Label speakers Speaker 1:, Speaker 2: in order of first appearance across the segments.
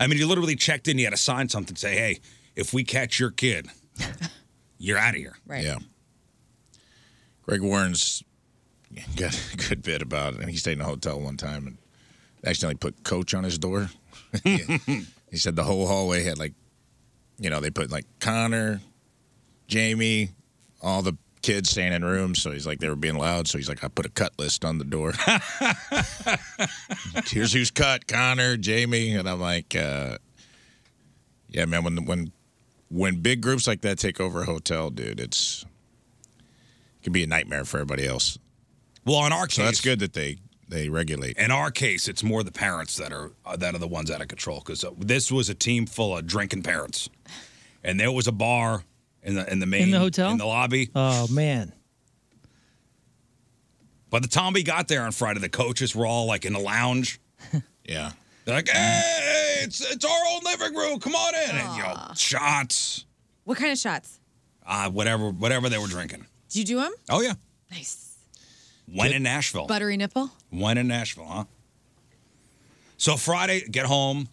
Speaker 1: I mean, you literally checked in. You had to sign something. Say, hey, if we catch your kid, you're out of here.
Speaker 2: Right. Yeah.
Speaker 3: Greg Warren's got a good bit about it. And he stayed in a hotel one time and accidentally put coach on his door. he said the whole hallway had like, you know, they put like Connor, Jamie, all the kids staying in rooms. So he's like, they were being loud. So he's like, I put a cut list on the door. Here's who's cut Connor, Jamie. And I'm like, uh, yeah, man, when, when, when big groups like that take over a hotel, dude, it's, it can be a nightmare for everybody else.
Speaker 1: Well, in our
Speaker 3: So that's
Speaker 1: case-
Speaker 3: good that they they regulate.
Speaker 1: In our case, it's more the parents that are uh, that are the ones out of control because this was a team full of drinking parents, and there was a bar in the in the main
Speaker 4: the hotel?
Speaker 1: in the lobby.
Speaker 4: Oh man.
Speaker 1: By the time we got there on Friday, the coaches were all like in the lounge.
Speaker 3: yeah,
Speaker 1: they're like, "Hey, it's it's our old living room. Come on in." And, you know, shots,
Speaker 2: What kind of shots?
Speaker 1: uh, whatever, whatever they were drinking.
Speaker 2: Did you do them?
Speaker 1: Oh yeah,
Speaker 2: Nice.
Speaker 1: when in Nashville,
Speaker 2: Buttery nipple?
Speaker 1: When in Nashville, huh? So Friday, get home.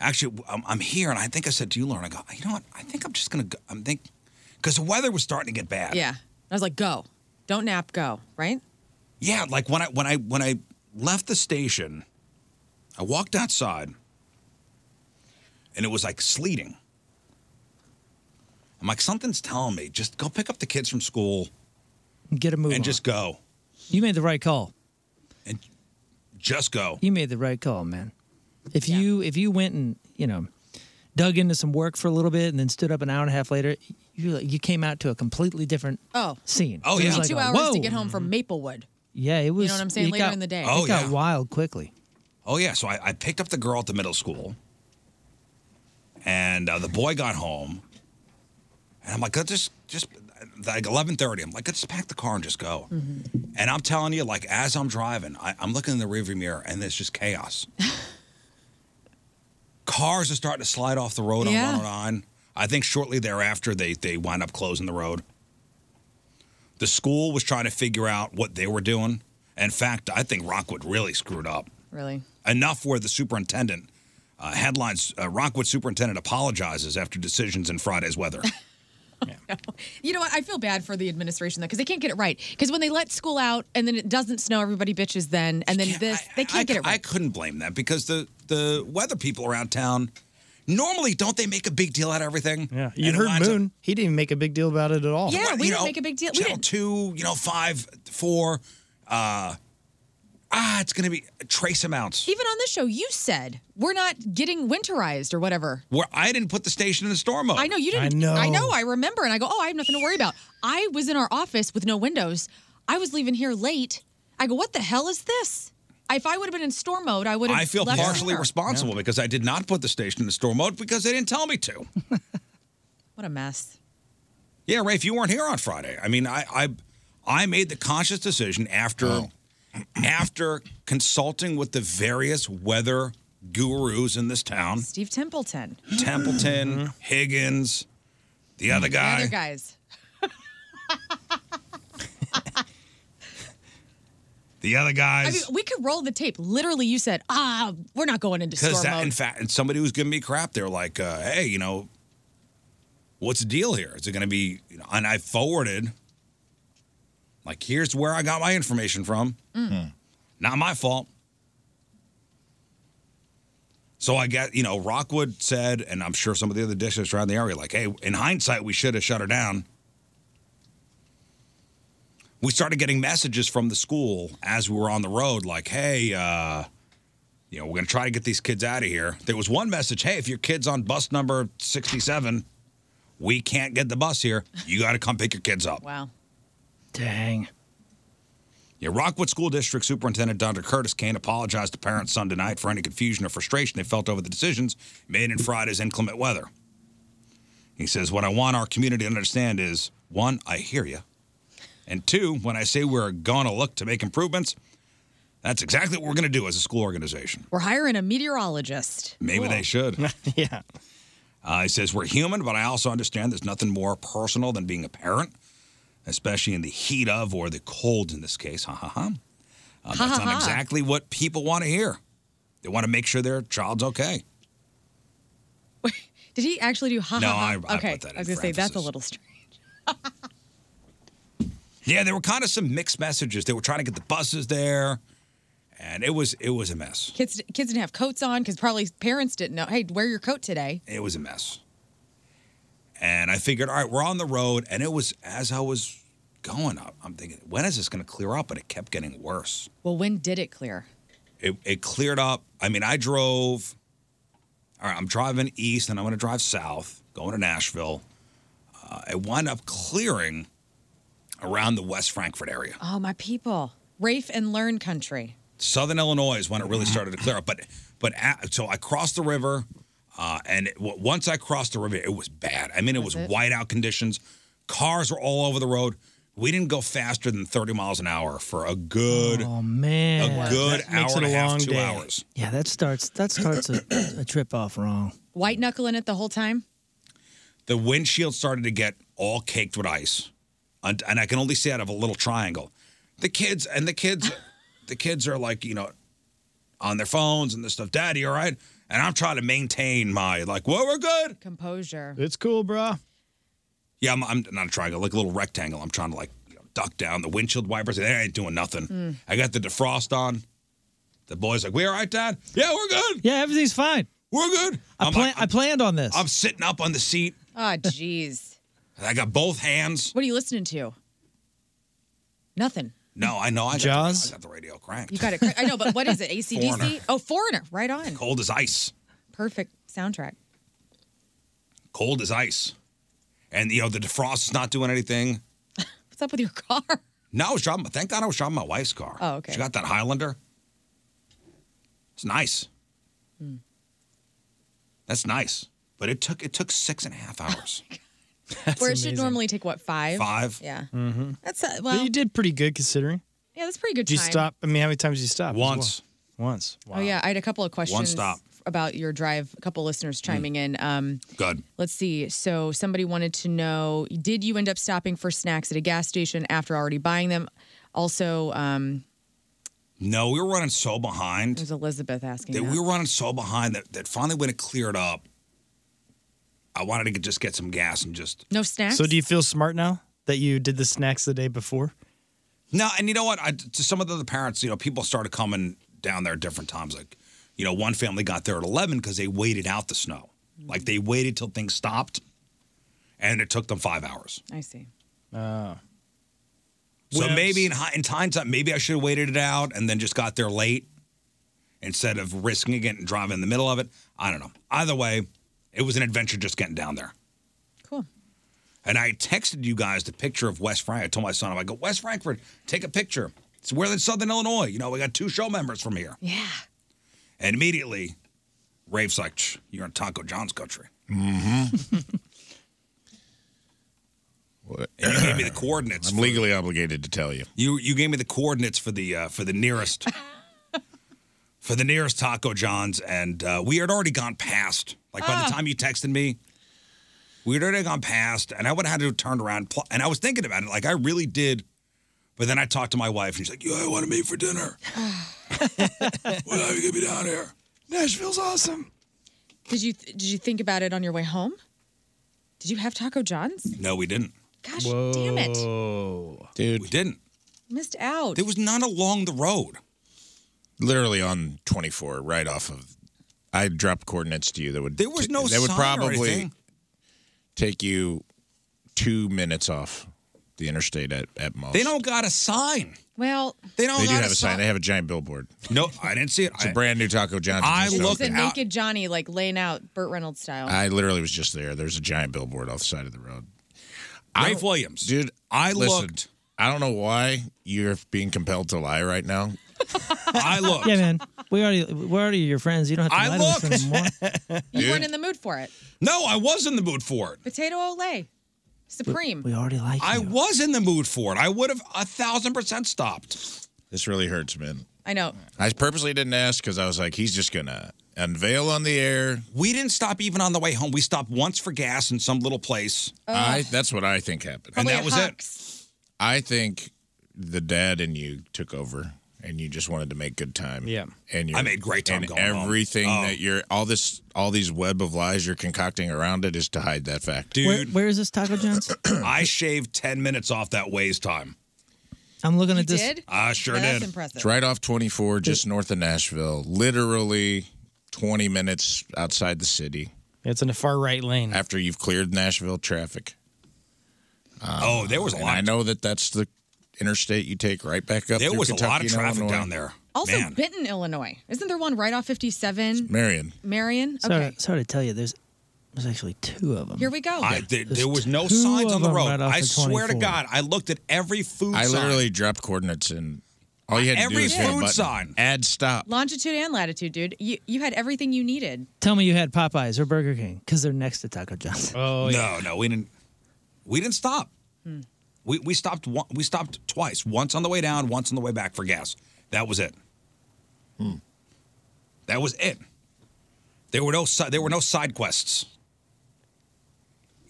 Speaker 1: Actually, I'm, I'm here, and I think I said to you, Lauren, I go, you know what? I think I'm just gonna go. I'm think because the weather was starting to get bad.
Speaker 2: Yeah. I was like, go. Don't nap, go. Right?
Speaker 1: Yeah, like when I when I when I left the station, I walked outside, and it was like sleeting. I'm like, something's telling me just go pick up the kids from school
Speaker 4: Get a move.
Speaker 1: and
Speaker 4: on.
Speaker 1: just go,
Speaker 4: you made the right call.
Speaker 1: just go.
Speaker 4: You made the right call, man. If you if you went and you know dug into some work for a little bit and then stood up an hour and a half later, you like, you came out to a completely different
Speaker 2: Oh.
Speaker 4: scene.
Speaker 2: Oh,
Speaker 4: It
Speaker 2: yeah.
Speaker 4: was like
Speaker 2: two
Speaker 4: a,
Speaker 2: hours to
Speaker 4: "Whoa."
Speaker 2: get home from Maplewood.
Speaker 4: Yeah, it was.
Speaker 2: what I'm saying?
Speaker 4: it
Speaker 2: Later
Speaker 4: got-
Speaker 2: in the day.
Speaker 4: It
Speaker 1: Oh,
Speaker 4: got
Speaker 1: yeah.
Speaker 4: wild quickly.
Speaker 1: Oh yeah, so I, I picked up the girl at the middle school, and uh, the boy got home, and I'm like, let's just just like 11:30. I'm like, let's pack the car and just go. And I'm telling you, like as I'm driving, I, I'm looking in the rearview mirror, and there's just chaos. Cars are starting to slide off the road
Speaker 2: Yeah.
Speaker 1: on 109. I think shortly thereafter, they they wind up closing the road. The school was trying to figure out what they were doing. In fact, I think Rockwood really screwed up
Speaker 2: Really?
Speaker 1: enough where the superintendent uh, headlines uh, Rockwood superintendent apologizes after decisions in Friday's weather.
Speaker 2: You know what? I feel bad for the administration though, because they can't get it right. Because when they let school out and then it doesn't snow, everybody bitches. Then and then this, they can't
Speaker 1: I,
Speaker 2: get it
Speaker 1: I
Speaker 2: right.
Speaker 1: couldn't blame them because the the weather people around town normally don't they make a big deal out of everything? Yeah,
Speaker 5: You heard Moon. he didn't even make a big deal about it at all.
Speaker 1: Well, you know, Channel two, you know, five, four. Uh, ah, it's going to be trace amounts.
Speaker 2: Even on this show, you said we're not getting winterized or whatever.
Speaker 1: Where I didn't put the station in the storm mode.
Speaker 2: I know you didn't. I know. I remember, and I go, oh, I have nothing to worry about. I was in our office with no windows. I was leaving here late. I go, what the hell is this? If I would have been in storm mode, I would have.
Speaker 1: I feel
Speaker 2: left
Speaker 1: partially
Speaker 2: sooner.
Speaker 1: responsible because I did not put the station in the storm mode because they didn't tell me to.
Speaker 2: What a mess.
Speaker 1: Yeah, Rafe, you weren't here on Friday. I mean, I I, I made the conscious decision after
Speaker 2: Oh.
Speaker 1: after consulting with the various weather gurus in this town.
Speaker 2: Steve Templeton.
Speaker 1: Templeton, Higgins, the other guy.
Speaker 2: The other guys.
Speaker 1: The other
Speaker 2: I mean,
Speaker 1: guys.
Speaker 2: we could roll the tape. Literally, you said, ah, we're not going into storm
Speaker 1: Because that,
Speaker 2: mode.
Speaker 1: in fact, and somebody was giving me crap. They're like, uh, "Hey, you know, what's the deal here? Is it going to be?" You know, and I forwarded, like, "Here's where I got my information from. Not my fault." So I got, you know, Rockwood said, and I'm sure some of the other districts around the area, like, "Hey, in hindsight, we should have shut her down." We started getting messages from the school as we were on the road, like, "Hey, uh, you know, we're going to try to get these kids out of here. There was one message hey, if your kid's on bus number 67, we can't get the bus here. You got to come pick your kids up.
Speaker 2: Wow.
Speaker 4: Dang.
Speaker 1: Yeah, Rockwood School District Superintendent Dr. Curtis Kane apologized to parents Sunday night for any confusion or frustration they felt over the decisions made in Friday's inclement weather. He says, What I want our community to understand is one, I hear you. And two, when I say we're going to look to make improvements, that's exactly what we're going to do as a school organization.
Speaker 2: We're hiring a meteorologist.
Speaker 1: Maybe
Speaker 2: Cool.
Speaker 1: they should. yeah. Uh, he says, We're human, but I also understand there's nothing more personal than being a parent, especially in the heat of or the cold in this case. Ha ha ha. Uh,
Speaker 2: Ha,
Speaker 1: that's
Speaker 2: ha,
Speaker 1: not
Speaker 2: ha.
Speaker 1: exactly what people want to hear. They want to make sure their child's okay.
Speaker 2: Did he actually do ha
Speaker 1: No,
Speaker 2: ha ha?
Speaker 1: I- I put
Speaker 2: okay,
Speaker 1: that
Speaker 2: I was
Speaker 1: in
Speaker 2: gonna
Speaker 1: for
Speaker 2: say that's a little strange.
Speaker 1: Yeah, there were kind of some mixed messages. They were trying to get the buses there, and it was it was a mess.
Speaker 2: Kids, kids didn't have coats on because probably parents didn't know. Hey, wear your coat today.
Speaker 1: It was a mess. And I figured, all right, we're on the road, and it was as I was going up, I'm thinking, when is this going to clear up? And it kept getting worse.
Speaker 2: Well, when did it clear?
Speaker 1: It, it cleared up. I mean, I drove. All right, I'm driving east, and I'm going to drive south, going to Nashville. Uh, it wound up clearing around the West Frankfort area.
Speaker 2: Oh, my people, Rafe and Learn Country.
Speaker 1: Southern Illinois is when it really started to clear up. But but a so I crossed the river, uh, and it, w- once I crossed the river, it was bad. I mean, it was,
Speaker 2: Was it?
Speaker 1: whiteout conditions. Cars were all over the road. We didn't go faster than 30 miles an hour for a good
Speaker 4: Oh man,
Speaker 1: a good
Speaker 4: That makes
Speaker 1: hour and
Speaker 4: it
Speaker 1: a half,
Speaker 4: long
Speaker 1: two
Speaker 4: day.
Speaker 1: hours.
Speaker 4: Yeah, that starts that starts a, a trip off wrong.
Speaker 2: White knuckling it the whole time.
Speaker 1: the windshield started to get all caked with ice, and, and I can only see out of a little triangle. The kids and the kids, the kids are like you know, on their phones and this stuff. Daddy, all right? And I'm trying to maintain my like, well, we're good.
Speaker 2: Composure.
Speaker 1: It's cool, bro. Yeah, I'm, I'm not a triangle, like a little rectangle. I'm trying to like you know, duck down the windshield wipers. They ain't doing nothing.
Speaker 4: Mm.
Speaker 1: I got the defrost on. The boys like, we all right, Dad? Yeah, we're good.
Speaker 4: Yeah, everything's fine.
Speaker 1: We're good.
Speaker 4: I, plan- I planned on this.
Speaker 1: I'm sitting up on the seat.
Speaker 2: Oh, jeez.
Speaker 1: I got both hands.
Speaker 2: what are you listening to? Nothing.
Speaker 1: No, I know. I Jaws. Got the, I got the radio cranked.
Speaker 2: You got it. cra- I know, but what is it? ACDC?
Speaker 1: Foreigner.
Speaker 2: Oh, Foreigner. Right on.
Speaker 1: Cold as ice.
Speaker 2: Perfect soundtrack.
Speaker 1: Cold as ice. And you know the defrost is not doing anything.
Speaker 2: What's up with your car?
Speaker 1: No, I was driving. Thank God I was driving my wife's car.
Speaker 2: Oh, okay.
Speaker 1: She got that Highlander. It's nice.
Speaker 2: Hmm.
Speaker 1: That's nice, but it took it took six and a half hours.
Speaker 2: Where it should normally take what five?
Speaker 1: Five.
Speaker 2: Yeah.
Speaker 5: Mm-hmm.
Speaker 2: That's uh, well.
Speaker 5: you did pretty good considering.
Speaker 2: Yeah, that's pretty good.
Speaker 5: Did you
Speaker 2: time.
Speaker 5: stop? I mean, how many times did you stop? as well?
Speaker 1: Once.
Speaker 5: Once.
Speaker 2: Oh yeah, I had a couple of questions.
Speaker 5: stop. Mm.
Speaker 2: About your drive, a couple listeners chiming in. Um,
Speaker 1: Good.
Speaker 2: Let's see. So somebody wanted to know: Did you end up stopping for snacks at a gas station after already buying them? Also, um,
Speaker 1: No, we were running so behind.
Speaker 2: there's Elizabeth asking.
Speaker 1: that
Speaker 2: that.
Speaker 1: we were running so behind that, that finally when it cleared up, I wanted to just get some gas and just
Speaker 2: no snacks.
Speaker 5: So do you feel smart now that you did the snacks the day before?
Speaker 1: No, and you know what? I, to some of the other parents, you know, people started coming down there at different times. Like, you know, one family got there at 11 because they waited out the snow. Like, they waited till things stopped, and it took them five hours.
Speaker 2: I see.
Speaker 1: So maybe in, hi- in hindsight, maybe I should have waited it out and then just got there late instead of risking it and driving in the middle of it. I don't know. Either way, it was an adventure just getting down there.
Speaker 2: Cool.
Speaker 1: And I texted you guys the picture of West Frankfort. I told my son, I'm like, go West Frankfort, take a picture. It's where in Southern Illinois. You know, we got two show members from here.
Speaker 2: Yeah.
Speaker 1: And immediately, Rafe's like, "Shh, you're in Taco John's country.
Speaker 3: Mm-hmm.
Speaker 1: And you gave me the coordinates.
Speaker 3: I'm legally obligated to tell you.
Speaker 1: You you gave me the coordinates for the uh, for the nearest for the nearest Taco John's, and uh, we had already gone past. Like by the time you texted me, we had already gone past, and I would have had to turn around. pl- And I was thinking about it, like I really did. But then I talked to my wife, and she's like, "Yeah, I want to meet for dinner. when are you gonna be down here?" Nashville's awesome.
Speaker 2: Did you did you think about it on your way home? Did you have Taco John's?
Speaker 1: No, we didn't.
Speaker 2: Gosh, damn it!
Speaker 1: dude, we didn't.
Speaker 2: Missed out.
Speaker 1: There was none along the road.
Speaker 3: Literally on 24, right off of. I dropped coordinates to you that would. There
Speaker 1: was no
Speaker 3: That would
Speaker 1: sign or
Speaker 3: probably
Speaker 1: anything.
Speaker 3: take you two minutes off the interstate at at most.
Speaker 1: They don't got a sign.
Speaker 2: Well,
Speaker 1: they don't.
Speaker 3: They do
Speaker 1: got
Speaker 3: have a sign. They have a giant billboard.
Speaker 1: No, I didn't see it.
Speaker 3: It's a brand new Taco John's.
Speaker 1: I
Speaker 3: It's
Speaker 2: It's
Speaker 3: just
Speaker 2: just a
Speaker 3: open.
Speaker 2: naked Johnny like laying out Burt Reynolds style.
Speaker 3: I literally was just there. There's a giant billboard off the side of the road.
Speaker 1: Rafe Williams,
Speaker 3: dude.
Speaker 1: I
Speaker 3: looked. I don't know why you're being compelled to lie right now.
Speaker 1: I looked.
Speaker 4: Yeah, man. We already we're already your friends. You don't have to
Speaker 3: I
Speaker 4: lie to us
Speaker 3: looked.
Speaker 4: anymore.
Speaker 2: you
Speaker 3: Dude.
Speaker 2: weren't in the mood for it.
Speaker 1: No, I was in the mood for it.
Speaker 2: Potato Olay, Supreme.
Speaker 4: already like.
Speaker 1: I was in the mood for it. I would have a thousand percent stopped.
Speaker 3: This really hurts, man.
Speaker 2: I know.
Speaker 3: I purposely didn't ask because I was like, he's just gonna unveil on the air.
Speaker 1: We didn't stop even on the way home. We stopped once for gas in some little place.
Speaker 3: I that's what I think happened,
Speaker 1: and that was
Speaker 3: it. I think the dad and you took over, and you just wanted to make good time.
Speaker 1: Yeah.
Speaker 3: and
Speaker 1: I made great time
Speaker 3: And
Speaker 1: going home.
Speaker 3: everything
Speaker 1: Oh.
Speaker 3: that you're all this all these web of lies you're concocting around it is to hide that fact,
Speaker 4: Where, where is this Taco John's?
Speaker 1: I shaved ten minutes off that ways time.
Speaker 4: I'm looking at this.
Speaker 3: I sure
Speaker 4: Now, that's
Speaker 3: did.
Speaker 4: impressive.
Speaker 3: It's right off 24, just north of Nashville. Literally 20 minutes outside the city.
Speaker 5: It's in the far right lane.
Speaker 3: After you've cleared Nashville traffic. Uh,
Speaker 1: Oh, there was a
Speaker 3: and
Speaker 1: lot.
Speaker 3: I know that that's the interstate you take right back up.
Speaker 1: There
Speaker 3: through
Speaker 1: was a
Speaker 3: Kentucky
Speaker 1: lot of
Speaker 3: and
Speaker 1: traffic
Speaker 3: Illinois.
Speaker 1: down there.
Speaker 2: Also, Benton, Illinois. Isn't there one right off 57?
Speaker 3: Marion.
Speaker 2: Marion?
Speaker 4: Sorry,
Speaker 2: Okay.
Speaker 4: sorry to tell you, there's there's actually two of them.
Speaker 2: Here we go.
Speaker 1: I, there,
Speaker 4: There's
Speaker 1: there was no
Speaker 4: two
Speaker 1: signs
Speaker 4: of
Speaker 1: on the
Speaker 4: them
Speaker 1: road.
Speaker 4: right off
Speaker 1: I
Speaker 4: of
Speaker 1: swear to
Speaker 4: 24.
Speaker 1: God, I looked at every food
Speaker 3: I
Speaker 1: sign.
Speaker 3: literally dropped coordinates and all you had to
Speaker 1: Every
Speaker 3: do is hit a
Speaker 1: food
Speaker 3: button.
Speaker 1: sign.
Speaker 3: Add stop.
Speaker 2: Longitude and latitude, dude. You, you had everything you needed.
Speaker 4: Tell me you had Popeyes or Burger King because they're next to Taco John's.
Speaker 1: no, no, we didn't. We didn't stop.
Speaker 2: Hmm.
Speaker 1: We we stopped. One, we stopped twice. Once on the way down. Once on the way back for gas. That was it. That was it. There were no si- there were no side quests.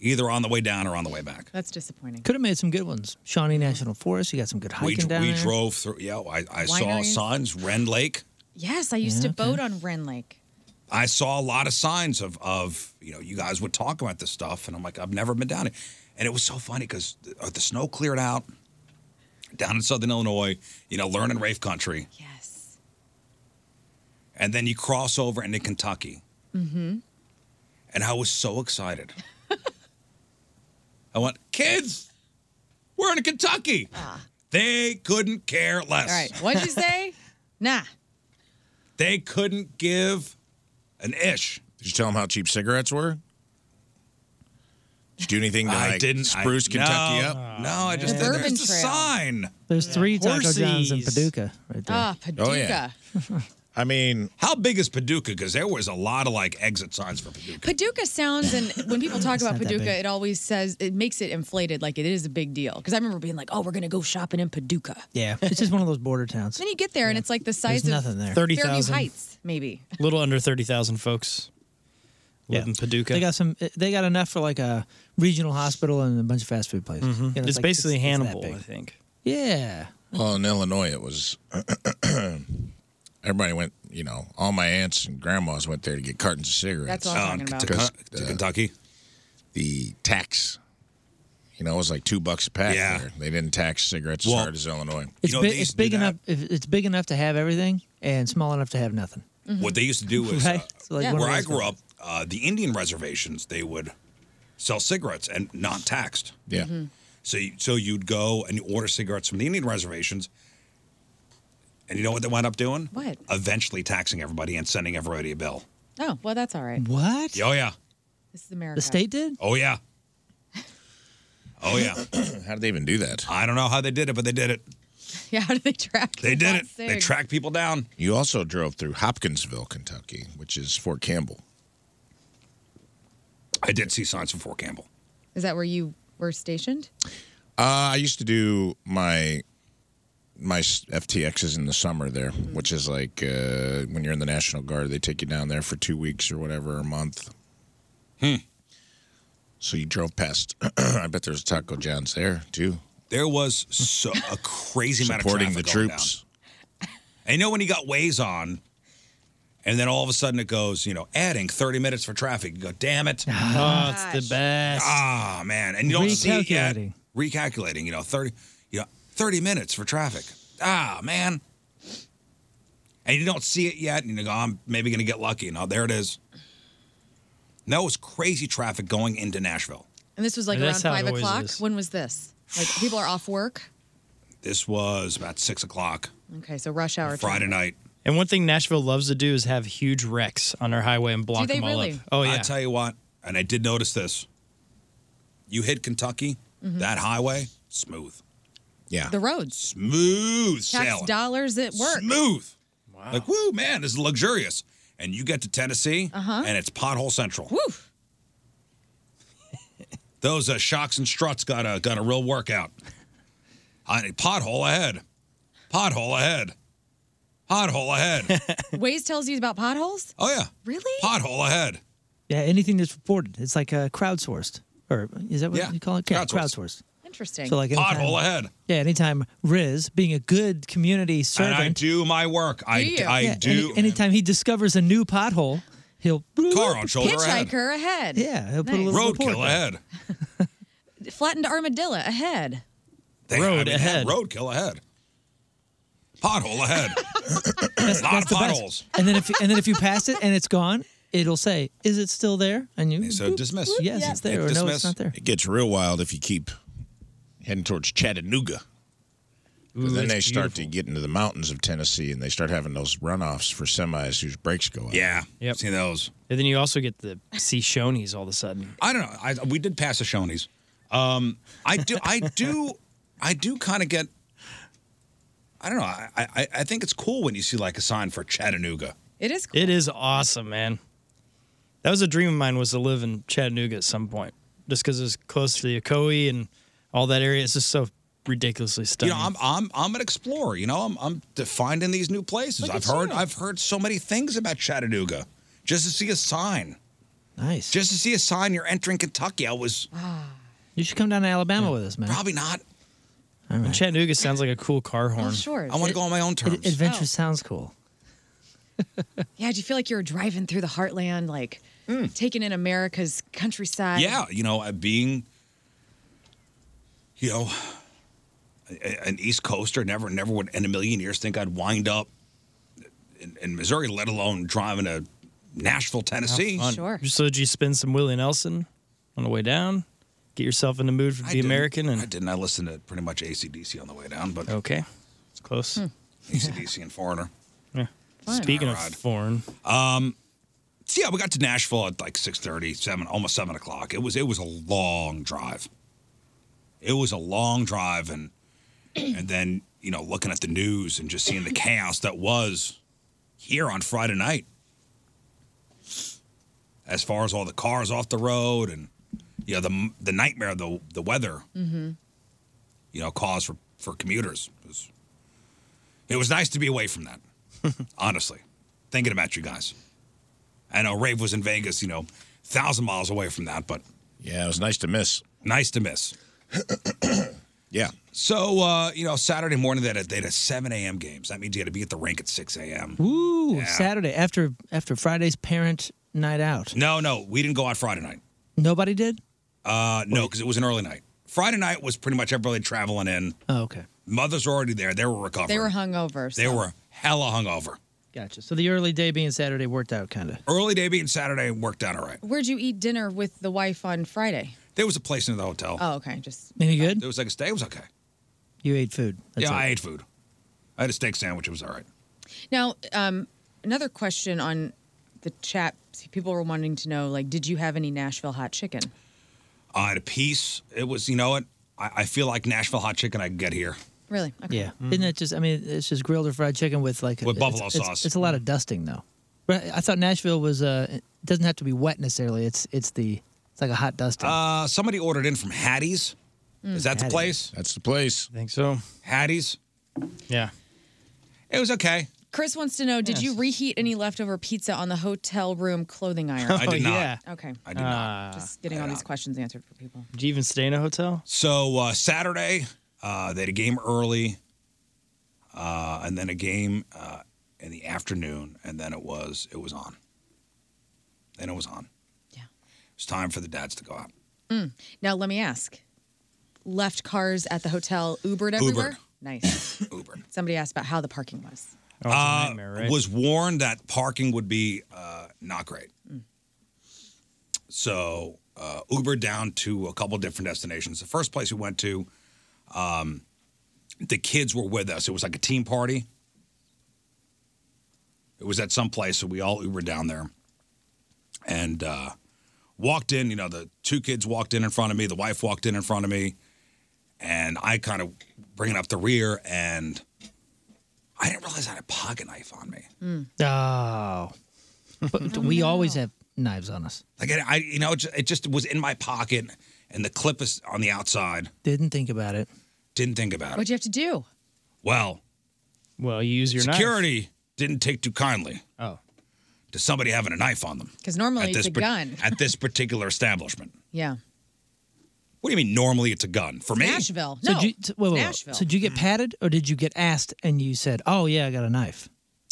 Speaker 1: Either on the way down or on the way back.
Speaker 2: That's disappointing.
Speaker 4: Could have made some good ones. Shawnee National Forest. You got some good
Speaker 1: We,
Speaker 4: hiking down
Speaker 1: we
Speaker 4: there.
Speaker 1: drove through. Yeah, I, I saw
Speaker 2: Wineries.
Speaker 1: signs. Ren Lake.
Speaker 2: Yes, I used to boat on Wren Lake.
Speaker 1: I saw a lot of signs of of you know you guys would talk about this stuff, and I'm like, I've never been down it, and it was so funny because the, uh, the snow cleared out down in southern Illinois, you know, learning rave country. Yes. And then you cross over into Kentucky,
Speaker 2: Mm-hmm.
Speaker 1: and I was so excited. I went, kids, we're in Kentucky. They couldn't care less.
Speaker 2: Ah. All right. What'd you say? nah.
Speaker 1: They couldn't give an ish.
Speaker 3: Did you tell them how cheap cigarettes were? Did you do anything to
Speaker 1: I
Speaker 3: like,
Speaker 1: didn't- I-
Speaker 3: spruce Kentucky
Speaker 1: no.
Speaker 3: up?
Speaker 1: No, I just-
Speaker 3: did
Speaker 1: The there's Bourbon a Trail. sign.
Speaker 4: There's three Taco John's in
Speaker 1: Horses.
Speaker 4: Paducah right there.
Speaker 2: Ah, Paducah.
Speaker 1: Oh, yeah.
Speaker 3: I mean,
Speaker 1: how big is Paducah? Because there was a lot of like exit signs for Paducah.
Speaker 2: Paducah sounds, and when people talk
Speaker 1: It's
Speaker 2: about
Speaker 1: not that
Speaker 2: Paducah,
Speaker 1: big.
Speaker 2: it always says it makes it inflated, like it is a big deal. Because I remember being like, "Oh, we're gonna go shopping in Paducah."
Speaker 4: Yeah, it's just one of those border towns.
Speaker 2: Then you get there, and it's like the size
Speaker 4: There's
Speaker 2: of
Speaker 4: nothing there.
Speaker 2: Fairview
Speaker 4: 30,000.
Speaker 2: Heights, maybe.
Speaker 5: A little under 30,000 folks live in Paducah.
Speaker 4: They got some. eh, They got enough for like a regional hospital and a bunch of fast food places.
Speaker 5: Mhm.
Speaker 4: You know,
Speaker 5: it's
Speaker 4: like-
Speaker 5: basically
Speaker 4: it's- it's that
Speaker 5: Hannibal,
Speaker 4: big.
Speaker 5: I think.
Speaker 4: Yeah.
Speaker 3: Well, in Illinois, it was everybody went. You know, all my aunts and grandmas went there to get cartons of
Speaker 2: That's
Speaker 3: cigarettes.
Speaker 2: what I'm Oh, talking
Speaker 1: to about. Ken- Uh,
Speaker 3: uh,
Speaker 1: to Kentucky,
Speaker 3: the tax. You know, it was like two bucks a pack.
Speaker 1: Yeah.
Speaker 3: there. they didn't tax cigarettes
Speaker 1: Well,
Speaker 3: as hard as Illinois.
Speaker 4: It's, bi- it's big enough. If it's big enough to have everything, and small enough to have nothing.
Speaker 1: What they used to do was
Speaker 4: Right?
Speaker 1: uh,
Speaker 4: It's like Yeah. one
Speaker 1: where
Speaker 4: of
Speaker 1: I
Speaker 4: those
Speaker 1: grew up, uh, the Indian reservations they would sell cigarettes and not taxed.
Speaker 3: Yeah.
Speaker 1: So you, so you'd go and you order cigarettes from the Indian reservations, and you know what they wound up doing?
Speaker 2: What?
Speaker 1: Eventually taxing everybody and sending everybody a bill.
Speaker 2: Oh, well, that's all right.
Speaker 4: What?
Speaker 1: Oh yeah.
Speaker 2: This is America.
Speaker 4: The state did.
Speaker 1: Oh yeah. Oh yeah.
Speaker 3: how did they even do that?
Speaker 1: I don't know how they did it, but they did it.
Speaker 2: Yeah. How do they track?
Speaker 1: They did it.
Speaker 2: Sick.
Speaker 1: They tracked people down.
Speaker 3: You also drove through Hopkinsville, Kentucky, which is Fort Campbell.
Speaker 1: I did see signs from Fort Campbell.
Speaker 2: Is that where you were stationed?
Speaker 3: Uh, I used to do my my s- FTXs in the summer there, which is like uh, when you're in the National Guard, they take you down there for two weeks or whatever, a month.
Speaker 1: Hmm.
Speaker 3: So you drove past. I bet there's a Taco John's there too.
Speaker 1: There was so, a crazy amount of
Speaker 3: Supporting
Speaker 1: traffic
Speaker 3: the
Speaker 1: going
Speaker 3: troops.
Speaker 1: down. I know when he got ways on, and then all of a sudden it goes, you know, adding 30 minutes for traffic. You go, damn it.
Speaker 5: Oh, it's the best.
Speaker 1: Ah, man. And you don't see it yet. Recalculating, you know, 30, you know, 30 minutes for traffic. Ah, man. And you don't see it yet, and you go, I'm maybe going to get lucky. Now, there it is. And that was crazy traffic going into Nashville.
Speaker 2: And this was like
Speaker 1: Yeah,
Speaker 2: around
Speaker 1: that's how it
Speaker 2: five
Speaker 1: always
Speaker 2: o'clock.
Speaker 1: is.
Speaker 2: When was this? Like people are off work.
Speaker 1: This was about six o'clock
Speaker 2: Okay, so rush hour.
Speaker 1: Friday
Speaker 2: traffic.
Speaker 1: night.
Speaker 5: And one thing Nashville loves to do is have huge wrecks on our highway and block
Speaker 2: they
Speaker 5: them all
Speaker 2: really?
Speaker 5: up. Oh, yeah.
Speaker 1: I tell you what, and I did notice this. You hit Kentucky,
Speaker 2: Mhm.
Speaker 1: that highway, smooth.
Speaker 3: Yeah.
Speaker 2: The roads.
Speaker 1: Smooth
Speaker 2: Tax
Speaker 1: sailing.
Speaker 2: dollars at work.
Speaker 1: Smooth. Like, woo, man, this is luxurious. And you get to Tennessee,
Speaker 2: Uh-huh.
Speaker 1: and it's pothole central.
Speaker 2: Woo.
Speaker 1: Those uh, shocks and struts got a got a real workout. I need pothole ahead, pothole ahead, pothole ahead.
Speaker 2: Waze tells you about potholes.
Speaker 1: oh yeah,
Speaker 2: really?
Speaker 1: Pothole ahead.
Speaker 4: Yeah, anything that's reported, it's like uh, crowdsourced, or is that what
Speaker 1: Yeah,
Speaker 4: you call it? Yeah, crowdsourced.
Speaker 2: Interesting.
Speaker 4: So like anytime,
Speaker 1: Pothole ahead.
Speaker 4: Yeah, anytime Riz, being a good
Speaker 1: And
Speaker 4: community
Speaker 1: I
Speaker 4: servant,
Speaker 1: do my work. I
Speaker 2: Do you?
Speaker 1: I
Speaker 4: yeah,
Speaker 1: do.
Speaker 4: any- anytime he discovers a new pothole, he'll
Speaker 1: Car on shoulder ahead.
Speaker 2: Hitchhiker ahead.
Speaker 4: Yeah, he'll put a
Speaker 2: Nice.
Speaker 4: little report
Speaker 1: Roadkill ahead.
Speaker 2: Flattened armadillo ahead.
Speaker 1: They-
Speaker 4: road
Speaker 1: I mean, they had
Speaker 4: ahead.
Speaker 1: Roadkill ahead. Pothole ahead.
Speaker 4: That's,
Speaker 1: Lot
Speaker 4: that's
Speaker 1: of
Speaker 4: the best.
Speaker 1: potholes.
Speaker 4: And then if and then if you pass it and it's gone, it'll say, "Is it still there?" And you
Speaker 3: So dismiss.
Speaker 4: Yes, it's there. Or no, it's not there.
Speaker 3: It gets real wild if you keep heading towards Chattanooga. 'Cause
Speaker 4: Ooh,
Speaker 3: then they
Speaker 4: that's
Speaker 3: start to get into the mountains of Tennessee, and they start having those runoffs for semis whose brakes go out.
Speaker 1: Yeah, yep. seen those.
Speaker 5: And then you also get the see Shoney's all of a sudden.
Speaker 1: I don't know. I, we did pass the Shoney's. Um, I do. I do. I do kind of get. I don't know. I, I I think it's cool when you see like a sign for Chattanooga.
Speaker 2: It is.
Speaker 5: It is awesome, man. That was a dream of mine was to live in Chattanooga at some point, just because it was close to the Ocoee and all that area. It's just so ridiculously
Speaker 1: You
Speaker 5: stunning.
Speaker 1: know, I'm I'm I'm an explorer. You know, I'm I'm de- finding these new places.
Speaker 5: Look
Speaker 1: I've
Speaker 5: at
Speaker 1: heard
Speaker 5: you.
Speaker 1: I've heard so many things about Chattanooga, just to see a sign.
Speaker 4: Nice.
Speaker 1: Just to see a sign you're entering Kentucky. I was
Speaker 4: You should come down to Alabama with us, man.
Speaker 1: probably not.
Speaker 5: And Chattanooga sounds like a cool car horn.
Speaker 2: sure.
Speaker 1: I want to go on my own terms.
Speaker 4: adventure sounds cool.
Speaker 2: Yeah, do you feel like you're driving through the heartland, like taking in America's countryside?
Speaker 1: Hmm. yeah, you know, uh, being, you know, a- a- an East Coaster, never, never would in a million years think I'd wind up in, in Missouri, let alone driving to Nashville, Tennessee.
Speaker 5: Have fun. So did you spend some Willie Nelson on the way down? Get yourself in the mood for
Speaker 1: I
Speaker 5: the
Speaker 1: didn't-
Speaker 5: American and
Speaker 1: I didn't. I listened to pretty much ACDC on the way down, but
Speaker 5: okay, it's close.
Speaker 1: ACDC and Foreigner.
Speaker 5: Yeah.
Speaker 1: Fun.
Speaker 5: Speaking of
Speaker 1: Tyrod.
Speaker 5: foreign,
Speaker 1: Um, so yeah, we got to Nashville at like 6.30, 7, almost 7 o'clock. It was, it was a long drive. It was a long drive, and and then you know looking at the news and just seeing the chaos that was here on Friday night, as far as all the cars off the road and you know the the nightmare of the the weather
Speaker 6: Mm-hmm.
Speaker 1: you know caused for for commuters. It was, it was nice to be away from that, honestly. Thinking about you guys, I know Rave was in Vegas, you know, thousand miles away from that, but
Speaker 3: yeah, it was nice to miss.
Speaker 1: Nice to miss.
Speaker 3: yeah.
Speaker 1: So uh, you know, Saturday morning they had, a, they had a 7 a.m. games. That means you had to be at the rink at 6 a.m.
Speaker 4: Woo! Saturday after after Friday's parent night out.
Speaker 1: No, no, we didn't go out Friday night.
Speaker 4: Nobody did.
Speaker 1: Uh, no, because it was an early night. Friday night was pretty much everybody traveling in.
Speaker 4: Oh, okay.
Speaker 1: Mothers were already there. They were recovering.
Speaker 2: They were hungover.
Speaker 1: They
Speaker 2: so-
Speaker 1: were hella hungover.
Speaker 4: Gotcha. So the early day being Saturday worked out kind of.
Speaker 1: Early day being Saturday worked out all right.
Speaker 2: Where'd you eat dinner with the wife on Friday?
Speaker 1: There was a place near the hotel.
Speaker 2: Oh, okay. Just
Speaker 4: Any good?
Speaker 1: There was like a stay. It was okay.
Speaker 4: You ate food.
Speaker 1: yeah, I ate food. I had a steak sandwich. It was all right.
Speaker 2: now. Um, another question on the chat. People were wanting to know, like, did you have any Nashville hot chicken?
Speaker 1: I had a piece. It was, you know what? I, I feel like Nashville hot chicken I can get here.
Speaker 2: Really? Okay.
Speaker 4: Yeah. Isn't it just? I mean, it's just grilled or fried chicken with like
Speaker 1: Mm-hmm. With
Speaker 4: it's-
Speaker 1: buffalo
Speaker 4: it's-
Speaker 1: sauce.
Speaker 4: It's, a lot of dusting though. But I thought Nashville was uh it doesn't have to be wet necessarily. It's it's the it's like a hot dusting.
Speaker 1: Uh, somebody ordered in from Hmm. Hattie's. Is that the
Speaker 4: Hattie's.
Speaker 1: place?
Speaker 3: That's the place.
Speaker 5: I think so.
Speaker 1: Hattie's.
Speaker 5: Yeah.
Speaker 1: It was okay.
Speaker 2: Chris wants to know, did you
Speaker 1: Yes.
Speaker 2: reheat any leftover pizza on the hotel room clothing iron?
Speaker 1: I
Speaker 5: Oh,
Speaker 1: did not.
Speaker 2: Okay.
Speaker 1: I did not.
Speaker 2: Just getting all these questions answered for people.
Speaker 5: Did you even stay in a hotel?
Speaker 1: So uh, Saturday, uh, they had a game early, uh, and then a game uh, in the afternoon, and then it was it was on. Then it was on. Yeah. It was time for the dads to go out.
Speaker 2: Mm. Now let me ask. Left cars at the hotel, Ubered everywhere? Nice.
Speaker 1: Uber.
Speaker 2: Somebody asked about how the parking was.
Speaker 1: uh, Was warned that parking would be uh, not great. So uh, Uber down to a couple different destinations. The first place we went to, um, the kids were with us. It was like a team party. It was at some place, so we all Ubered down there, and uh, walked in. You know, the two kids walked in in front of me. The wife walked in in front of me, and I kind of bringing up the rear and. I didn't realize I had a pocket knife on me.
Speaker 4: Oh. But
Speaker 2: Oh,
Speaker 4: we always have knives on us.
Speaker 1: Like I, I you know, it just, it just was in my pocket, and the clip is on the outside.
Speaker 4: Didn't think about it.
Speaker 1: Didn't think about it.
Speaker 2: What'd you have to do?
Speaker 1: Well,
Speaker 5: well, you use your knife.
Speaker 1: security didn't take too kindly.
Speaker 5: Oh.
Speaker 1: to somebody having a knife on them.
Speaker 2: Because normally it's a
Speaker 1: par-
Speaker 2: gun.
Speaker 1: At this particular establishment.
Speaker 2: Yeah.
Speaker 1: What do you mean? Normally it's a gun for me.
Speaker 2: Nashville.
Speaker 4: So
Speaker 2: no.
Speaker 4: did you, so- wait, wait, wait.
Speaker 2: Nashville.
Speaker 4: So did
Speaker 1: Mm.
Speaker 4: you get patted or did you get asked and you said, "Oh yeah, I got a knife."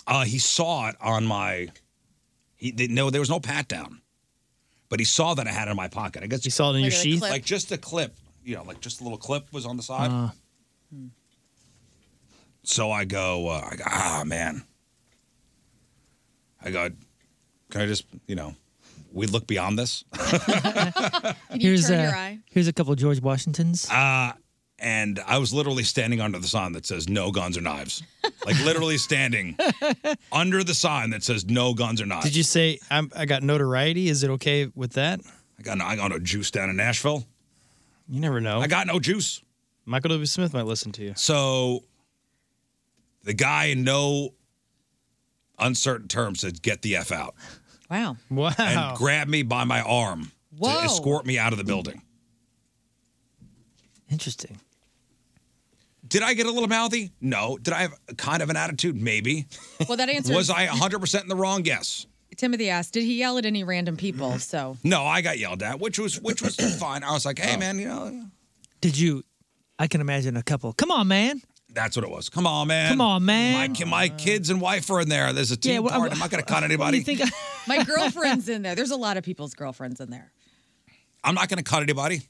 Speaker 1: Uh, he saw it on my. He didn't know there was no pat down, but he saw that I had it in my pocket. I guess he
Speaker 5: saw it in Like your a sheath? clip?
Speaker 1: like just a clip. You know, like just a little clip was on the side.
Speaker 4: Uh,
Speaker 5: Uh-huh.
Speaker 1: So I go, uh, I go, ah, man. I go, can I just, you know, we look beyond this?
Speaker 2: Can you
Speaker 4: here's uh,
Speaker 2: turn
Speaker 4: a,
Speaker 2: your eye?
Speaker 4: Here's a couple of George Washingtons.
Speaker 1: Uh, and I was literally standing under the sign that says no guns or knives. Like literally standing under the sign that says no guns or knives.
Speaker 5: Did you say I'm, I got notoriety? Is it okay with that?
Speaker 1: I got no, I got no juice down in Nashville.
Speaker 5: You never know. I
Speaker 1: got no juice.
Speaker 5: Michael W. Smith might listen to you.
Speaker 1: So the guy in no uncertain terms said, get the F out.
Speaker 2: Wow.
Speaker 5: Wow.
Speaker 4: Oh.
Speaker 1: And grabbed me by my arm
Speaker 2: Whoa.
Speaker 1: to escort me out of the building.
Speaker 4: Interesting.
Speaker 1: Did I get a little mouthy? No. Did I have kind of an attitude? Maybe.
Speaker 2: Well, that answers.
Speaker 1: Was I 100% in the wrong? Yes.
Speaker 2: Timothy asked, did he yell at any random people? So
Speaker 1: No, I got yelled at, which was which was fine. I was like,
Speaker 4: Oh.
Speaker 1: hey, man, you know,
Speaker 4: Did you? I can imagine a couple. Come on, man.
Speaker 1: that's what it was. Come on, man.
Speaker 4: Come on, man.
Speaker 1: My, ki- my kids and wife are in there. There's a team
Speaker 4: Yeah, uh, what-
Speaker 1: party. I'm not going to cut anybody.
Speaker 2: my girlfriend's in there. There's a lot of people's girlfriends in there.
Speaker 1: I'm not going to cut anybody.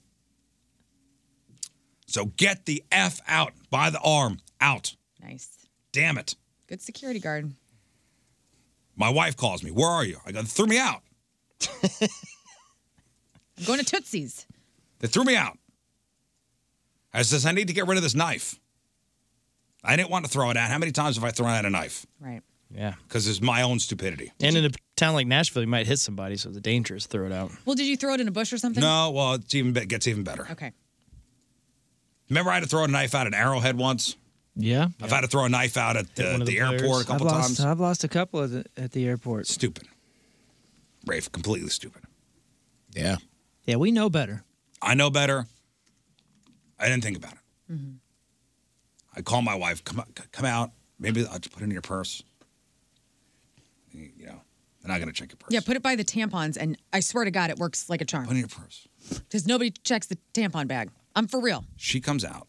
Speaker 1: So get the F out by the arm. Out.
Speaker 2: Nice.
Speaker 1: Damn it.
Speaker 2: Good security guard.
Speaker 1: My wife calls me. Where are you? I go, threw me out.
Speaker 2: I'm going to Tootsie's.
Speaker 1: They threw me out. I says, I need to get rid of this knife. I didn't want to throw it out. How many times have I thrown out a knife?
Speaker 2: Right.
Speaker 5: Yeah.
Speaker 1: Because it's my own stupidity.
Speaker 5: And in a town like Nashville, you might hit somebody, so it's dangerous. Throw it out.
Speaker 2: Well, did you throw it in a bush or something?
Speaker 1: No, well, it's even it gets even better.
Speaker 2: Okay.
Speaker 1: Remember, I had to throw a knife out at Arrowhead once.
Speaker 4: Yeah.
Speaker 1: I've had to throw a knife out at the, the, airport a
Speaker 4: I've
Speaker 1: couple
Speaker 4: lost,
Speaker 1: times.
Speaker 4: I've lost a couple at the, at the airport.
Speaker 1: Stupid. Rafe, completely stupid.
Speaker 3: Yeah.
Speaker 4: Yeah, we know better.
Speaker 1: I know better. I didn't think about it.
Speaker 4: Mhm.
Speaker 1: I call my wife, come o- come out. Maybe I'll just put it in your purse. You know, they're not gonna check your purse.
Speaker 2: Yeah, put it by the tampons, and I swear to God, it works like a charm.
Speaker 1: Put it in your purse.
Speaker 2: Because nobody checks the tampon bag. I'm for real.
Speaker 1: She comes out,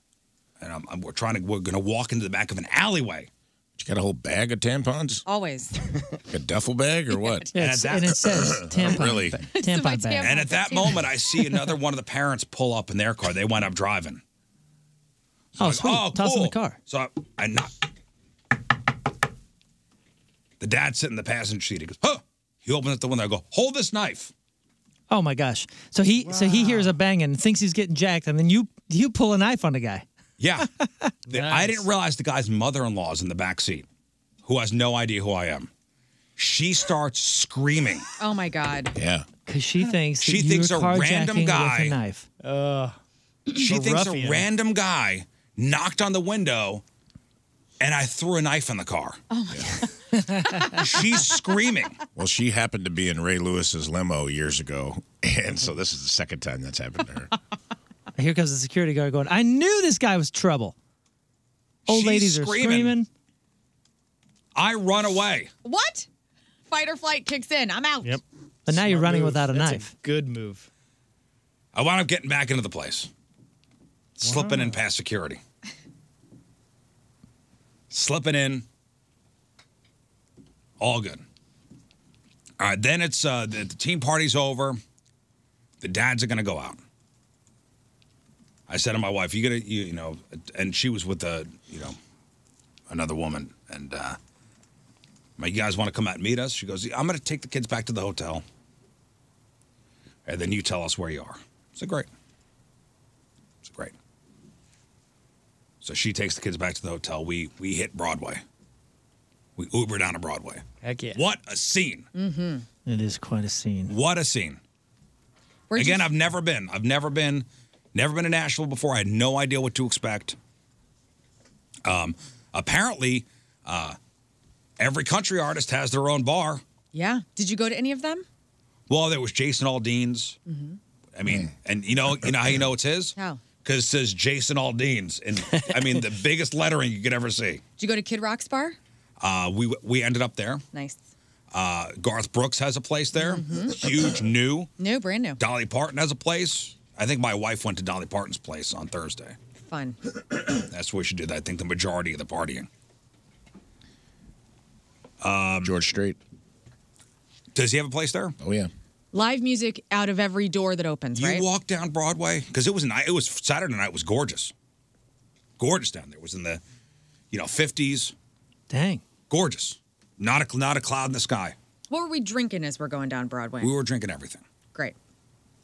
Speaker 1: and I'm, I'm- we're trying to we're gonna walk into the back of an alleyway.
Speaker 3: You got a whole bag of tampons,
Speaker 2: Always.
Speaker 3: a duffel bag, or what?
Speaker 1: Yeah, it's- and it says tampon
Speaker 3: Really?
Speaker 1: bag.
Speaker 4: Tampon
Speaker 2: bag.
Speaker 1: And at that moment, I see another one of the parents pull up in their car. They wind up driving. So
Speaker 4: Oh,
Speaker 1: I'm like,
Speaker 4: sweet. Toss in the
Speaker 1: cool."
Speaker 4: car.
Speaker 1: So I, I knock. The dad's sitting in the passenger seat. He goes, huh. He opens up the window. I go, hold this knife.
Speaker 4: Oh my gosh. So he so he hears a banging, thinks he's getting jacked, and then you you pull a knife on the guy.
Speaker 1: Yeah. The- I didn't realize the guy's mother in law is in the back seat, who has no idea who I am. She starts screaming.
Speaker 2: Oh my God.
Speaker 1: Yeah.
Speaker 4: Because she thinks that
Speaker 1: She
Speaker 4: you
Speaker 1: thinks
Speaker 4: were
Speaker 1: a random
Speaker 4: carjacking
Speaker 1: guy-
Speaker 4: with a knife.
Speaker 5: Uh,
Speaker 1: She
Speaker 4: The
Speaker 1: thinks a
Speaker 4: ruffian.
Speaker 1: random guy knocked on the window and I threw a knife in the car.
Speaker 4: Oh
Speaker 1: She's screaming.
Speaker 3: Well, she happened to be in Ray Lewis's limo years ago, and so this is the second time that's happened to her.
Speaker 4: Here comes the security guard going, I knew this guy was trouble. Old
Speaker 1: She's
Speaker 4: ladies
Speaker 1: screaming.
Speaker 4: are screaming.
Speaker 1: I run away.
Speaker 2: What? Fight or flight kicks in. I'm out.
Speaker 5: Yep.
Speaker 4: But now you're running without a knife.
Speaker 5: good move.
Speaker 1: I wound up getting back into the place, slipping in past security, slipping in. All good. All right, then it's uh, the, the team party's over. The dads are gonna go out. I said to my wife, "You gotta, you, you know," and she was with a, you know, another woman, and uh, I'm like, "You guys want to come out and meet us?" She goes, "Yeah, "I'm gonna take the kids back to the hotel." and then you tell us where you are. So great. So great. So she takes the kids back to the hotel. We we hit Broadway. We Uber down to Broadway.
Speaker 5: Heck yeah.
Speaker 1: What a scene.
Speaker 2: Mm-hmm.
Speaker 4: It is quite a scene.
Speaker 1: What a scene.
Speaker 2: Where'd you-
Speaker 1: Again, I've never been. I've never been never been to Nashville before. I had no idea what to expect. Um apparently uh every country artist has their own bar.
Speaker 2: Yeah. Did you go to any of them?
Speaker 1: Well, there was Jason Aldean's.
Speaker 2: Mm-hmm.
Speaker 1: I mean, and you know, you know how you know it's his?
Speaker 2: How?
Speaker 1: because it says Jason Aldean's, and I mean the biggest lettering you could ever see.
Speaker 2: Did you go to Kid Rock's bar?
Speaker 1: Uh, we we ended up there.
Speaker 2: Nice.
Speaker 1: Uh, Garth Brooks has a place there,
Speaker 2: Mm-hmm.
Speaker 1: huge, new.
Speaker 2: New, brand new.
Speaker 1: Dolly Parton has a place. I think my wife went to Dolly Parton's place on Thursday.
Speaker 2: Fun.
Speaker 1: That's where she did, I think, the majority of the partying.
Speaker 3: Um, George Strait.
Speaker 1: Does he have a place there?
Speaker 3: Oh yeah.
Speaker 2: Live music out of every door that opens,
Speaker 1: You
Speaker 2: right?
Speaker 1: walk down Broadway because it was night. It was Saturday night. Was gorgeous. gorgeous down there. It was in the, you know, 50s.
Speaker 4: Dang.
Speaker 1: Gorgeous. Not a, not a cloud in the sky.
Speaker 2: What were we drinking as we're going down Broadway?
Speaker 1: We were drinking everything.
Speaker 2: Great.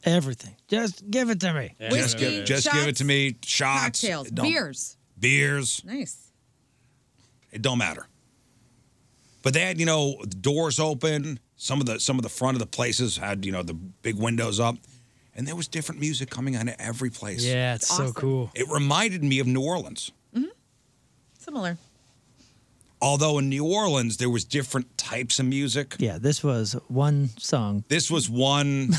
Speaker 4: Everything. Just give it to me.
Speaker 1: just give, just give it to me. Shots.
Speaker 2: Cocktails,
Speaker 1: It don't-
Speaker 2: beers.
Speaker 1: Beers.
Speaker 2: Nice.
Speaker 1: It don't matter. But they had, you know, the doors open. Some of the some of the front of the places had, you know, the big windows up. And there was different music coming out of every place.
Speaker 5: Yeah, it's so Awesome. cool.
Speaker 1: It reminded me of New Orleans.
Speaker 2: Similar.
Speaker 1: Although in New Orleans there was different types of music.
Speaker 4: Yeah, this was one song.
Speaker 1: This was one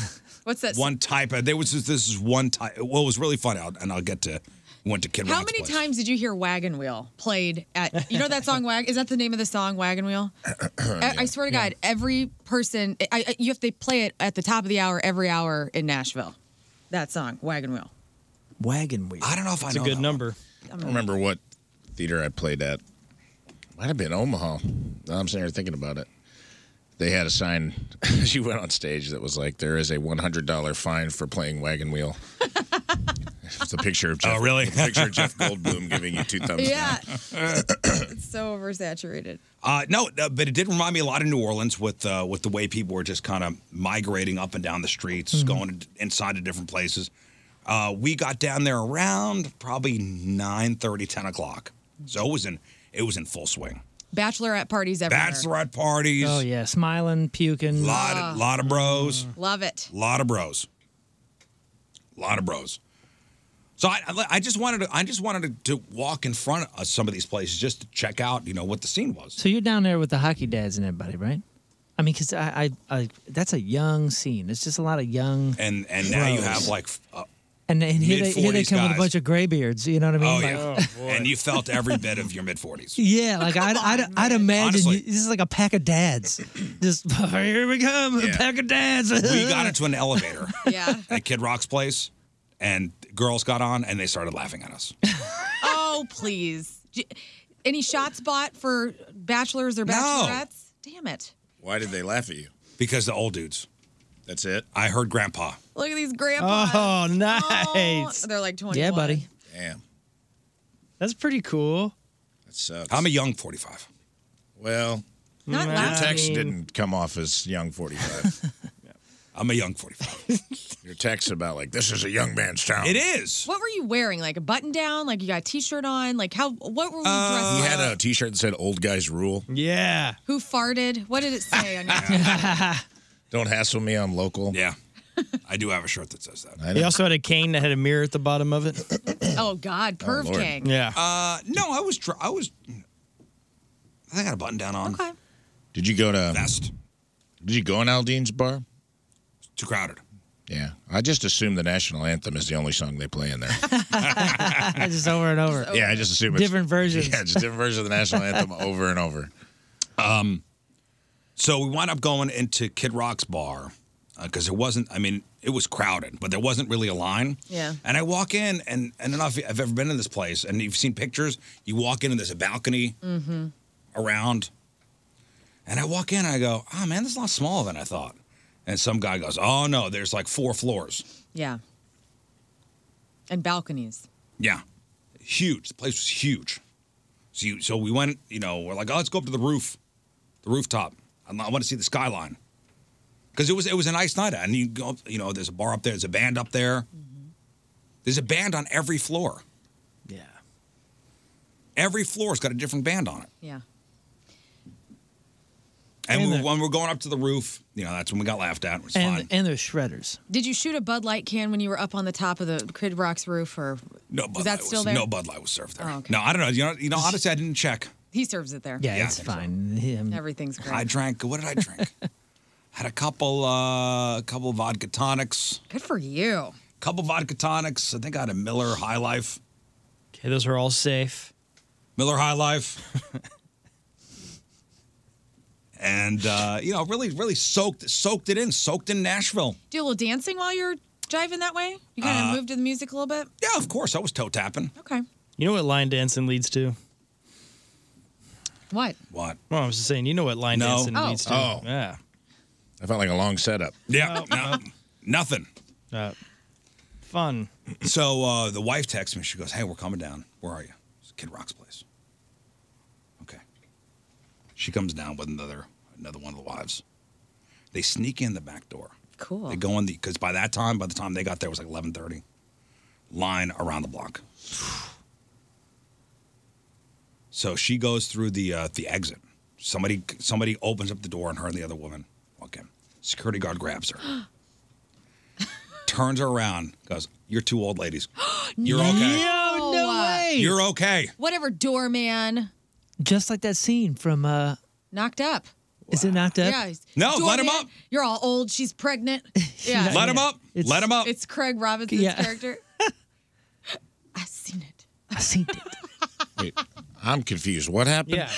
Speaker 2: What's that?
Speaker 1: one type of there was this, this is one type well it was really fun out and I'll get to went to Kid
Speaker 2: How
Speaker 1: Rock's
Speaker 2: many
Speaker 1: place.
Speaker 2: times did you hear Wagon Wheel played at, you know that song, Wag? Is that the name of the song, Wagon Wheel? I, I swear to God, every person, I, I, you have to play it at the top of the hour every hour in Nashville. That song, Wagon Wheel.
Speaker 4: Wagon wheel.
Speaker 1: I don't know if
Speaker 2: I know that one.
Speaker 5: number.
Speaker 2: I
Speaker 3: I
Speaker 2: don't
Speaker 3: don't remember what theater I played at. Might have been Omaha. Now I'm sitting here thinking about it. They had a sign as you went on stage that was like, "There is a $100 fine for playing wagon wheel." it's a picture of Jeff.
Speaker 1: Oh, really?
Speaker 3: a picture of Jeff Goldblum giving you two thumbs
Speaker 2: Yeah.
Speaker 3: down.
Speaker 2: It's so oversaturated.
Speaker 1: Uh, no, uh, but it did remind me a lot of New Orleans with uh, with the way people were just kind of migrating up and down the streets,
Speaker 6: Mhm.
Speaker 1: going to- inside to different places. Uh, we got down there around probably 9, 10 o'clock. So it was in it was in full swing.
Speaker 2: Bachelorette parties everywhere.
Speaker 1: Bachelorette parties,
Speaker 4: Oh yeah, Ah. Mm-hmm. smiling, puking.
Speaker 1: lot of, lot of bros,
Speaker 2: Love it.
Speaker 1: lot of bros, lot of bros. So I, I- I just wanted to, I just wanted to, to walk in front of some of these places just to check out you know what the scene was.
Speaker 4: So you're down there with the hockey dads and everybody, right? I mean, because I, I, I, that's a young scene. It's just a lot of young.
Speaker 1: And and now you
Speaker 4: bros.
Speaker 1: have like f- uh,
Speaker 4: And, and here, they, here they
Speaker 1: mid-forties
Speaker 4: come with
Speaker 1: guys.
Speaker 4: a bunch of graybeards. You know what I mean?
Speaker 1: Oh,
Speaker 4: Like-
Speaker 1: yeah. and you felt every bit of your mid 40s.
Speaker 4: Yeah, like I'd, I'd, I'd imagine you, this is like a pack of dads. Just here we come, a pack of dads.
Speaker 1: we got into an elevator
Speaker 2: yeah.
Speaker 1: at Kid Rock's place, and girls got on and they started laughing at us.
Speaker 2: Oh, please. J- Any shots bought for bachelors or bachelorettes? Damn it.
Speaker 1: Why did they laugh at you? Because the old dudes. That's it. I heard grandpa.
Speaker 2: Look at these grandpas. Oh,
Speaker 5: Oh, nice.
Speaker 2: They're like 21.
Speaker 5: Yeah, buddy.
Speaker 3: Damn.
Speaker 5: That's pretty cool.
Speaker 3: That sucks.
Speaker 1: I'm a young 45.
Speaker 3: Well,
Speaker 2: Not
Speaker 5: Mm-hmm.
Speaker 3: your
Speaker 2: last
Speaker 3: text
Speaker 2: name.
Speaker 3: didn't come off as young 45.
Speaker 1: I'm a young 45.
Speaker 3: your text about like this is a young man's town.
Speaker 1: It is.
Speaker 2: What were you wearing? Like a button down? Like you got a t shirt on? Like how, what were we dressed
Speaker 3: he
Speaker 2: like?
Speaker 3: Uh, had a T-shirt that said "Old guys rule."
Speaker 5: Yeah.
Speaker 2: Who farted? What did it say on your
Speaker 3: Don't hassle me. I'm local.
Speaker 1: Yeah. I do have a shirt that says that.
Speaker 5: He also had a cane that had a mirror at the bottom of it.
Speaker 2: Oh, God. Perv
Speaker 5: Lord.
Speaker 2: King.
Speaker 5: Yeah.
Speaker 1: Uh, no, I was. Dr- I was. I think I had a button down on.
Speaker 2: Okay.
Speaker 3: Did you go to um,
Speaker 1: Vest?
Speaker 3: Did you go in Aldine's bar?
Speaker 1: Too crowded.
Speaker 3: Yeah, I just assume the national anthem is the only song they play in there.
Speaker 4: just over and over.
Speaker 3: yeah, I just assume it's
Speaker 4: different versions.
Speaker 3: Yeah, just different versions of the national anthem over and over.
Speaker 1: Um, so we wound up going into Kid Rock's bar because there wasn't. I mean, it was crowded, but there wasn't really a line.
Speaker 7: Yeah.
Speaker 1: And I walk in, and and I don't know if I've ever been in this place, and you've seen pictures. You walk in, and there's a balcony
Speaker 7: Mm-hmm.
Speaker 1: around. And I walk in, and I go, "Oh man, this is a lot smaller than I thought." And some guy goes, "Oh no, there's like four floors."
Speaker 2: Yeah. And balconies.
Speaker 1: Yeah, huge. The place was huge. So you, so we went. You know, we're like, "Oh, let's go up to the roof, the rooftop. I want to see the skyline." Because it was it was a nice night, out. and you go, up- you know, there's a bar up there, there's a band up there,
Speaker 2: Mm-hmm.
Speaker 1: there's a band on every floor.
Speaker 5: Yeah.
Speaker 1: Every floor's got a different band on it.
Speaker 2: Yeah.
Speaker 1: And,
Speaker 4: And
Speaker 1: we,
Speaker 4: the-
Speaker 1: when we're going up to the roof, you know, that's when we got laughed at. It was fine.
Speaker 4: And, and there's shredders.
Speaker 2: Did you shoot a Bud Light can when you were up on the top of the Kid Rock's roof, or
Speaker 1: No
Speaker 2: was
Speaker 1: Bud
Speaker 2: that
Speaker 1: Light
Speaker 2: still
Speaker 1: was,
Speaker 2: there?
Speaker 1: No Bud Light was served there.
Speaker 2: Oh, okay.
Speaker 1: No, I don't know. You know, you know. Honestly, I didn't check.
Speaker 2: He serves it there.
Speaker 1: Yeah, Yeah, it's I think so.
Speaker 4: fine.
Speaker 2: Everything's great.
Speaker 1: I drank. What did I drink? Had a couple, uh, a couple vodka tonics.
Speaker 2: Good for you.
Speaker 1: Couple vodka tonics. I think I had a Miller High Life.
Speaker 5: Okay, those are all safe.
Speaker 1: Miller High Life. and uh, you know, really, really soaked, soaked it in, soaked in Nashville.
Speaker 2: Do a little dancing while you're jiving that way. You kind of
Speaker 1: Uh,
Speaker 2: move to the music a little bit.
Speaker 1: Yeah, of course, I was toe tapping.
Speaker 2: Okay.
Speaker 5: You know what line dancing leads to?
Speaker 2: What?
Speaker 1: What?
Speaker 5: Well, I was just saying, you know what line
Speaker 3: No.
Speaker 5: dancing
Speaker 3: Oh.
Speaker 5: leads to?
Speaker 3: Oh.
Speaker 5: Yeah.
Speaker 3: I felt like a long setup.
Speaker 1: Yeah, no, nothing.
Speaker 5: fun.
Speaker 1: So uh, the wife texts me. She goes, "Hey, we're coming down. Where are you?" Kid Rock's place. Okay. She comes down with another another one of the wives. They sneak in the back door.
Speaker 2: Cool.
Speaker 1: They go in the because by that time, by the time they got there, it was like eleven thirty. Line around the block. So she goes through the uh, the exit. Somebody somebody opens up the door, and her and the other woman walk in. Security guard grabs her, turns her around, goes, "You're two old ladies. You're okay.
Speaker 2: No, no way.
Speaker 1: You're okay."
Speaker 2: Whatever, doorman.
Speaker 4: Just like that scene from uh
Speaker 2: Knocked up.
Speaker 4: Is it knocked up?
Speaker 2: Yeah. he's-
Speaker 1: No, let him
Speaker 2: doorman,
Speaker 1: up.
Speaker 2: You're all old. She's pregnant. Yeah.
Speaker 1: Let him up. Let
Speaker 4: Oh.
Speaker 1: him up.
Speaker 2: It's Craig Robinson's
Speaker 1: Yeah.
Speaker 2: character. I've seen it.
Speaker 4: I see.
Speaker 3: Wait, I'm confused. What happened?
Speaker 2: Yeah.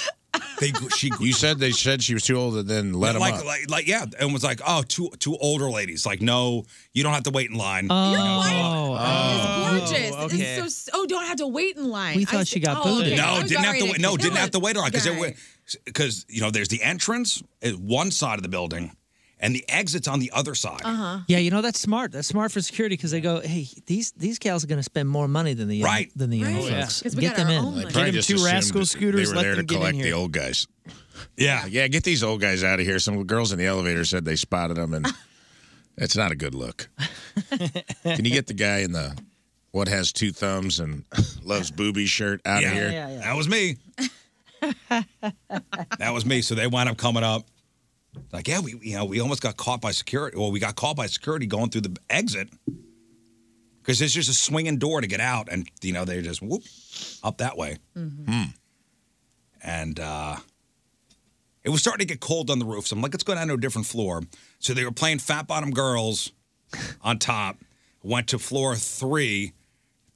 Speaker 1: They, she,
Speaker 3: you said they said she was too old and then let him
Speaker 1: like,
Speaker 3: up.
Speaker 1: like like yeah, and was like, "Oh, two two older ladies. Like, no, you don't have to wait in line.
Speaker 4: Oh.
Speaker 1: You know,
Speaker 2: Gorgeous. It's so s- oh, don't have to wait in line.
Speaker 4: We thought
Speaker 2: I
Speaker 4: she
Speaker 2: see-
Speaker 4: got
Speaker 2: oh,
Speaker 4: booted.
Speaker 2: okay.
Speaker 1: No,
Speaker 2: I'm
Speaker 1: didn't have
Speaker 2: sorry
Speaker 1: to
Speaker 2: to
Speaker 1: wait. No, didn't
Speaker 2: kill
Speaker 1: have to
Speaker 2: it.
Speaker 1: wait on because
Speaker 2: Darn.
Speaker 1: because you know there's the entrance at one side of the building, and the exits on the other side.
Speaker 4: Uh-huh. Yeah, you know that's smart. That's smart for security because they go, "Hey, these these gals are going to spend more money than the young,
Speaker 3: Right.
Speaker 4: than the young
Speaker 3: Right.
Speaker 4: folks.
Speaker 3: Because we
Speaker 4: Get them
Speaker 3: got our
Speaker 4: in.
Speaker 3: own They money. probably just assumed that They were there to collect the old guys.
Speaker 1: Yeah,
Speaker 3: yeah. Get these old guys out of here. Some girls in the elevator said they spotted them, and it's not a good look. Can you get the guy in the what has two thumbs and loves booby shirt out
Speaker 1: Yeah.
Speaker 3: of here?
Speaker 1: Yeah, yeah, yeah. That was me. That was me. So they wind up coming up. Like, yeah, we you know we almost got caught by security. Well, we got caught by security going through the exit because it's just a swinging door to get out, and you know they just whoop up that way. and uh, it was starting to get cold on the roof. So I'm like, let's go down to a different floor. So they were playing Fat Bottom Girls on top. Went to floor three,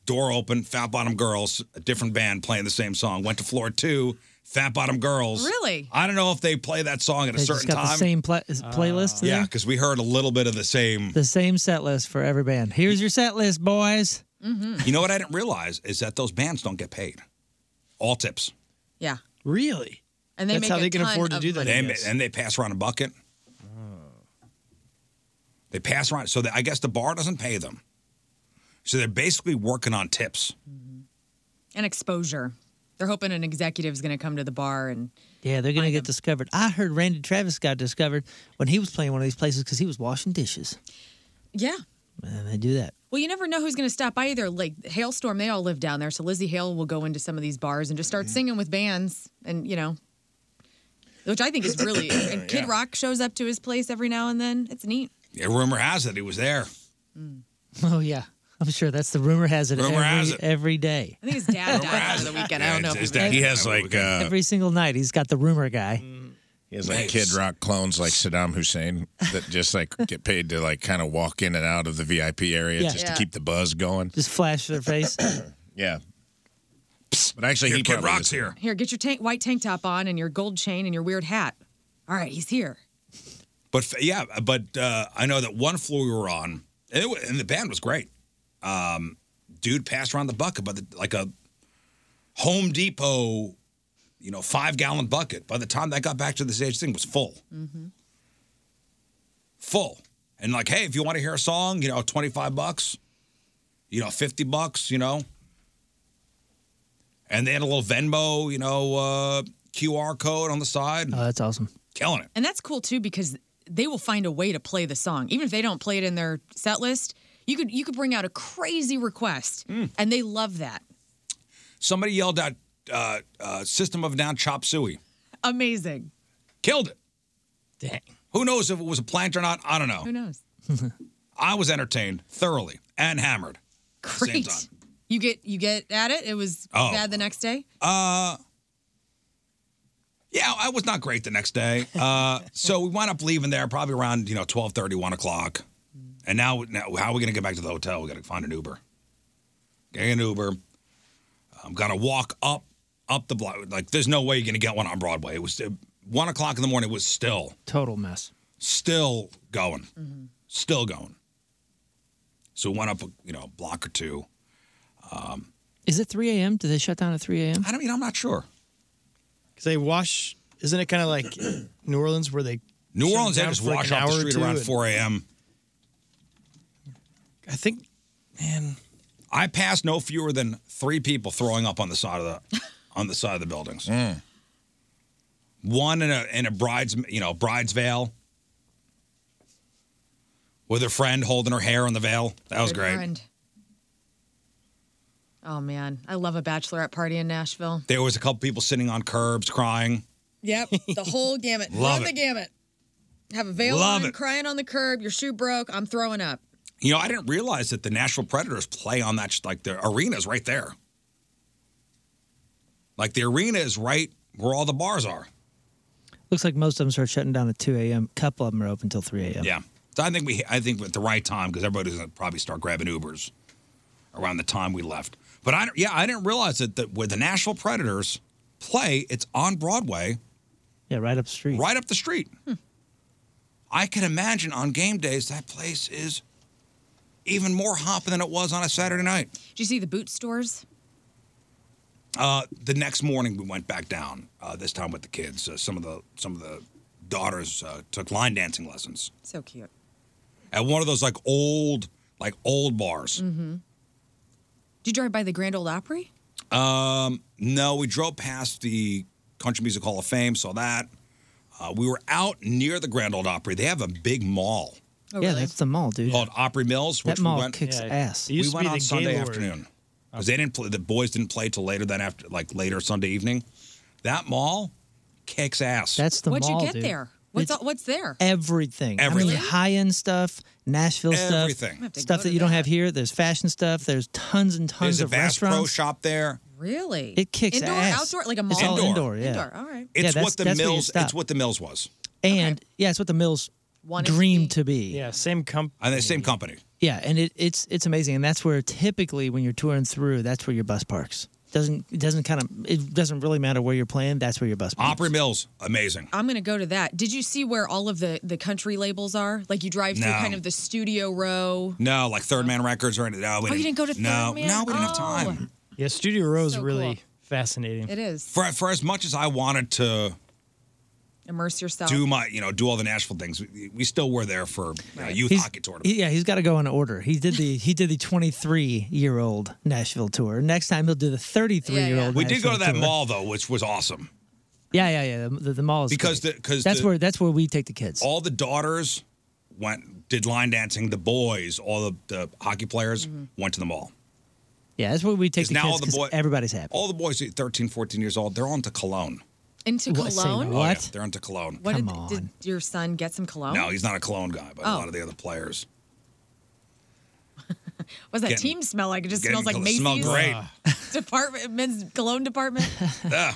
Speaker 1: door open, Fat Bottom Girls, a different band playing the same song. Went to floor two, Fat Bottom Girls.
Speaker 4: Really?
Speaker 1: I don't know if they play that song at
Speaker 4: They
Speaker 1: a
Speaker 4: just
Speaker 1: certain
Speaker 4: got
Speaker 1: time.
Speaker 4: the same pla- is- playlist.
Speaker 1: yeah,
Speaker 4: there?
Speaker 1: because we heard a little bit of the same.
Speaker 4: the same set list for every band. Here's your set list, boys.
Speaker 1: You know what I didn't realize is that those bands don't get paid. All tips.
Speaker 2: Yeah.
Speaker 4: Really?
Speaker 2: And they make a ton of money.
Speaker 1: They ma- and they pass around a bucket. They pass around, so that I guess the bar doesn't pay them. So they're basically working on tips.
Speaker 2: and exposure. They're hoping an executive's going to come to the bar and
Speaker 4: Yeah, they're going to get discovered. I heard Randy Travis got discovered when he was playing one of these places because he was washing dishes.
Speaker 2: yeah.
Speaker 4: And they do that.
Speaker 2: Well, you never know who's going to stop by either. Like Hailstorm, they all live down there, so Lizzie Hale will go into some of these bars and just start singing with bands, and you know, which I think is really. And Kid
Speaker 1: Yeah.
Speaker 2: Rock shows up to his place every now and then. It's neat.
Speaker 1: Yeah, rumor has it he was there.
Speaker 4: Oh yeah, I'm sure that's the rumor has it.
Speaker 1: Rumor
Speaker 4: every,
Speaker 1: has it.
Speaker 4: every day.
Speaker 2: I think his dad died over the weekend. I don't know. if it was-
Speaker 3: he has like uh,
Speaker 4: every single night, he's got the rumor guy.
Speaker 3: he has like Kid Rock clones like Saddam Hussein that just like get paid to like kind of walk in and out of the VIP area
Speaker 4: Yeah.
Speaker 3: just
Speaker 4: Yeah.
Speaker 3: to keep the buzz going.
Speaker 4: Just flash their face. Oh,
Speaker 3: Yeah. But actually, he
Speaker 1: Kid
Speaker 3: probably
Speaker 1: Rock's
Speaker 3: is.
Speaker 1: here.
Speaker 2: Here, get your tank, white tank top on and your gold chain and your weird hat. All right, he's here.
Speaker 1: But f- yeah, but uh, I know that one floor we were on, and, it, wa- and the band was great. Um, dude passed around the bucket, but the, like a Home Depot, you know, five gallon bucket. By the time that got back to the stage, thing was full.
Speaker 6: Mm-hmm.
Speaker 1: full. And like, hey, if you want to hear a song, you know, 25 bucks, you know, 50 bucks, you know. And they had a little Venmo, you know, uh, QR code on the side.
Speaker 4: Oh, that's awesome.
Speaker 1: Killing it.
Speaker 2: And that's cool too because they will find a way to play the song, even if they don't play it in their set list. You could you could bring out a crazy request,
Speaker 1: Hmm.
Speaker 2: and they love that.
Speaker 1: Somebody yelled out uh, uh, System of a Down Chop Suey.
Speaker 2: Amazing.
Speaker 1: Killed it. Dang. Who knows if it was a plant or not? I don't know.
Speaker 2: Who knows?
Speaker 1: I was entertained thoroughly and hammered.
Speaker 2: Great. You get you get at it. It was
Speaker 1: Oh.
Speaker 2: bad the next day.
Speaker 1: Uh, yeah, I was not great the next day. Uh, so we wound up leaving there probably around you know 12, 1 o'clock. And now, now how are we going to get back to the hotel? We got to find an Uber. Getting an Uber. I'm gonna walk up up the block. Like there's no way you're gonna get one on Broadway. It was uh, one o'clock in the morning. It was still
Speaker 4: Total mess.
Speaker 1: still going,
Speaker 5: Mm-hmm.
Speaker 1: still going. So we went up you know a block or two. Um,
Speaker 4: Is it 3 a.m.? Do they shut down at 3 a.m.?
Speaker 1: I don't mean. I'm not sure.
Speaker 5: Because they wash, isn't it kind of like New Orleans where they
Speaker 1: New
Speaker 5: shut it
Speaker 1: Orleans, they
Speaker 5: down
Speaker 1: just
Speaker 5: for like
Speaker 1: wash
Speaker 5: an
Speaker 1: off the
Speaker 5: hour or
Speaker 1: street
Speaker 5: two
Speaker 1: around
Speaker 5: and-
Speaker 1: 4 a.m.
Speaker 5: I think, man,
Speaker 1: I passed no fewer than three people throwing up on the side of the on the side of the buildings. One in a in a bride's you know bride's veil with her friend holding her hair on the veil. That was
Speaker 2: Good
Speaker 1: great.
Speaker 2: friend. Oh man, I love a bachelorette party in Nashville.
Speaker 1: There was a couple people sitting on curbs crying.
Speaker 2: Yep, the whole gamut.
Speaker 1: Love
Speaker 2: Run the
Speaker 1: it.
Speaker 2: gamut. Have a veil
Speaker 1: Love
Speaker 2: on,
Speaker 1: it.
Speaker 2: crying on the curb. Your shoe broke. I'm throwing up.
Speaker 1: You know, I didn't realize that the Nashville Predators play on that sh- like the arena's right there. Like the arena is right where all the bars are.
Speaker 4: Looks like most of them start shutting down at 2 a.m. A couple of them are open till 3 a.m.
Speaker 1: Yeah. So I think we I think at the right time because everybody's gonna probably start grabbing Ubers around the time we left. But I yeah I didn't realize that that where the Nashville Predators play, it's on Broadway.
Speaker 4: Yeah, right up the street.
Speaker 1: Right up the street. I can imagine on game days that place is even more hopping than it was on a Saturday night.
Speaker 2: Did you see the boot stores?
Speaker 1: Uh, the next morning, we went back down. Uh, this time with the kids. Uh, some of the some of the daughters uh, took line dancing lessons
Speaker 2: So cute.
Speaker 1: at one of those like old like old bars.
Speaker 2: Mm-hmm. Did you drive by the Grand Old Opry?
Speaker 1: Um, no, we drove past the Country Music Hall of Fame. Saw that. Uh, we were out near the Grand Old Opry. They have a big mall
Speaker 2: Oh,
Speaker 4: Yeah, that's the mall, dude.
Speaker 1: called Opry Mills.
Speaker 4: That
Speaker 1: Oh, Which
Speaker 4: mall
Speaker 1: we went,
Speaker 4: kicks Yeah, ass. it
Speaker 1: We
Speaker 4: used to
Speaker 1: went
Speaker 4: be
Speaker 1: on
Speaker 4: the
Speaker 1: Sunday
Speaker 4: Gaylord.
Speaker 1: afternoon because they didn't play. The boys didn't play till later that after like later Sunday evening. That mall kicks ass.
Speaker 4: That's the
Speaker 2: What'd
Speaker 4: mall,
Speaker 2: you get
Speaker 4: dude.
Speaker 2: there? What's all, what's there?
Speaker 4: Everything. I
Speaker 2: Everything.
Speaker 4: mean, high end stuff, Nashville
Speaker 1: Everything. I'm gonna
Speaker 4: stuff,
Speaker 2: have to
Speaker 4: stuff
Speaker 2: go
Speaker 4: that
Speaker 2: to
Speaker 4: you don't have here. There's fashion stuff. There's tons and tons
Speaker 1: There's a
Speaker 4: of
Speaker 1: Bass
Speaker 4: restaurants.
Speaker 1: Pro shop there.
Speaker 2: Really?
Speaker 4: It kicks
Speaker 2: indoor,
Speaker 4: ass.
Speaker 2: outdoor, like a mall.
Speaker 4: It's all indoor, yeah.
Speaker 2: Indoor, All right.
Speaker 4: Yeah,
Speaker 1: It's
Speaker 4: that's-
Speaker 1: what the
Speaker 4: that's where you
Speaker 1: Mills.
Speaker 4: stop.
Speaker 1: It's what the Mills was.
Speaker 4: And yeah, it's what the Mills
Speaker 2: Wanted to
Speaker 4: dream to be.
Speaker 5: Yeah, same company.
Speaker 1: And the same company.
Speaker 4: Yeah, and it, it's it's amazing, and that's where typically when you're touring through, that's where your bus parks. Doesn't it doesn't kind of it doesn't really matter where you're playing. That's where your bus parks.
Speaker 1: Opry Mills, amazing.
Speaker 2: I'm gonna go to that. Did you see where all of the the country labels are? Like you drive through
Speaker 1: No.
Speaker 2: kind of the studio row.
Speaker 1: No, like Third Man Records or anything. No, we
Speaker 2: Oh, you didn't go to Third
Speaker 1: no,
Speaker 2: Man?
Speaker 1: No, we didn't have
Speaker 2: Oh.
Speaker 1: time.
Speaker 5: Yeah, Studio Row is really fascinating.
Speaker 2: It is.
Speaker 1: For, for as much as I wanted to
Speaker 2: Immerse
Speaker 4: Oh.
Speaker 2: yourself.
Speaker 1: do my, you know, do all the Nashville things, we, we still were there for uh, youth
Speaker 4: He's-
Speaker 1: hockey tournament.
Speaker 4: he- yeah, he's got to go in order. He did the he did the 23 year old Nashville tour. Next time he'll do the 33 year old.
Speaker 1: We did go to that
Speaker 4: tour.
Speaker 1: mall though, which was awesome.
Speaker 4: Yeah, yeah, yeah. The, the, the mall is
Speaker 1: Because
Speaker 4: great.
Speaker 1: the- 'cause
Speaker 4: that's
Speaker 1: the-
Speaker 4: where that's where we take the kids.
Speaker 1: All the daughters went did line dancing. The boys, all the, the hockey players
Speaker 4: Mm-hmm.
Speaker 1: went to the mall.
Speaker 4: Yeah, that's where we take
Speaker 1: 'Cause
Speaker 4: the
Speaker 1: now all
Speaker 4: kids.
Speaker 1: the boy-
Speaker 4: 'cause everybody's happy.
Speaker 1: All the boys, 13, 14 years old, they're on to cologne.
Speaker 2: Into
Speaker 4: What, say
Speaker 2: cologne.
Speaker 1: Oh, yeah, they're into cologne.
Speaker 2: What did, did your son get some cologne?
Speaker 1: No, he's not a cologne guy, but a
Speaker 2: Oh.
Speaker 1: lot of the other players.
Speaker 2: What does that
Speaker 1: Getting-
Speaker 2: team smell like? It just
Speaker 1: getting
Speaker 2: smells like
Speaker 1: col-
Speaker 2: Macy's.
Speaker 1: smell great.
Speaker 2: Department men's cologne department.
Speaker 1: Ugh.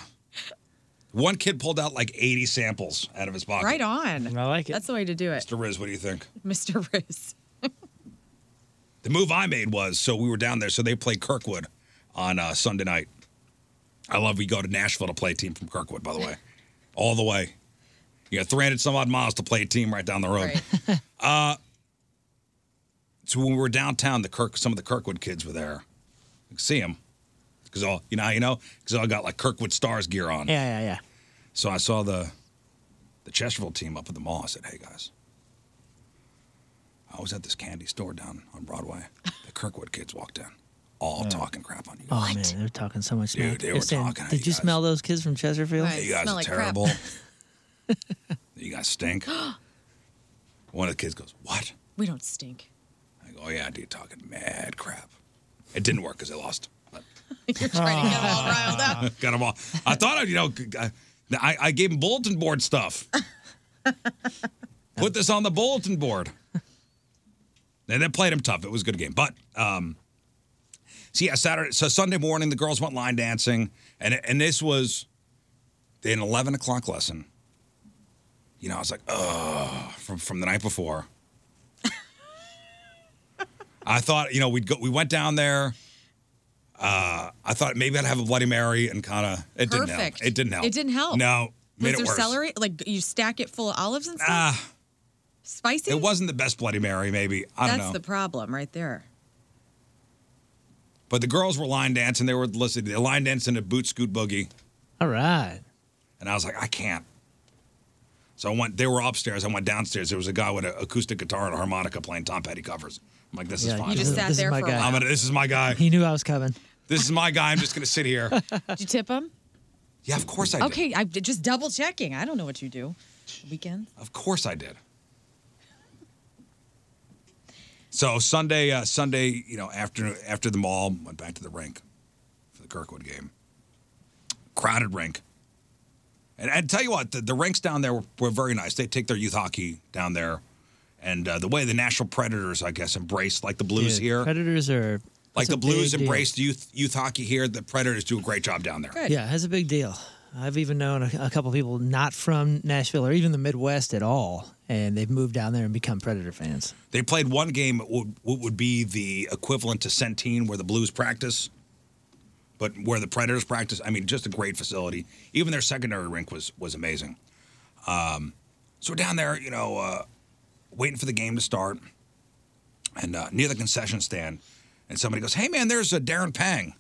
Speaker 1: One kid pulled out like 80 samples out of his pocket.
Speaker 2: right on.
Speaker 5: I like
Speaker 2: That's the way to do it,
Speaker 1: Mr. Riz, what do you think?
Speaker 2: Mr. Riz.
Speaker 1: The move I made was so we were down there, so they played Kirkwood on uh, Sunday night. I love we go to Nashville to play a team from Kirkwood, by the way. All the way. You got 300 some odd miles to play a team right down the road. uh, so when we were downtown, the Kirk, some of the Kirkwood kids were there. You could see them. Because all, you know, how you know, because all got like Kirkwood Stars gear on.
Speaker 4: Yeah, yeah, yeah.
Speaker 1: So I saw the the Chesterfield team up at the mall. I said, "Hey guys, I was at this candy store down on Broadway. The Kirkwood kids walked in, all
Speaker 4: Yeah.
Speaker 1: talking crap on you.
Speaker 4: Oh man, they're talking so much.
Speaker 1: Dude,
Speaker 4: smack.
Speaker 1: they
Speaker 4: They're
Speaker 1: were
Speaker 4: saying,
Speaker 1: talking at
Speaker 4: Did
Speaker 1: you
Speaker 4: you smell those kids from Chesterfield?
Speaker 2: Right,
Speaker 1: you guys
Speaker 2: smell
Speaker 1: are
Speaker 2: like crap.
Speaker 1: terrible. you guys stink." One of the kids goes, "What?"
Speaker 2: We don't stink.
Speaker 1: I go, "Oh yeah, dude, talking mad crap." It didn't work because they lost.
Speaker 2: You're trying to get them all riled up.
Speaker 1: Got them all. I thought I, you know, I, I- I gave them bulletin board stuff. Put this on the bulletin board. And they played them tough. It was a good game, but um, so yeah, Saturday. So Sunday morning, the girls went line dancing, and and this was an eleven o'clock lesson. You know, I was like, oh, from from the night before. I thought, you know, we'd go. We went down there. Uh, I thought maybe I'd have a Bloody Mary and kind of. It didn't help.
Speaker 2: Perfect.
Speaker 1: It didn't help.
Speaker 2: It didn't help.
Speaker 1: No, made
Speaker 2: Was
Speaker 1: it
Speaker 2: there
Speaker 1: worse.
Speaker 2: celery? Like you stack it full of olives and stuff.
Speaker 1: Ah,
Speaker 2: Spicy.
Speaker 1: it wasn't the best Bloody Mary. Maybe I
Speaker 2: That's
Speaker 1: don't know.
Speaker 2: the problem right there.
Speaker 1: but the girls were line dancing. They were listening. They line dancing to Boot Scoot Boogie.
Speaker 4: All right.
Speaker 1: And I was like, I can't. So I went, they were upstairs. I went downstairs. There was a guy with an acoustic guitar and a harmonica playing Tom Petty covers. I'm like, this
Speaker 4: Yeah,
Speaker 1: is fine.
Speaker 4: you just sat This is there my for a guy. while.
Speaker 1: I'm gonna, this is my guy.
Speaker 4: He knew I was coming.
Speaker 1: This is my guy. I'm just going to sit here.
Speaker 2: Did you tip him?
Speaker 1: Yeah, of course I did.
Speaker 2: Okay, I'm j- just double checking. I don't know what you do. Weekends.
Speaker 1: Of course I did. So Sunday, uh, Sunday, you know, after after the mall, went back to the rink for the Kirkwood game. Crowded rink. And I tell you what, the, the rinks down there were, were very nice. They take their youth hockey down there, and uh, the way the National Predators, I guess, embraced like the Blues
Speaker 4: Dude,
Speaker 1: here,
Speaker 4: Predators are
Speaker 1: like
Speaker 4: that's a
Speaker 1: the Blues
Speaker 4: big deal.
Speaker 1: embraced youth youth hockey here. The Predators do a great job down there.
Speaker 4: Yeah, that's a big deal. I've even known a, a couple people not from Nashville or even the Midwest at all, and they've moved down there and become Predator fans.
Speaker 1: They played one game what would, what would be the equivalent to Centene, where the Blues practice, but where the Predators practice. I mean, just a great facility. Even their secondary rink was was amazing. Um, so we're down there, you know, uh, waiting for the game to start, and uh, near the concession stand, and somebody goes, "Hey, man, there's a Darren Pang."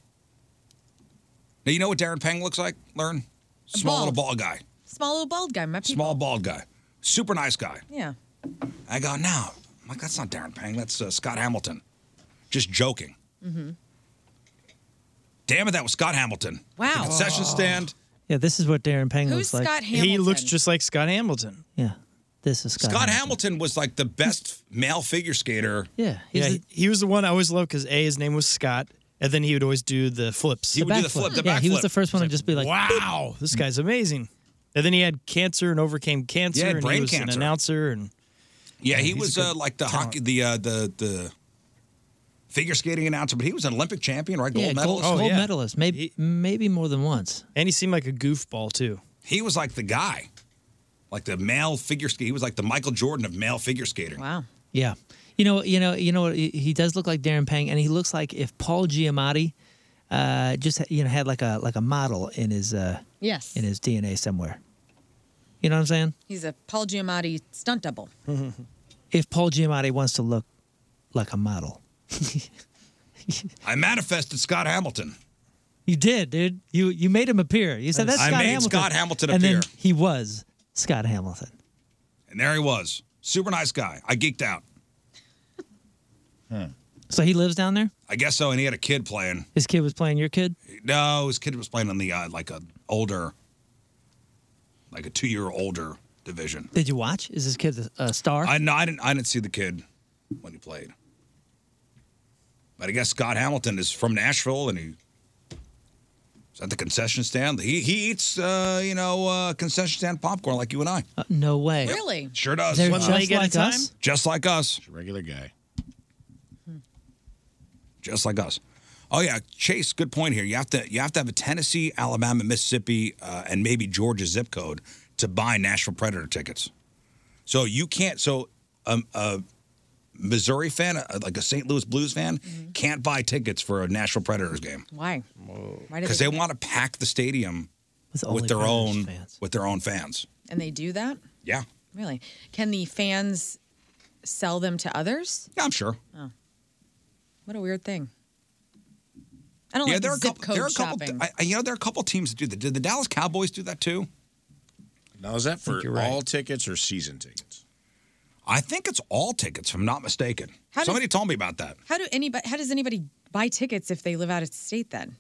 Speaker 1: Now you know what Darren Pang looks like. Learn small little ball guy,
Speaker 2: Small little bald guy. My people.
Speaker 1: small bald guy, super nice guy.
Speaker 2: Yeah.
Speaker 1: I go, no. I'm like, that's not Darren Pang. That's uh, Scott Hamilton. Just joking.
Speaker 2: Mm-hmm.
Speaker 1: Damn it, that was Scott Hamilton.
Speaker 2: Wow.
Speaker 1: The concession stand.
Speaker 4: Yeah, this is what Darren Pang
Speaker 1: Who's
Speaker 4: looks like.
Speaker 1: Scott Hamilton? He looks
Speaker 5: Oh. just like Scott Hamilton.
Speaker 4: Yeah, this is Scott.
Speaker 1: Scott, Hamilton. was like the best male figure skater.
Speaker 4: Yeah,
Speaker 5: yeah. he- he was the one I always loved because a his name was Scott, and then he would always do the flips.
Speaker 1: He would do the flip, the
Speaker 5: yeah,
Speaker 1: back
Speaker 5: he was
Speaker 1: flip.
Speaker 5: the first one to just be like,
Speaker 1: "Wow,
Speaker 5: this guy's amazing." And then he had cancer and overcame cancer.
Speaker 1: had
Speaker 5: and
Speaker 1: brain
Speaker 5: he was
Speaker 1: cancer.
Speaker 5: an announcer and
Speaker 1: Yeah, he
Speaker 5: he's a
Speaker 1: was
Speaker 5: good
Speaker 1: uh, like the hockey, the uh, the the figure skating announcer, but he was an Olympic champion, right? Gold
Speaker 4: yeah,
Speaker 1: medalist.
Speaker 5: Oh,
Speaker 1: Oh,
Speaker 4: gold, gold medalist, maybe maybe more than once.
Speaker 5: And he seemed like a goofball too.
Speaker 1: He was like the guy, like the male figure skater. He was like the Michael Jordan of male figure skating.
Speaker 2: Wow.
Speaker 4: Yeah, you know, you know, you know, what, he he does look like Darren Pang, and he looks like if Paul Giamatti uh, just you know had like a like a model in his uh,
Speaker 2: Yes.
Speaker 4: in his DNA somewhere. You know what I'm saying?
Speaker 2: He's a Paul Giamatti stunt double.
Speaker 4: If Paul Giamatti wants to look like a model,
Speaker 1: I manifested Scott Hamilton.
Speaker 4: you did, dude. You you made him appear. You said that's
Speaker 1: I
Speaker 4: Scott
Speaker 1: made
Speaker 4: Hamilton.
Speaker 1: Scott Hamilton
Speaker 4: and
Speaker 1: appear.
Speaker 4: then he was Scott Hamilton.
Speaker 1: And there he was. Super nice guy. I geeked out.
Speaker 4: So he lives down there.
Speaker 1: I guess so. And he had a kid playing.
Speaker 4: His kid was playing your kid.
Speaker 1: No, his kid was playing in the uh, like a older, like a two year older division.
Speaker 4: Did you watch? Is his kid a, a star?
Speaker 1: I no, I didn't. I didn't see the kid when he played. But I guess Scott Hamilton is from Nashville, and he is at the concession stand. He he eats uh, you know uh, concession stand popcorn like you and I.
Speaker 4: Uh, no way.
Speaker 2: Really?
Speaker 1: Sure does.
Speaker 4: They're One just leg at a like time? us?
Speaker 1: Just like us. Regular guy. Just like us. Oh yeah, Chase. Good point here. You have to you have to have a Tennessee, Alabama, Mississippi, uh, and maybe Georgia zip code to buy Nashville Predator tickets. So you can't. So um, a Missouri fan, uh, like a St. Louis Blues fan,
Speaker 2: Mm-hmm.
Speaker 1: can't buy tickets for a Nashville Predators game
Speaker 2: Why? Why do
Speaker 1: because they want to pack the stadium with,
Speaker 2: only
Speaker 1: their
Speaker 2: Predators
Speaker 1: own with their own fans.
Speaker 2: And they do that?
Speaker 1: Yeah,
Speaker 2: Really? Can the fans sell them to others?
Speaker 1: yeah, I'm sure.
Speaker 2: Oh. What a weird thing. I don't like
Speaker 1: there are a
Speaker 2: zip
Speaker 1: couple,
Speaker 2: code
Speaker 1: there are a couple,
Speaker 2: shopping.
Speaker 1: I- I- you know, there are a couple teams that do that. Did the Dallas Cowboys do that too?
Speaker 3: Now is that for
Speaker 1: you're right.
Speaker 3: all tickets or season tickets?
Speaker 1: I think it's all tickets, if I'm not mistaken.
Speaker 2: How does-
Speaker 1: Somebody told me about that.
Speaker 2: how do anybody? How does anybody buy tickets if they live out of state then,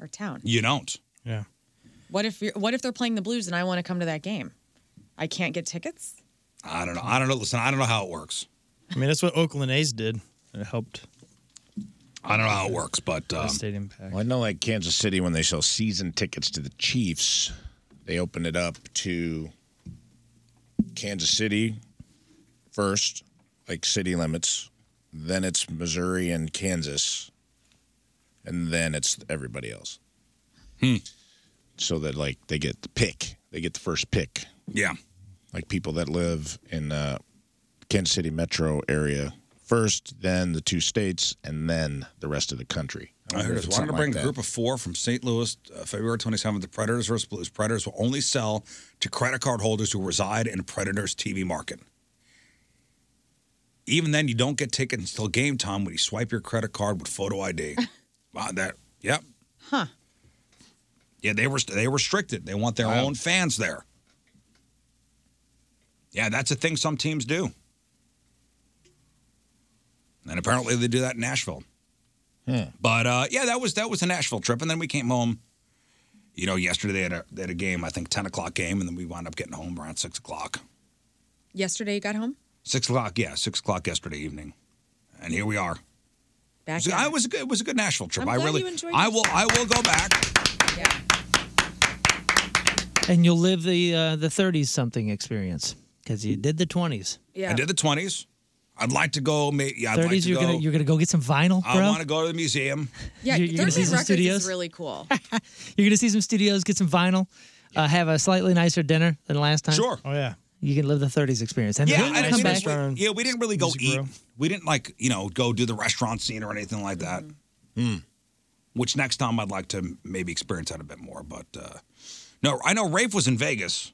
Speaker 2: or town?
Speaker 1: You don't.
Speaker 5: Yeah.
Speaker 2: What if you're, what if they're playing the Blues and I want to come to that game? I can't get tickets.
Speaker 1: I don't know. I don't know. Listen, I don't know how it works.
Speaker 5: I mean, that's what Oakland A's did. It helped.
Speaker 1: I don't know how it works, but um,
Speaker 5: stadium pack.
Speaker 3: Well, I know, like Kansas City, when they sell season tickets to the Chiefs, they open it up to Kansas City first, like city limits. Then it's Missouri and Kansas, and then it's everybody else.
Speaker 1: Hmm.
Speaker 3: So that like they get the pick, they get the first pick.
Speaker 1: Yeah.
Speaker 3: Like people that live in uh, Kansas City metro area first, then the two states, and then the rest of the country.
Speaker 1: I heard it's wanted to bring a group of four from St. Louis, uh, February 27th. The Predators versus Blues. Predators will only sell to credit card holders who reside in Predators TV market. Even then, you don't get tickets until game time when you swipe your credit card with photo ID. wow, that yep.
Speaker 2: Huh.
Speaker 1: Yeah, they were they restricted. They want their own fans there. Yeah, that's a thing some teams do. And apparently they do that in Nashville.
Speaker 3: Hmm.
Speaker 1: But uh, yeah, that was that was a Nashville trip, and then we came home. You know, yesterday they had a they had a game, I think ten o'clock game, and then we wound up getting home around six o'clock.
Speaker 2: Yesterday you got home?
Speaker 1: Six o'clock, yeah, six o'clock yesterday evening, and here we are.
Speaker 2: Back
Speaker 1: So I was a good, it was a good Nashville trip.
Speaker 2: I'm
Speaker 1: I
Speaker 2: glad
Speaker 1: really,
Speaker 2: you enjoyed
Speaker 1: I will, I will go back.
Speaker 4: And you'll live the uh, the 30s something experience because you did the 20s.
Speaker 1: I did the twenties. I'd like to go. Maybe yeah, I'd
Speaker 4: 30s,
Speaker 1: like to
Speaker 4: you're
Speaker 1: go.
Speaker 4: gonna you're gonna go get some vinyl, bro.
Speaker 1: I want to go to the museum.
Speaker 2: Yeah,
Speaker 4: You're- you're gonna
Speaker 2: Thursday
Speaker 4: see some
Speaker 2: Records
Speaker 4: studios?
Speaker 2: is really cool.
Speaker 4: You're gonna see some studios, get some vinyl, uh, have a slightly nicer dinner than last time.
Speaker 1: Sure.
Speaker 4: Oh yeah. You can live the 30s experience, and
Speaker 1: Yeah,
Speaker 4: then
Speaker 1: I-
Speaker 4: you
Speaker 1: we
Speaker 4: come back.
Speaker 1: didn't, we- yeah, we didn't really go eat. We didn't like you know go do the restaurant scene or anything like that.
Speaker 3: Hmm.
Speaker 1: Which next time I'd like to maybe experience that a bit more. But uh, no, I know Rafe was in Vegas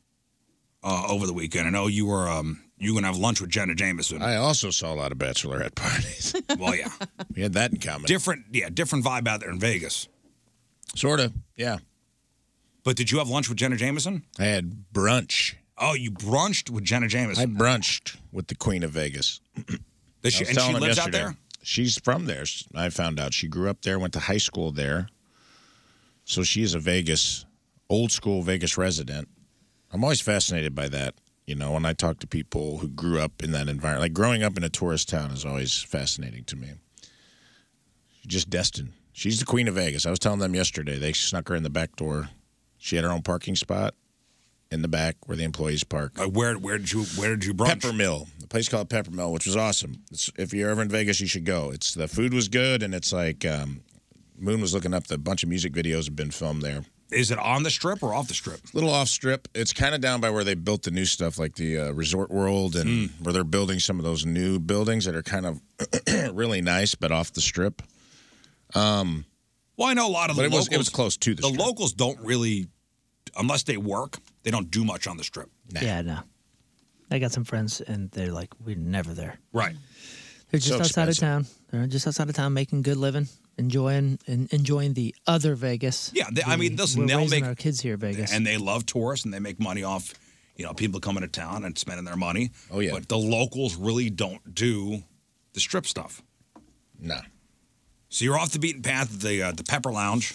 Speaker 1: uh, over the weekend. I know you were um, you were gonna have lunch with Jenna Jameson.
Speaker 3: I also saw a lot of bachelorette parties.
Speaker 1: well, yeah,
Speaker 3: we had that in common.
Speaker 1: Different, yeah, different vibe out there in Vegas.
Speaker 3: Sort of, yeah.
Speaker 1: But did you have lunch with Jenna Jameson?
Speaker 3: I had brunch.
Speaker 1: Oh, you brunched with Jenna Jameson.
Speaker 3: I brunched with the Queen of Vegas.
Speaker 1: Does she- and
Speaker 3: I was
Speaker 1: she
Speaker 3: telling him
Speaker 1: lives out there?
Speaker 3: She's from there. She- I found out she grew up there, went to high school there. So she is a Vegas, old school Vegas resident. I'm always fascinated by that. You know, when I talk to people who grew up in that environment, like growing up in a tourist town is always fascinating to me. She's just destined. She's the queen of Vegas. I was telling them yesterday, they snuck her in the back door. She had her own parking spot in the back where the employees park.
Speaker 1: where where did you where did you brunch?
Speaker 3: Peppermill, a place called Peppermill, which was awesome. It's, if you're ever in Vegas, you should go. It's the food was good, and it's like um, Moon was looking up. The bunch of music videos have been filmed there.
Speaker 1: Is it on the strip or off the strip?
Speaker 3: Little off strip. It's kind of down by where they built the new stuff, like the uh, Resort World, and
Speaker 1: Hmm.
Speaker 3: where they're building some of those new buildings that are kind of really nice, but off the strip. Um,
Speaker 1: Well, I know a lot of
Speaker 3: but
Speaker 1: the
Speaker 3: it
Speaker 1: locals.
Speaker 3: was it was close to the,
Speaker 1: the
Speaker 3: strip.
Speaker 1: locals don't really, unless they work, they don't do much on the strip.
Speaker 4: Yeah, no. I got some friends, and they're like, we're never there.
Speaker 1: Right.
Speaker 4: They're just
Speaker 1: So
Speaker 4: outside
Speaker 1: expensive.
Speaker 4: of town. They're just outside of town, making good living, enjoying and enjoying the other Vegas.
Speaker 1: Yeah, they, I mean, listen,
Speaker 4: we're
Speaker 1: they'll
Speaker 4: raising
Speaker 1: make
Speaker 4: our kids here, Vegas.
Speaker 1: and they love tourists and they make money off, you know, people coming to town and spending their money. Oh yeah. But the locals really don't do the strip stuff.
Speaker 3: No.
Speaker 1: So you're off the beaten path at the uh, the Pepper Lounge.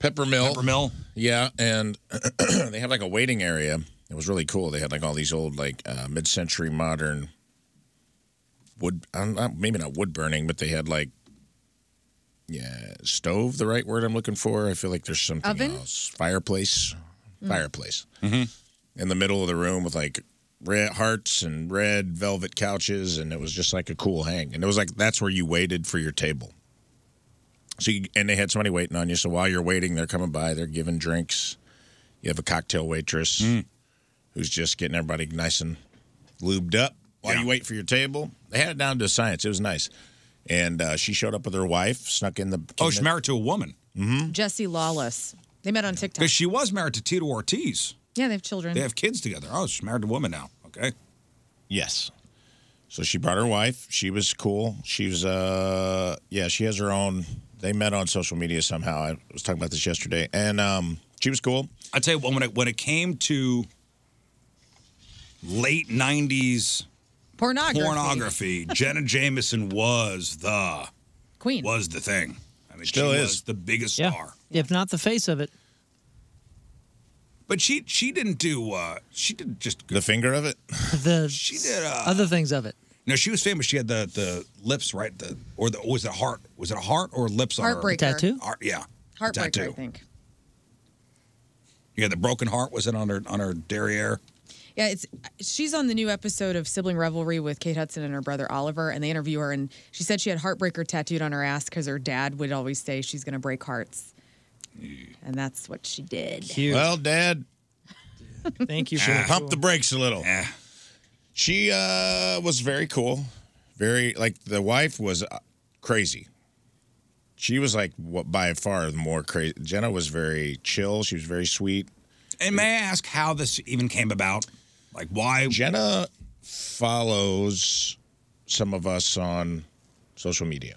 Speaker 3: Peppermill.
Speaker 1: Peppermill.
Speaker 3: Yeah, and they have like a waiting area. It was really cool. They had like all these old, like uh, mid-century modern wood. I don't know, maybe not wood burning, but they had like yeah, stove. The right word I'm looking for. I feel like there's something
Speaker 2: Oven?
Speaker 3: else. Fireplace.
Speaker 2: Mm.
Speaker 3: Fireplace. Mm-hmm. In the middle of the room with like red hearts and red velvet couches, and it was just like a cool hang. And it was like that's where you waited for your table. So you, and they had somebody waiting on you. So while you're waiting, they're coming by. They're giving drinks. You have a cocktail waitress
Speaker 1: Mm.
Speaker 3: who's just getting everybody nice and lubed up while you wait for your table. They had it down to science. It was nice. And uh, she showed up with her wife, snuck in the. Oh, she's
Speaker 1: married to a woman.
Speaker 3: Mm-hmm.
Speaker 2: Jesse Lawless. They met on TikTok.
Speaker 1: Because she was married to Tito Ortiz.
Speaker 2: Yeah, they have children.
Speaker 1: They have kids together. Oh, she's married to a woman now. Okay.
Speaker 3: Yes. So she brought her wife. She was cool. She was, uh, yeah, she has her own. They met on social media somehow. I was talking about this yesterday, and um, she was cool.
Speaker 1: I tell you what, when it when it came to late '90s
Speaker 2: pornography.
Speaker 1: pornography, Jenna Jameson was the
Speaker 2: queen.
Speaker 1: Was the thing. I mean,
Speaker 4: Still
Speaker 1: she
Speaker 4: is.
Speaker 1: was the biggest
Speaker 4: Yeah.
Speaker 1: star.
Speaker 4: if not the face of it,
Speaker 1: But she she didn't do. uh She didn't just
Speaker 3: the finger of it.
Speaker 4: the
Speaker 1: did, uh,
Speaker 4: other things of it.
Speaker 1: No, she was famous. She had the the lips, right? The or the was it a heart? Was it a heart or lips on her?
Speaker 2: Heartbreaker. Tattoo?
Speaker 1: Heart, yeah.
Speaker 2: Heartbreaker,
Speaker 1: Tattoo.
Speaker 2: I think.
Speaker 1: Yeah, the broken heart was it on her on her derriere?
Speaker 2: Yeah, it's she's on the new episode of Sibling Revelry with Kate Hudson and her brother Oliver, and they interview her, and she said she had heartbreaker tattooed on her ass because her dad would always say she's going to break hearts, and that's what she did.
Speaker 3: Well, Dad.
Speaker 5: Thank you
Speaker 2: for the
Speaker 3: pump
Speaker 2: tool.
Speaker 3: the brakes a little. She uh, was very cool. Very like the wife was uh, crazy. She was like what by far the more crazy. Jenna was very chill. She was very sweet.
Speaker 1: And may I ask how this even came about? Like why
Speaker 3: Jenna follows some of us on social media.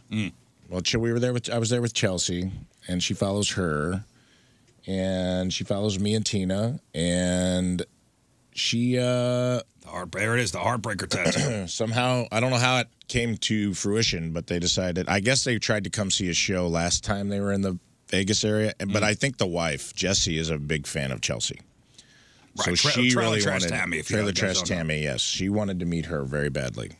Speaker 3: Well, she- we were there with I was there with Chelsea, and she follows her, and she follows me and Tina, and she uh
Speaker 1: the heart, there it is the heartbreaker test
Speaker 3: somehow i don't know how it came to fruition but they decided i guess they tried to come see a show last time they were in the vegas area and but i think the wife jessie is a big fan of chelsea so
Speaker 1: Right, tra-
Speaker 3: she
Speaker 1: Trailer
Speaker 3: really
Speaker 1: Trash
Speaker 3: wanted
Speaker 1: Tammy, if you
Speaker 3: trailer
Speaker 1: guys don't
Speaker 3: trash
Speaker 1: know.
Speaker 3: tammy yes she wanted to meet her very badly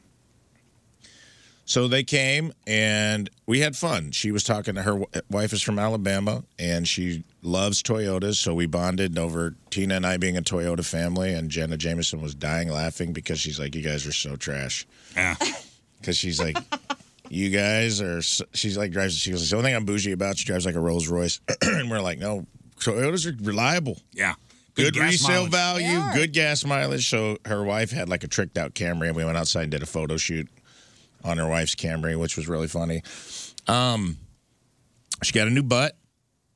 Speaker 3: so they came and we had fun. She was talking to her w- wife is from Alabama and she loves Toyotas. So we bonded over Tina and I being a Toyota family. And Jenna Jameson was dying laughing because she's like, "You guys are so trash."
Speaker 1: Yeah.
Speaker 3: Because she's like, "You guys are." So, she's like drives. She goes, "The only thing I'm bougie about." She drives like a Rolls Royce, and we're like, "No, Toyotas are reliable."
Speaker 1: yeah
Speaker 3: Good,
Speaker 1: gas
Speaker 3: resale
Speaker 1: mileage.
Speaker 3: value, good gas mileage. So her wife had like a tricked out Camry, and we went outside and did a photo shoot on her wife's Camry, which was really funny. Um, she got a new butt.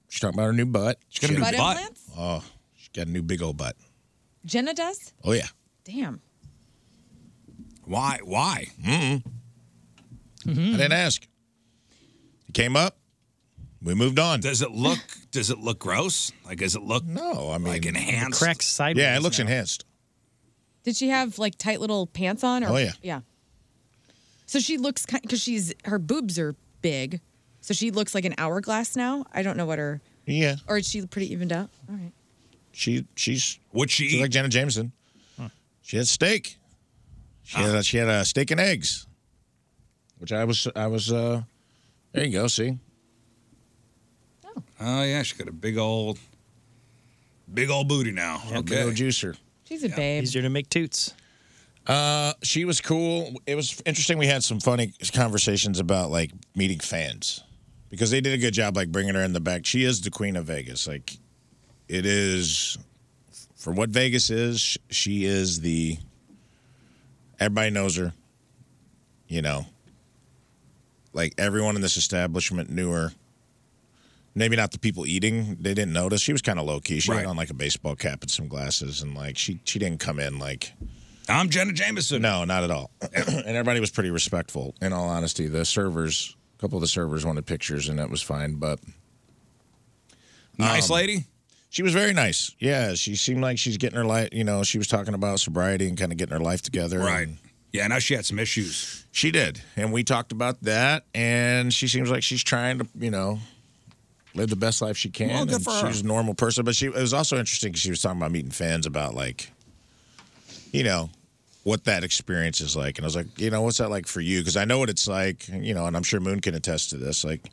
Speaker 3: She's talking about her new butt. She
Speaker 2: got a new Butt butt? implants?
Speaker 3: Oh, she got a new big old butt.
Speaker 2: Jenna does?
Speaker 3: Oh yeah.
Speaker 2: Damn.
Speaker 1: Why? Why? Mm-hmm.
Speaker 3: mm Mm-hmm. I didn't ask. It came up. We moved on.
Speaker 1: Does it look? does it look gross? Like, does it look?
Speaker 3: No, I mean
Speaker 1: like enhanced.
Speaker 5: cracks sideways
Speaker 3: Yeah, it looks enhanced.
Speaker 2: Did she have like tight little pants on? Or,
Speaker 3: Oh, yeah.
Speaker 2: Yeah. So she looks kind because she's her boobs are big, so she looks like an hourglass now. I don't know what her
Speaker 3: Yeah,
Speaker 2: or is she pretty evened out? All right.
Speaker 3: she she's
Speaker 1: what she
Speaker 3: she's like Jenna Jameson. She had steak. She had a, she had a steak and eggs, which I was I was. uh There you go. See,
Speaker 1: Oh yeah, she got a big old, big old booty now.
Speaker 3: Yeah, big
Speaker 1: okay,
Speaker 3: old juicer.
Speaker 2: She's a babe.
Speaker 5: Easier to make toots.
Speaker 3: Uh, she was cool. It was interesting. We had some funny conversations about like meeting fans because they did a good job like bringing her in the back. She is the queen of Vegas. Like it is for what Vegas is. She is the everybody knows her. You know, like everyone in this establishment knew her. Maybe not the people eating; they didn't notice. She was kind of low key. She had on like a baseball cap and some glasses, and like she she didn't come in like
Speaker 1: I'm Jenna Jameson.
Speaker 3: No, not at all. and everybody was pretty respectful. In all honesty, the servers, a couple of the servers wanted pictures, and that was fine. But um,
Speaker 1: nice lady.
Speaker 3: She was very nice. Yeah, she seemed like she's getting her life. You know, she was talking about sobriety and kind of getting her life together.
Speaker 1: Right.
Speaker 3: and-
Speaker 1: Yeah. Now she had some issues.
Speaker 3: She did, and we talked about that. And she seems like she's trying to, you know, live the best life she can.
Speaker 1: Well, good
Speaker 3: and
Speaker 1: for
Speaker 3: she's
Speaker 1: her.
Speaker 3: a normal person, but she it was also interesting. 'cause She was talking about meeting fans about like, you know, what that experience is like. And I was like, you know, what's that like for you? Because I know what it's like. You know, and I'm sure Moon can attest to this. Like,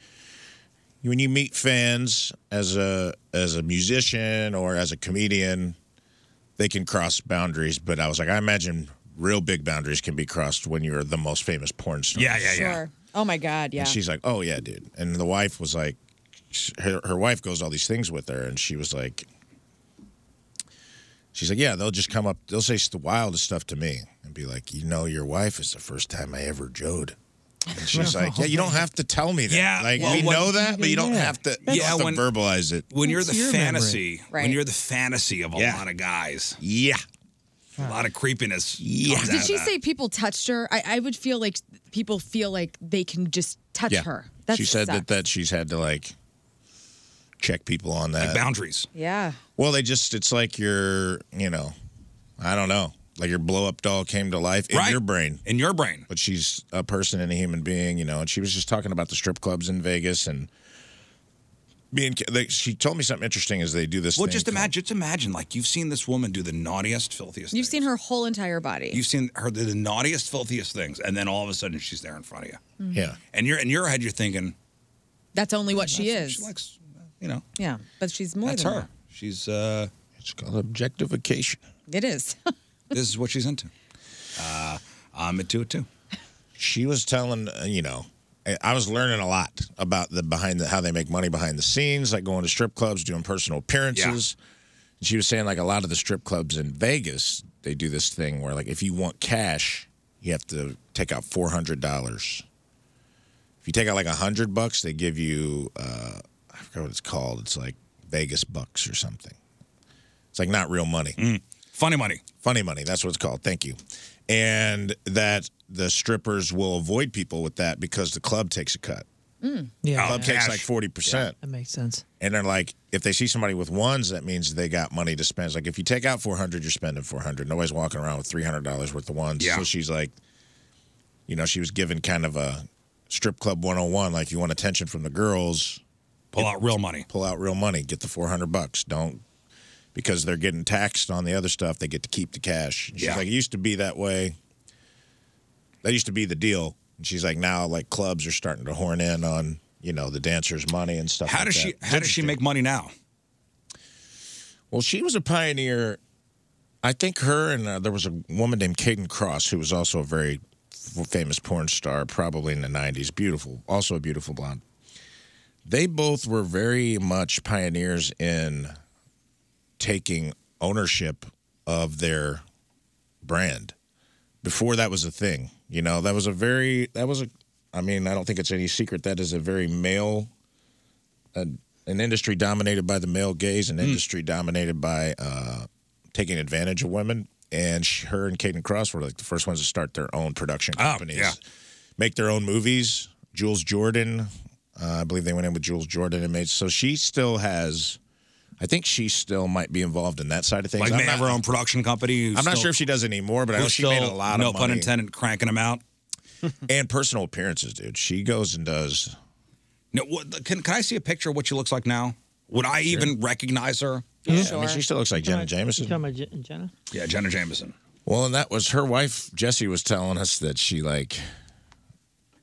Speaker 3: when you meet fans as a as a musician or as a comedian, they can cross boundaries. But I was like, I imagine real big boundaries can be crossed when you're the most famous porn star.
Speaker 2: Sure. Oh my God, yeah.
Speaker 3: And she's like, "Oh yeah, dude." And the wife was like, her her wife goes to all these things with her, and she was like, she's like, "Yeah, they'll just come up, they'll say the wildest stuff to me, and be like, you know, your wife is the first time I ever jode." And she's like, "Yeah, you don't have to tell me that.
Speaker 1: Yeah,
Speaker 3: like
Speaker 1: well,
Speaker 3: we
Speaker 1: when-
Speaker 3: know that, but you don't have to.
Speaker 1: Yeah,
Speaker 3: You don't have to
Speaker 1: when-
Speaker 3: verbalize it
Speaker 1: When you're the fantasy,
Speaker 2: Right.
Speaker 1: when you're the fantasy of a lot of guys.
Speaker 3: Yeah.
Speaker 1: A lot of creepiness. Yeah.
Speaker 2: Did she say people touched her? I, I would feel like people feel like they can just touch her. That's
Speaker 3: she said
Speaker 2: sucks.
Speaker 3: that that she's had to like check people on that
Speaker 1: Like boundaries.
Speaker 2: Yeah.
Speaker 3: Well, they just, it's like your, you know, I don't know, Oh, like your blow up doll came to life in
Speaker 1: Right.
Speaker 3: your brain.
Speaker 1: In your brain.
Speaker 3: But she's a person and a human being, you know, and she was just talking about the strip clubs in Vegas and being, they, she told me something interesting is they do this
Speaker 1: Well,
Speaker 3: thing
Speaker 1: just
Speaker 3: called-
Speaker 1: imagine. Just imagine. Like you've seen this woman do the naughtiest, filthiest.
Speaker 2: You've seen her whole entire body.
Speaker 1: You've seen her do the naughtiest, filthiest things, and then all of a sudden she's there in front of you.
Speaker 2: Mhm.
Speaker 3: Yeah.
Speaker 1: And you're in your head, you're thinking,
Speaker 2: That's only what she
Speaker 1: That's
Speaker 2: is.
Speaker 1: what she likes, you know.
Speaker 2: Yeah, but she's more
Speaker 1: That's
Speaker 2: than
Speaker 1: her. She's uh
Speaker 3: It's called objectification.
Speaker 2: that. It is.
Speaker 1: This is what she's into. Uh I'm into it too.
Speaker 3: she was telling uh, you know I- i was learning a lot about the behind the how they make money behind the scenes like going to strip clubs doing personal appearances and she was saying like a lot of the strip clubs in vegas they do this thing where like if you want cash you have to take out $400 if you take out like 100 bucks they give you uh, i forget what it's called it's like vegas bucks or something it's like not real money
Speaker 1: funny money
Speaker 3: funny money that's what it's called thank you and that the strippers will avoid people with that because the club takes a cut
Speaker 4: Mm.
Speaker 1: Oh,
Speaker 3: Yeah. Club cake's like 40%.
Speaker 4: That makes sense.
Speaker 3: And they're like, if they see somebody with ones, that means they got money to spend. It's like if you take out four hundred, you're spending four hundred. Nobody's walking around with three hundred dollars worth of ones.
Speaker 1: Yeah.
Speaker 3: So she's like, you know, she was given kind of a strip club one hundred and one. Like you want attention from the girls, pull
Speaker 1: out real money.
Speaker 3: Pull out real money. Get the four hundred bucks. Don't because they're getting taxed on the other stuff. They get to keep the cash. And she's
Speaker 1: Yeah.
Speaker 3: like, it used to be that way. That used to be the deal. And she's like, now like clubs are starting to horn in on you know the dancers' money and stuff.
Speaker 1: How
Speaker 3: like
Speaker 1: does she
Speaker 3: that.
Speaker 1: how does she make money now?
Speaker 3: Well, she was a pioneer. I think her and uh, there was a woman named Caden Cross who was also a very f- famous porn star, probably in the '90s. Beautiful, also a beautiful blonde. They both were very much pioneers in taking ownership of their brand. Before that was a thing, you know, that was a very that was a. I mean, I don't think it's any secret that is a very male a, an industry dominated by the male gaze,
Speaker 1: Hmm.
Speaker 3: an industry dominated by uh, taking advantage of women. And she, her and Caden Cross were like the first ones to start their own production
Speaker 1: Oh,
Speaker 3: companies, make their own movies. Jules Jordan, uh, I believe they went in with Jules Jordan and made. So she still has, I think she still might be involved in that side of things.
Speaker 1: Like
Speaker 3: I'm
Speaker 1: may
Speaker 3: not-
Speaker 1: have her own production company.
Speaker 3: I'm not sure if she does anymore, but I know she made a lot of
Speaker 1: no pun
Speaker 3: money.
Speaker 1: intended, cranking them out.
Speaker 3: and personal appearances, dude. She goes and does.
Speaker 1: No, what, can can I see a picture of what she looks like now? Would I even recognize her?
Speaker 3: Yeah, I mean, she still looks like Jenna Jameson.
Speaker 1: Jenna. Yeah, Jenna Jameson.
Speaker 3: Well, and that was her wife, Jessie, was telling us that she, like,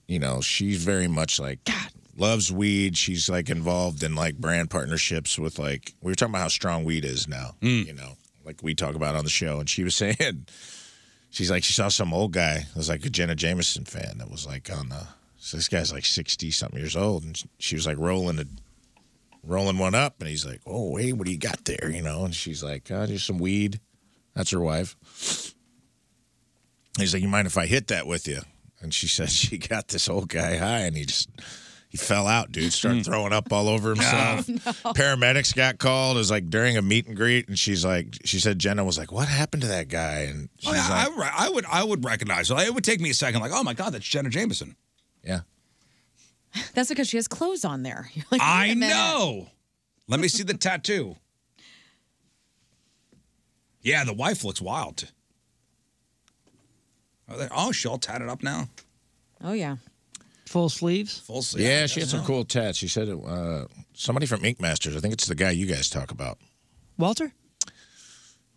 Speaker 3: you know, she's very much like, God, loves weed. She's like involved in like brand partnerships with like, we were talking about how strong weed is now,
Speaker 1: Hmm.
Speaker 3: you know, like we talk about on the show. And she was saying, she's like, she saw some old guy that was like a Jenna Jameson fan that was like on the, so this guy's like 60 something years old. And she was like rolling a, rolling one up. And he's like, oh, hey, what do you got there? You know, and she's like, uh, just some weed. That's her wife. He's like, "You mind if I hit that with you?" And she said she got this old guy high, and he just he fell out, dude. Started throwing up all over himself. Paramedics got called. It was like during a meet and greet, and she's like, she said Jenna was like, "What happened to that guy?" And
Speaker 1: Oh, yeah, I, re- I would I would recognize her. It would take me a second. Like, oh my god, that's Jenna Jameson.
Speaker 2: That's because she has clothes on there. You're like,
Speaker 1: I
Speaker 2: wait a minute.
Speaker 1: know. Let me see the tattoo. Yeah, the wife looks wild. Oh, they- Oh, she all tatted up now.
Speaker 2: Oh yeah.
Speaker 4: Full sleeves.
Speaker 1: Full Oh. sleeves.
Speaker 3: yeah, she had some cool tats. She said it, uh, somebody from Ink Masters. I think it's the guy you guys talk about.
Speaker 4: Walter?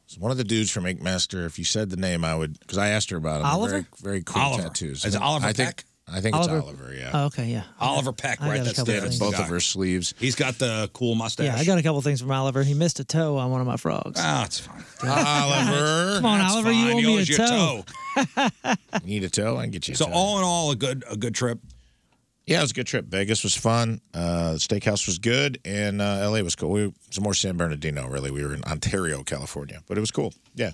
Speaker 3: It's one of the dudes from Ink Master. If you said the name, I would because I asked her about him. They're
Speaker 4: Oliver?
Speaker 3: Very, very cool
Speaker 1: Oliver.
Speaker 3: tattoos.
Speaker 1: Is it Oliver
Speaker 3: I think,
Speaker 1: Peck?
Speaker 3: I think
Speaker 4: Oliver-
Speaker 3: it's Oliver. Yeah.
Speaker 4: Oh, okay, yeah.
Speaker 1: Oliver Peck,
Speaker 4: I
Speaker 1: right?
Speaker 4: got a
Speaker 1: That's
Speaker 4: couple
Speaker 1: David's
Speaker 4: things.
Speaker 3: Both of her sleeves.
Speaker 1: He's got the cool mustache.
Speaker 4: Yeah, I got a couple things from Oliver. He missed a toe on one of my frogs.
Speaker 1: Ah, it's fine.
Speaker 3: Oliver.
Speaker 4: Come on,
Speaker 1: That's
Speaker 4: Oliver, you
Speaker 1: fine.
Speaker 4: owe
Speaker 1: He
Speaker 4: me
Speaker 1: owes
Speaker 4: a
Speaker 1: you
Speaker 4: toe.
Speaker 3: Need a toe? I can get you. A
Speaker 1: So
Speaker 3: toe.
Speaker 1: all in all, a good a good trip.
Speaker 3: Yeah, it was a good trip. Vegas was fun. Uh, the steakhouse was good, and uh, LA was cool. We it was more San Bernardino, really. We were in Ontario, California, but it was cool. Yeah.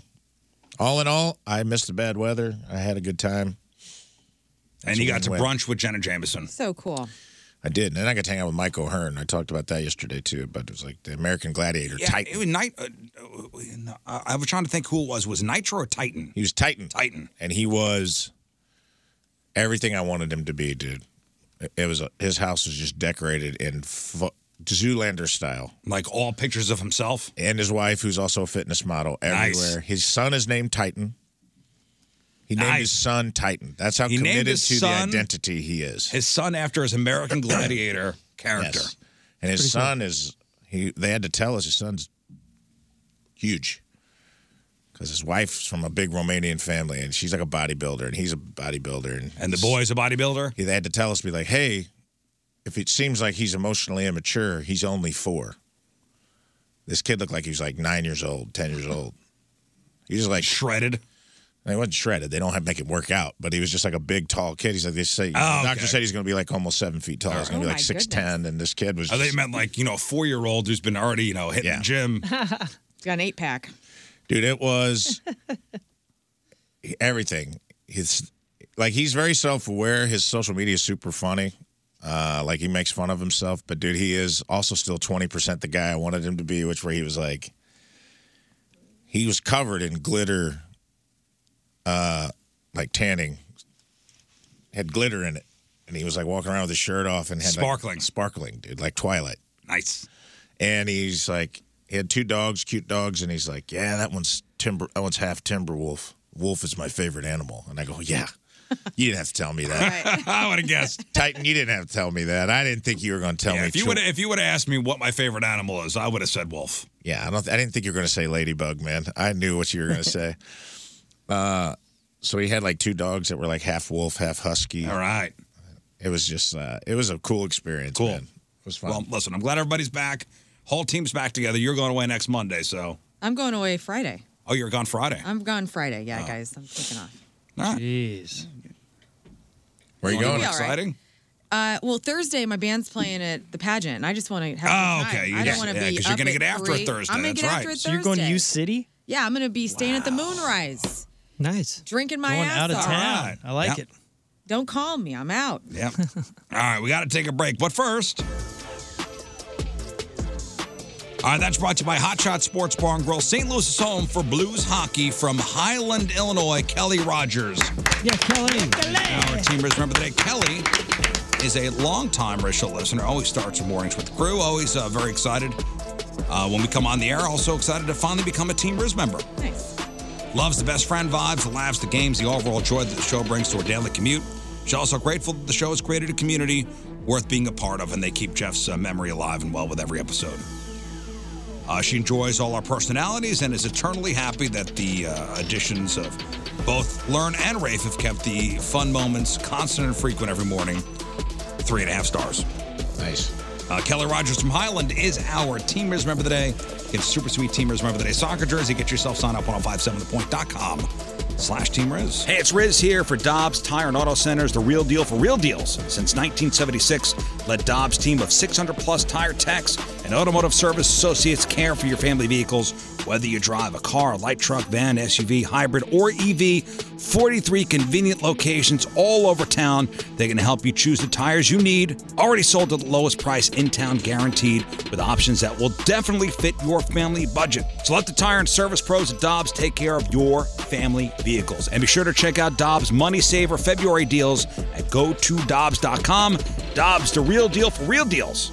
Speaker 3: All in all, I missed the bad weather. I had a good time.
Speaker 1: and you got to
Speaker 3: win-win.
Speaker 1: brunch with Jenna Jameson.
Speaker 2: So cool.
Speaker 3: I did, and then I got to hang out with Mike O'Hearn. I talked about that yesterday too, but it was like the American Gladiator
Speaker 1: Yeah,
Speaker 3: Titan.
Speaker 1: it was night. Uh, uh, uh, I was trying to think who it was. Was Nitro or Titan?
Speaker 3: He was Titan. Titan, and he was everything I wanted him to be, dude. It- It was his house was just decorated in fu- Zoolander style.
Speaker 1: Like all pictures of himself
Speaker 3: and his wife, who's also a fitness model,
Speaker 1: Nice.
Speaker 3: everywhere. His son is named Titan. He named his son Titan. That's how
Speaker 1: He named
Speaker 3: committed to
Speaker 1: his son-
Speaker 3: the identity he is.
Speaker 1: His son after his American Gladiator character.
Speaker 3: And his
Speaker 1: Pretty cool.
Speaker 3: son is he. They had to tell us his son's huge because his wife's from a big Romanian family, and she's like a bodybuilder, and he's a bodybuilder, and
Speaker 1: And the boy's a bodybuilder.
Speaker 3: He, they had to tell us, be like, hey, if it seems like he's emotionally immature, he's only four. This kid looked like he was like nine years old, ten years old. He was like
Speaker 1: shredded.
Speaker 3: He wasn't shredded. They don't have make it work out, but he was just like a big, tall kid. He's like they say.
Speaker 1: Oh,
Speaker 3: the doctor
Speaker 1: okay.
Speaker 3: said he's going to be like almost seven feet tall. He's going
Speaker 1: Oh,
Speaker 3: to be like
Speaker 1: my
Speaker 3: six ten, and this kid was.
Speaker 1: Oh, they
Speaker 3: just-
Speaker 1: meant like you know a four year old who's been already you know hitting
Speaker 3: Yeah.
Speaker 1: the gym.
Speaker 2: It's got an eight pack.
Speaker 3: dude it was everything his like he's very self-aware his social media is super funny uh like he makes fun of himself but dude he is also still 20% the guy i wanted him to be which where he was like he was covered in glitter uh like tanning had glitter in it and he was like walking around with his shirt off and had like-
Speaker 1: Sparkling.
Speaker 3: sparkling, dude, like Twilight.
Speaker 1: Nice.
Speaker 3: And he's like, he had two dogs, cute dogs, and he's like, yeah, that one's timber, that one's half timber wolf. Wolf is my favorite animal, and I go, yeah. You didn't have to tell me that.
Speaker 1: I would have guessed.
Speaker 3: Titan, you didn't have to tell me that. I didn't think you were going to tell
Speaker 1: Yeah,
Speaker 3: me.
Speaker 1: if you
Speaker 3: tru-
Speaker 1: would if you would have asked me what my favorite animal is, I would have said wolf.
Speaker 3: Yeah, I don't. I didn't think you were going to say ladybug, man. I knew what you were going to say. Uh, so he had like two dogs that were like half wolf, half husky. All
Speaker 1: right.
Speaker 3: It was just. Uh, it was a cool experience. Cool. Man. It was fun.
Speaker 1: Well, listen, I'm glad everybody's back. Whole team's back together. You're going away next Monday, so
Speaker 2: I'm going away Friday.
Speaker 1: oh, you're gone Friday.
Speaker 2: I'm gone Friday.
Speaker 3: Oh.
Speaker 2: Yeah, guys, I'm taking off.
Speaker 1: Jeez.
Speaker 3: Where
Speaker 2: you going? It'll be all right.
Speaker 1: Exciting.
Speaker 2: Uh, well, Thursday my band's playing at the pageant. and I just want to have.
Speaker 1: Oh,
Speaker 2: some time.
Speaker 1: okay. You
Speaker 2: I don't
Speaker 1: just-
Speaker 2: want to
Speaker 1: yeah,
Speaker 2: be
Speaker 1: 'cause
Speaker 2: up
Speaker 1: you're gonna
Speaker 2: at
Speaker 1: get after it
Speaker 2: three.
Speaker 1: Thursday.
Speaker 2: I'm gonna
Speaker 1: That's
Speaker 2: get
Speaker 1: right.
Speaker 2: after it
Speaker 1: So
Speaker 2: Thursday.
Speaker 1: you're going to U
Speaker 5: City?
Speaker 2: Yeah, I'm gonna be staying at the Moonrise,
Speaker 5: Nice.
Speaker 2: drinking my
Speaker 5: Going
Speaker 2: ass
Speaker 5: out of
Speaker 2: off.
Speaker 5: town. I like it.
Speaker 2: Don't call me. I'm out.
Speaker 1: Yep. All right, we got to take a break. But first. All right, that's brought to you by Hot Shot Sports Bar and Grill. St. Louis is home for blues hockey from Highland, Illinois, Kelly Rogers.
Speaker 5: Yeah, Kelly.
Speaker 1: Our teamers remember today, Kelly is a longtime Rachel listener. Always starts her mornings with the crew. Always uh, very excited uh, when we come on the air. Also excited to finally become a Team Riz member.
Speaker 2: Nice.
Speaker 1: Loves the best friend vibes, the laughs, the games, the overall joy that the show brings to her daily commute. She's also grateful that the show has created a community worth being a part of, and they keep Jeff's uh, memory alive and well with every episode. Uh, she enjoys all our personalities and is eternally happy that the uh, additions of both Learn and Rafe have kept the fun moments constant and frequent every morning. Three and a half stars.
Speaker 3: Nice.
Speaker 1: Uh, Kelly Rogers from Highland is our Teamers Member of the Day. Get a super sweet Teamers Member of the Day soccer jersey. Get yourself signed up on 1057thepoint.com slash Team Riz. Hey, it's Riz here for Dobbs Tire and Auto Centers, the real deal for real deals. Since 1976, let Dobbs' team of 600 plus tire techs and automotive service associates care for your family vehicles. Whether you drive a car, light truck, van, SUV, hybrid, or E EV, 43 convenient locations all over town. They can help you choose the tires you need. Already sold at the lowest price in town, guaranteed, with options that will definitely fit your family budget. So let the tire and service pros at Dobbs take care of your family vehicles. And be sure to check out Dobbs Money Saver February deals at gotodobbs.com. Dobbs, the real deal for real deals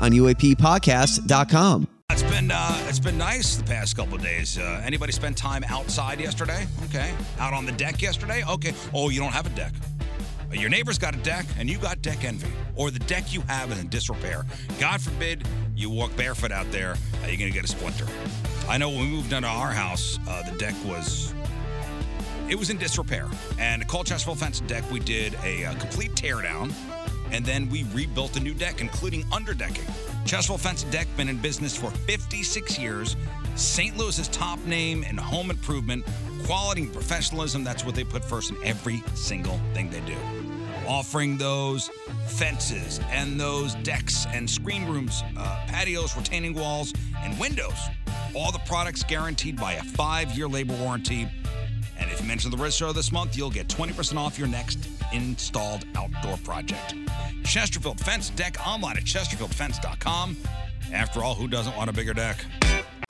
Speaker 6: on UAPpodcast.com.
Speaker 1: It's been uh, it's been nice the past couple of days. Uh, anybody spend time outside yesterday? Okay, out on the deck yesterday? Okay. Oh, you don't have a deck. Uh, Your neighbor's got a deck, and you got deck envy, or the deck you have is in disrepair. God forbid you walk barefoot out there. Uh, you're gonna get a splinter. I know when we moved into our house, uh, the deck was it was in disrepair. And at Colchesterville Fence and Deck, we did a uh, complete teardown, and then we rebuilt a new deck, including underdecking. Chesterville Fence and Deck been in business for 56 years. St. Louis's top name in home improvement, quality, and professionalism. That's what they put first in every single thing they do. Offering those fences and those decks and screen rooms, uh, patios, retaining walls, and windows. All the products guaranteed by a five year labor warranty. And if you mention the Riz Show this month, you'll get 20% off your next installed outdoor project. Chesterfield Fence Deck online at chesterfieldfence.com. After all, who doesn't want a bigger deck?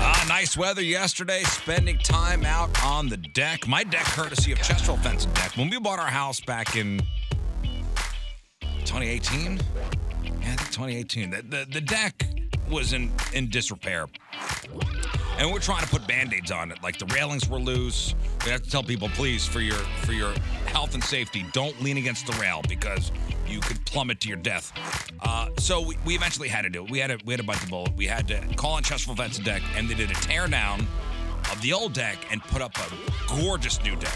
Speaker 1: Ah, nice weather yesterday, spending time out on the deck. My deck, courtesy of Chesterfield Fence Deck. When we bought our house back in 2018, yeah, I think 2018, the, the, the deck was in, in disrepair. And we're trying to put band-aids on it. Like the railings were loose. We have to tell people, please, for your for your health and safety, don't lean against the rail because you could plummet to your death. Uh, so we, we eventually had to do it. We had to we had to bite the bullet. We had to call on Chesterfield Vets Deck, and they did a tear down of the old deck and put up a gorgeous new deck.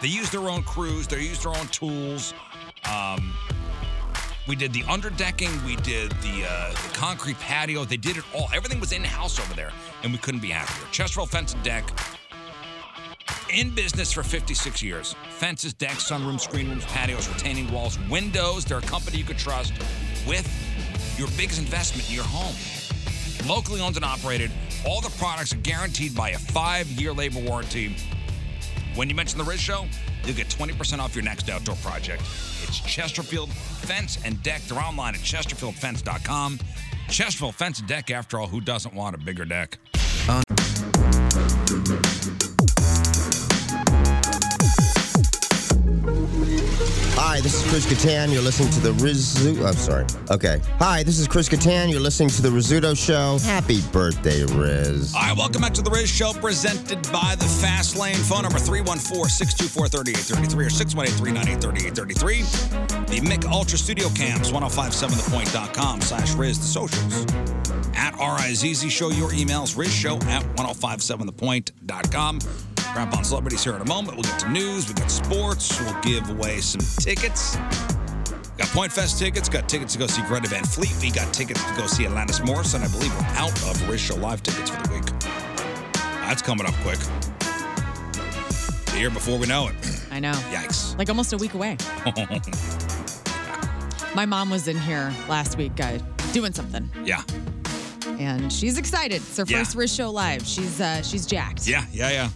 Speaker 1: They used their own crews. They used their own tools. Um, we did the underdecking. We did the, uh, the concrete patio. They did it all. Everything was in house over there, and we couldn't be happier. Chesterfield Fence and Deck. In business for 56 years. Fences, decks, sunrooms, screen rooms, patios, retaining walls, windows. They're a company you could trust with your biggest investment in your home. Locally owned and operated, all the products are guaranteed by a five year labor warranty. When you mention the Riz Show, you'll get 20% off your next outdoor project. It's Chesterfield Fence and Deck. They're online at chesterfieldfence.com. Chesterfield Fence and Deck, after all, who doesn't want a bigger deck?
Speaker 7: Hi, this is Chris Kattan. You're listening to the Rizzuto. I'm sorry. Okay. Hi, this is Chris Kattan. You're listening to the Rizzuto Show. Happy birthday, Riz.
Speaker 1: All right, welcome back to the Riz Show, presented by the Fast Lane. Phone number 314-624-3833 or 618-398-3833. The Mick Ultra Studio Cams, 1057thepoint.com slash Riz, the socials. At RIZZ Show, your emails, Riz Show at 1057thepoint.com. Wrap on celebrities here in a moment. We'll get to news, we've got sports, we'll give away some tickets. Got Point Fest tickets, got tickets to go see Greta Van Fleet, we got tickets to go see Alanis Morrison. I believe we're out of Riz Show Live tickets for the week. That's coming up quick. The year before we know it.
Speaker 2: I know.
Speaker 1: Yikes.
Speaker 2: Like almost a week away. My mom was in here last week, uh, doing something,
Speaker 1: yeah.
Speaker 2: and she's excited. It's her
Speaker 1: Yeah.
Speaker 2: first Riz Show Live. She's uh, she's jacked.
Speaker 1: Yeah, yeah, yeah.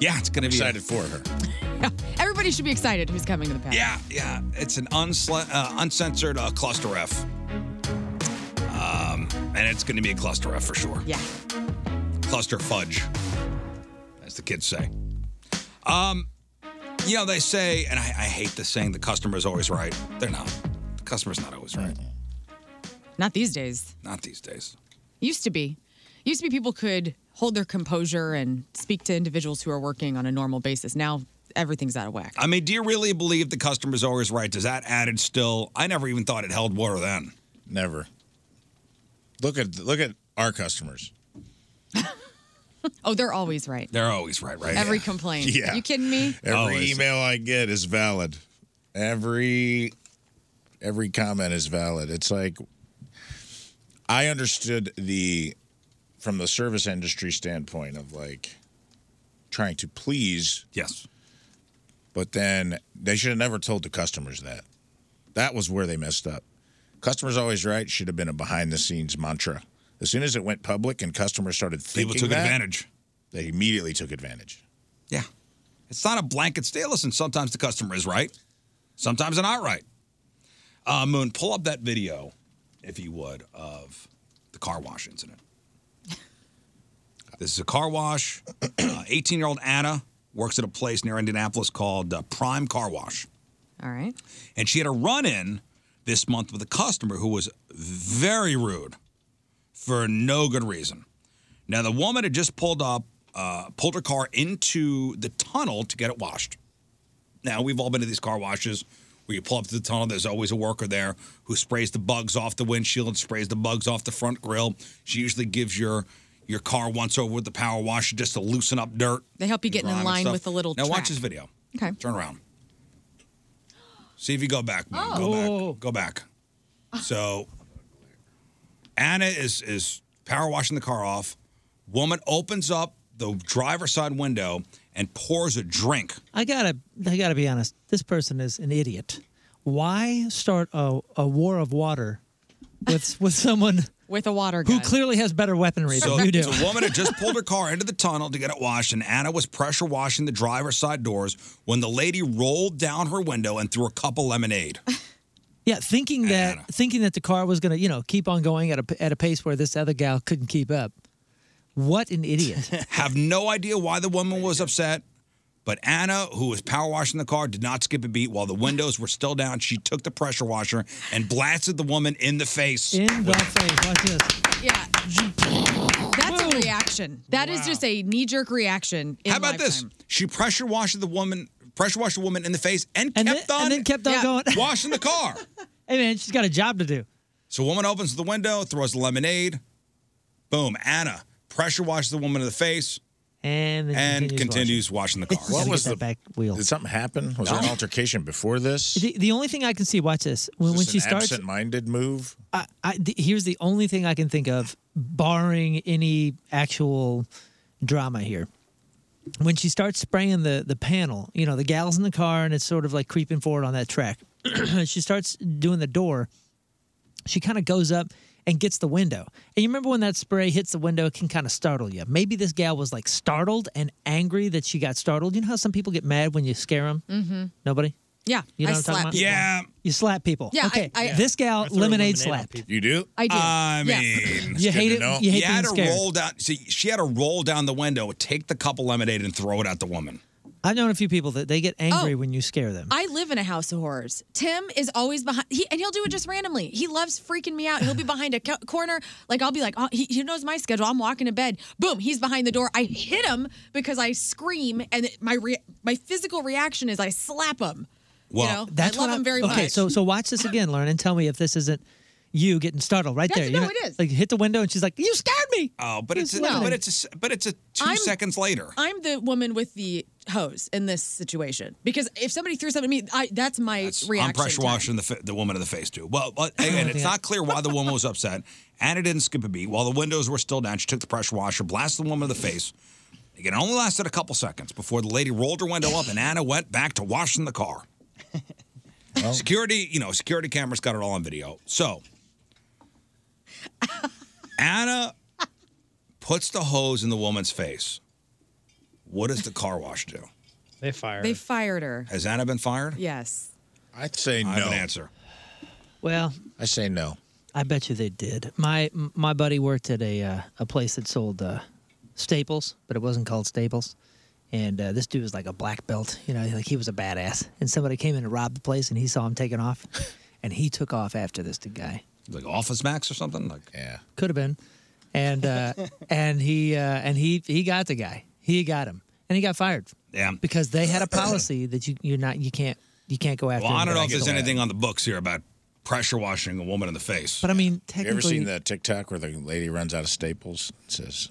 Speaker 1: Yeah, it's gonna be excited for her.
Speaker 2: Everybody should be excited who's coming to the past.
Speaker 1: Yeah, yeah. It's an unsle- uh, uncensored uh, cluster F. Um, and it's going to be a cluster F for sure.
Speaker 2: Yeah.
Speaker 1: Cluster fudge, as the kids say. Um, you know, they say, and I, I hate this saying, the customer's always right. They're not. The customer's not always right.
Speaker 3: Mm-hmm.
Speaker 2: Not these days.
Speaker 1: Not these days.
Speaker 2: Used to be. Used to be people could hold their composure and speak to individuals who are working on a normal basis. Now everything's out of whack.
Speaker 1: I mean, do you really believe the customer's always right? Does that adage still? I never even thought it held water then.
Speaker 3: Never. Look at look at our customers.
Speaker 2: Oh, they're always right.
Speaker 1: They're always right, right?
Speaker 2: Every complaint.
Speaker 3: Yeah.
Speaker 2: You kidding me?
Speaker 3: Every email I get is valid. Every every comment is valid. It's like I understood the from the service industry standpoint of like trying to please.
Speaker 1: Yes.
Speaker 3: But then they should have never told the customers that. That was where they messed up. Customers always right should have been a behind the scenes mantra. As soon as it went public and customers started thinking
Speaker 1: People took
Speaker 3: that,
Speaker 1: advantage.
Speaker 3: They immediately took advantage.
Speaker 1: Yeah. It's not a blanket stay. Listen, sometimes the customer is right, sometimes they're not right. Uh, Moon, pull up that video, if you would, of the car wash incident. this is a car wash. 18 year old Anna works at a place near Indianapolis called uh, Prime Car Wash.
Speaker 2: All right.
Speaker 1: And she had a run in this month with a customer who was very rude for no good reason. Now, the woman had just pulled up, uh, pulled her car into the tunnel to get it washed. Now, we've all been to these car washes where you pull up to the tunnel, there's always a worker there who sprays the bugs off the windshield, sprays the bugs off the front grill. She usually gives your your car once over with the power washer just to loosen up dirt.
Speaker 2: They help you get
Speaker 1: grime
Speaker 2: in
Speaker 1: and
Speaker 2: line
Speaker 1: stuff.
Speaker 2: with the little
Speaker 1: Now, watch
Speaker 2: track.
Speaker 1: this video.
Speaker 2: Okay.
Speaker 1: Turn around. See if you go back. Moon. Go
Speaker 4: Oh.
Speaker 1: back. Go back. So Anna is is power washing the car off. Woman opens up the driver's side window and pours a drink.
Speaker 4: I gotta, I gotta be honest. This person is an idiot. Why start a, a war of water with with someone
Speaker 2: With a water gun.
Speaker 4: who clearly has better weaponry
Speaker 1: So
Speaker 4: than you do?
Speaker 1: this woman had just pulled her car into the tunnel to get it washed, and Anna was pressure washing the driver's side doors when the lady rolled down her window and threw a cup of lemonade.
Speaker 4: Yeah, thinking that thinking that the car was gonna, you know, keep on going at a at a pace where this other gal couldn't keep up. What an idiot!
Speaker 1: Have no idea why the woman was upset, but Anna, who was power washing the car, did not skip a beat while the windows were still down. She took the pressure washer and blasted the woman in the face.
Speaker 4: In the face. Watch this.
Speaker 2: Yeah. That's a reaction. That is just a knee jerk reaction. in
Speaker 1: How about this?
Speaker 2: lifetime.
Speaker 1: She pressure washed the woman, pressure washed the woman in the face, and, kept on,
Speaker 4: and then kept on Yeah. going.
Speaker 1: washing the car.
Speaker 4: Hey man, she's got a job to do.
Speaker 1: So, woman opens the window, throws the lemonade. Boom, Anna pressure washes the woman in the face
Speaker 4: and
Speaker 1: and
Speaker 4: continues
Speaker 1: continues, washing. the car.
Speaker 4: What was the- back wheel?
Speaker 3: Did something happen? Was there an
Speaker 1: No.
Speaker 3: altercation before this?
Speaker 4: The, the only thing I can see, watch this. When,
Speaker 3: Is
Speaker 4: when
Speaker 3: this
Speaker 4: she
Speaker 3: an
Speaker 4: starts,
Speaker 3: absent-minded move.
Speaker 4: I, I, th- here's the only thing I can think of, barring any actual drama here. when she starts spraying the the panel, you know, the gal's in the car and it's sort of like creeping forward on that track. she starts doing the door. She kind of goes up and gets the window. And you remember when that spray hits the window, it can kind of startle you. Maybe this gal was like startled and angry that she got startled. You know how some people get mad when you scare them?
Speaker 2: Mm-hmm.
Speaker 4: Nobody?
Speaker 2: Yeah.
Speaker 4: You
Speaker 2: I
Speaker 4: know what I'm talking
Speaker 2: slap
Speaker 4: about?
Speaker 2: people.
Speaker 4: You slap people.
Speaker 2: Yeah, I-
Speaker 4: Okay.
Speaker 2: I-
Speaker 4: this gal
Speaker 2: Or throw lemonade
Speaker 4: lemonade slap.
Speaker 1: You do?
Speaker 2: I do.
Speaker 1: I
Speaker 2: Yeah.
Speaker 1: mean,
Speaker 4: You hate it- you hate
Speaker 1: had
Speaker 4: being
Speaker 1: to
Speaker 4: scared.
Speaker 1: roll down. See, she had to roll down the window, take the cup of lemonade, and throw it at the woman.
Speaker 4: I've known a few people that they get angry
Speaker 2: Oh.
Speaker 4: when you scare them.
Speaker 2: I live in a house of horrors. Tim is always behind, he, and he'll do it just randomly. He loves freaking me out. He'll be behind a co- corner. Like, I'll be like, oh, he, he knows my schedule. I'm walking to bed. Boom, he's behind the door. I hit him because I scream, and it- my re- my physical reaction is I slap him. you know? I love
Speaker 4: what
Speaker 2: him very
Speaker 4: okay,
Speaker 2: much.
Speaker 4: so so watch this again, Lauren, and tell me if this isn't you getting startled right
Speaker 2: Yes,
Speaker 4: there.
Speaker 2: no,
Speaker 4: You're not-
Speaker 2: it is.
Speaker 4: Like hit the window and she's like, "You scared me."
Speaker 1: Oh, but
Speaker 4: Yes,
Speaker 1: it's, a,
Speaker 4: no.
Speaker 1: but it's a, s- but it's a 2
Speaker 2: I'm-
Speaker 1: seconds later.
Speaker 2: I'm the woman with the hose in this situation because if somebody threw something at me, I, that's my reaction.
Speaker 1: I'm pressure
Speaker 2: time. Oh,
Speaker 1: washing the, fa- the woman in the face too. Well, but, and it's not clear why the woman was upset. Anna didn't skip a beat. While the windows were still down, she took the pressure washer, blasted the woman in the face. Again, It only lasted a couple seconds before the lady rolled her window up and Anna went back to washing the car. Security, you know, security cameras got it all on video. So Anna puts the hose in the woman's face. What does the car wash do?
Speaker 5: They fire.
Speaker 2: They fired her.
Speaker 1: Has Anna been fired?
Speaker 2: Yes.
Speaker 3: I'd say
Speaker 1: I
Speaker 3: no.
Speaker 1: have an answer.
Speaker 4: Well,
Speaker 3: I say no.
Speaker 4: I bet you they did. My m- my buddy worked at a uh, a place that sold uh, staples, but it wasn't called Staples. And uh, this dude was like a black belt, you know, like he was a badass. And somebody came in and robbed the place, and he saw him taking off, and he took off after this the guy.
Speaker 1: Like Office Max or something? Like yeah.
Speaker 4: could have been and uh and he uh and he he got the guy he got him and he got fired
Speaker 1: Yeah.
Speaker 4: because they had a policy that you you're not you can't you can't go after
Speaker 1: Well, I don't know if
Speaker 4: anybody.
Speaker 1: there's anything on the books here about pressure washing a woman in the face.
Speaker 4: but i mean
Speaker 3: Have you ever
Speaker 4: technically
Speaker 3: seen that TikTok where the lady runs out of staples and says,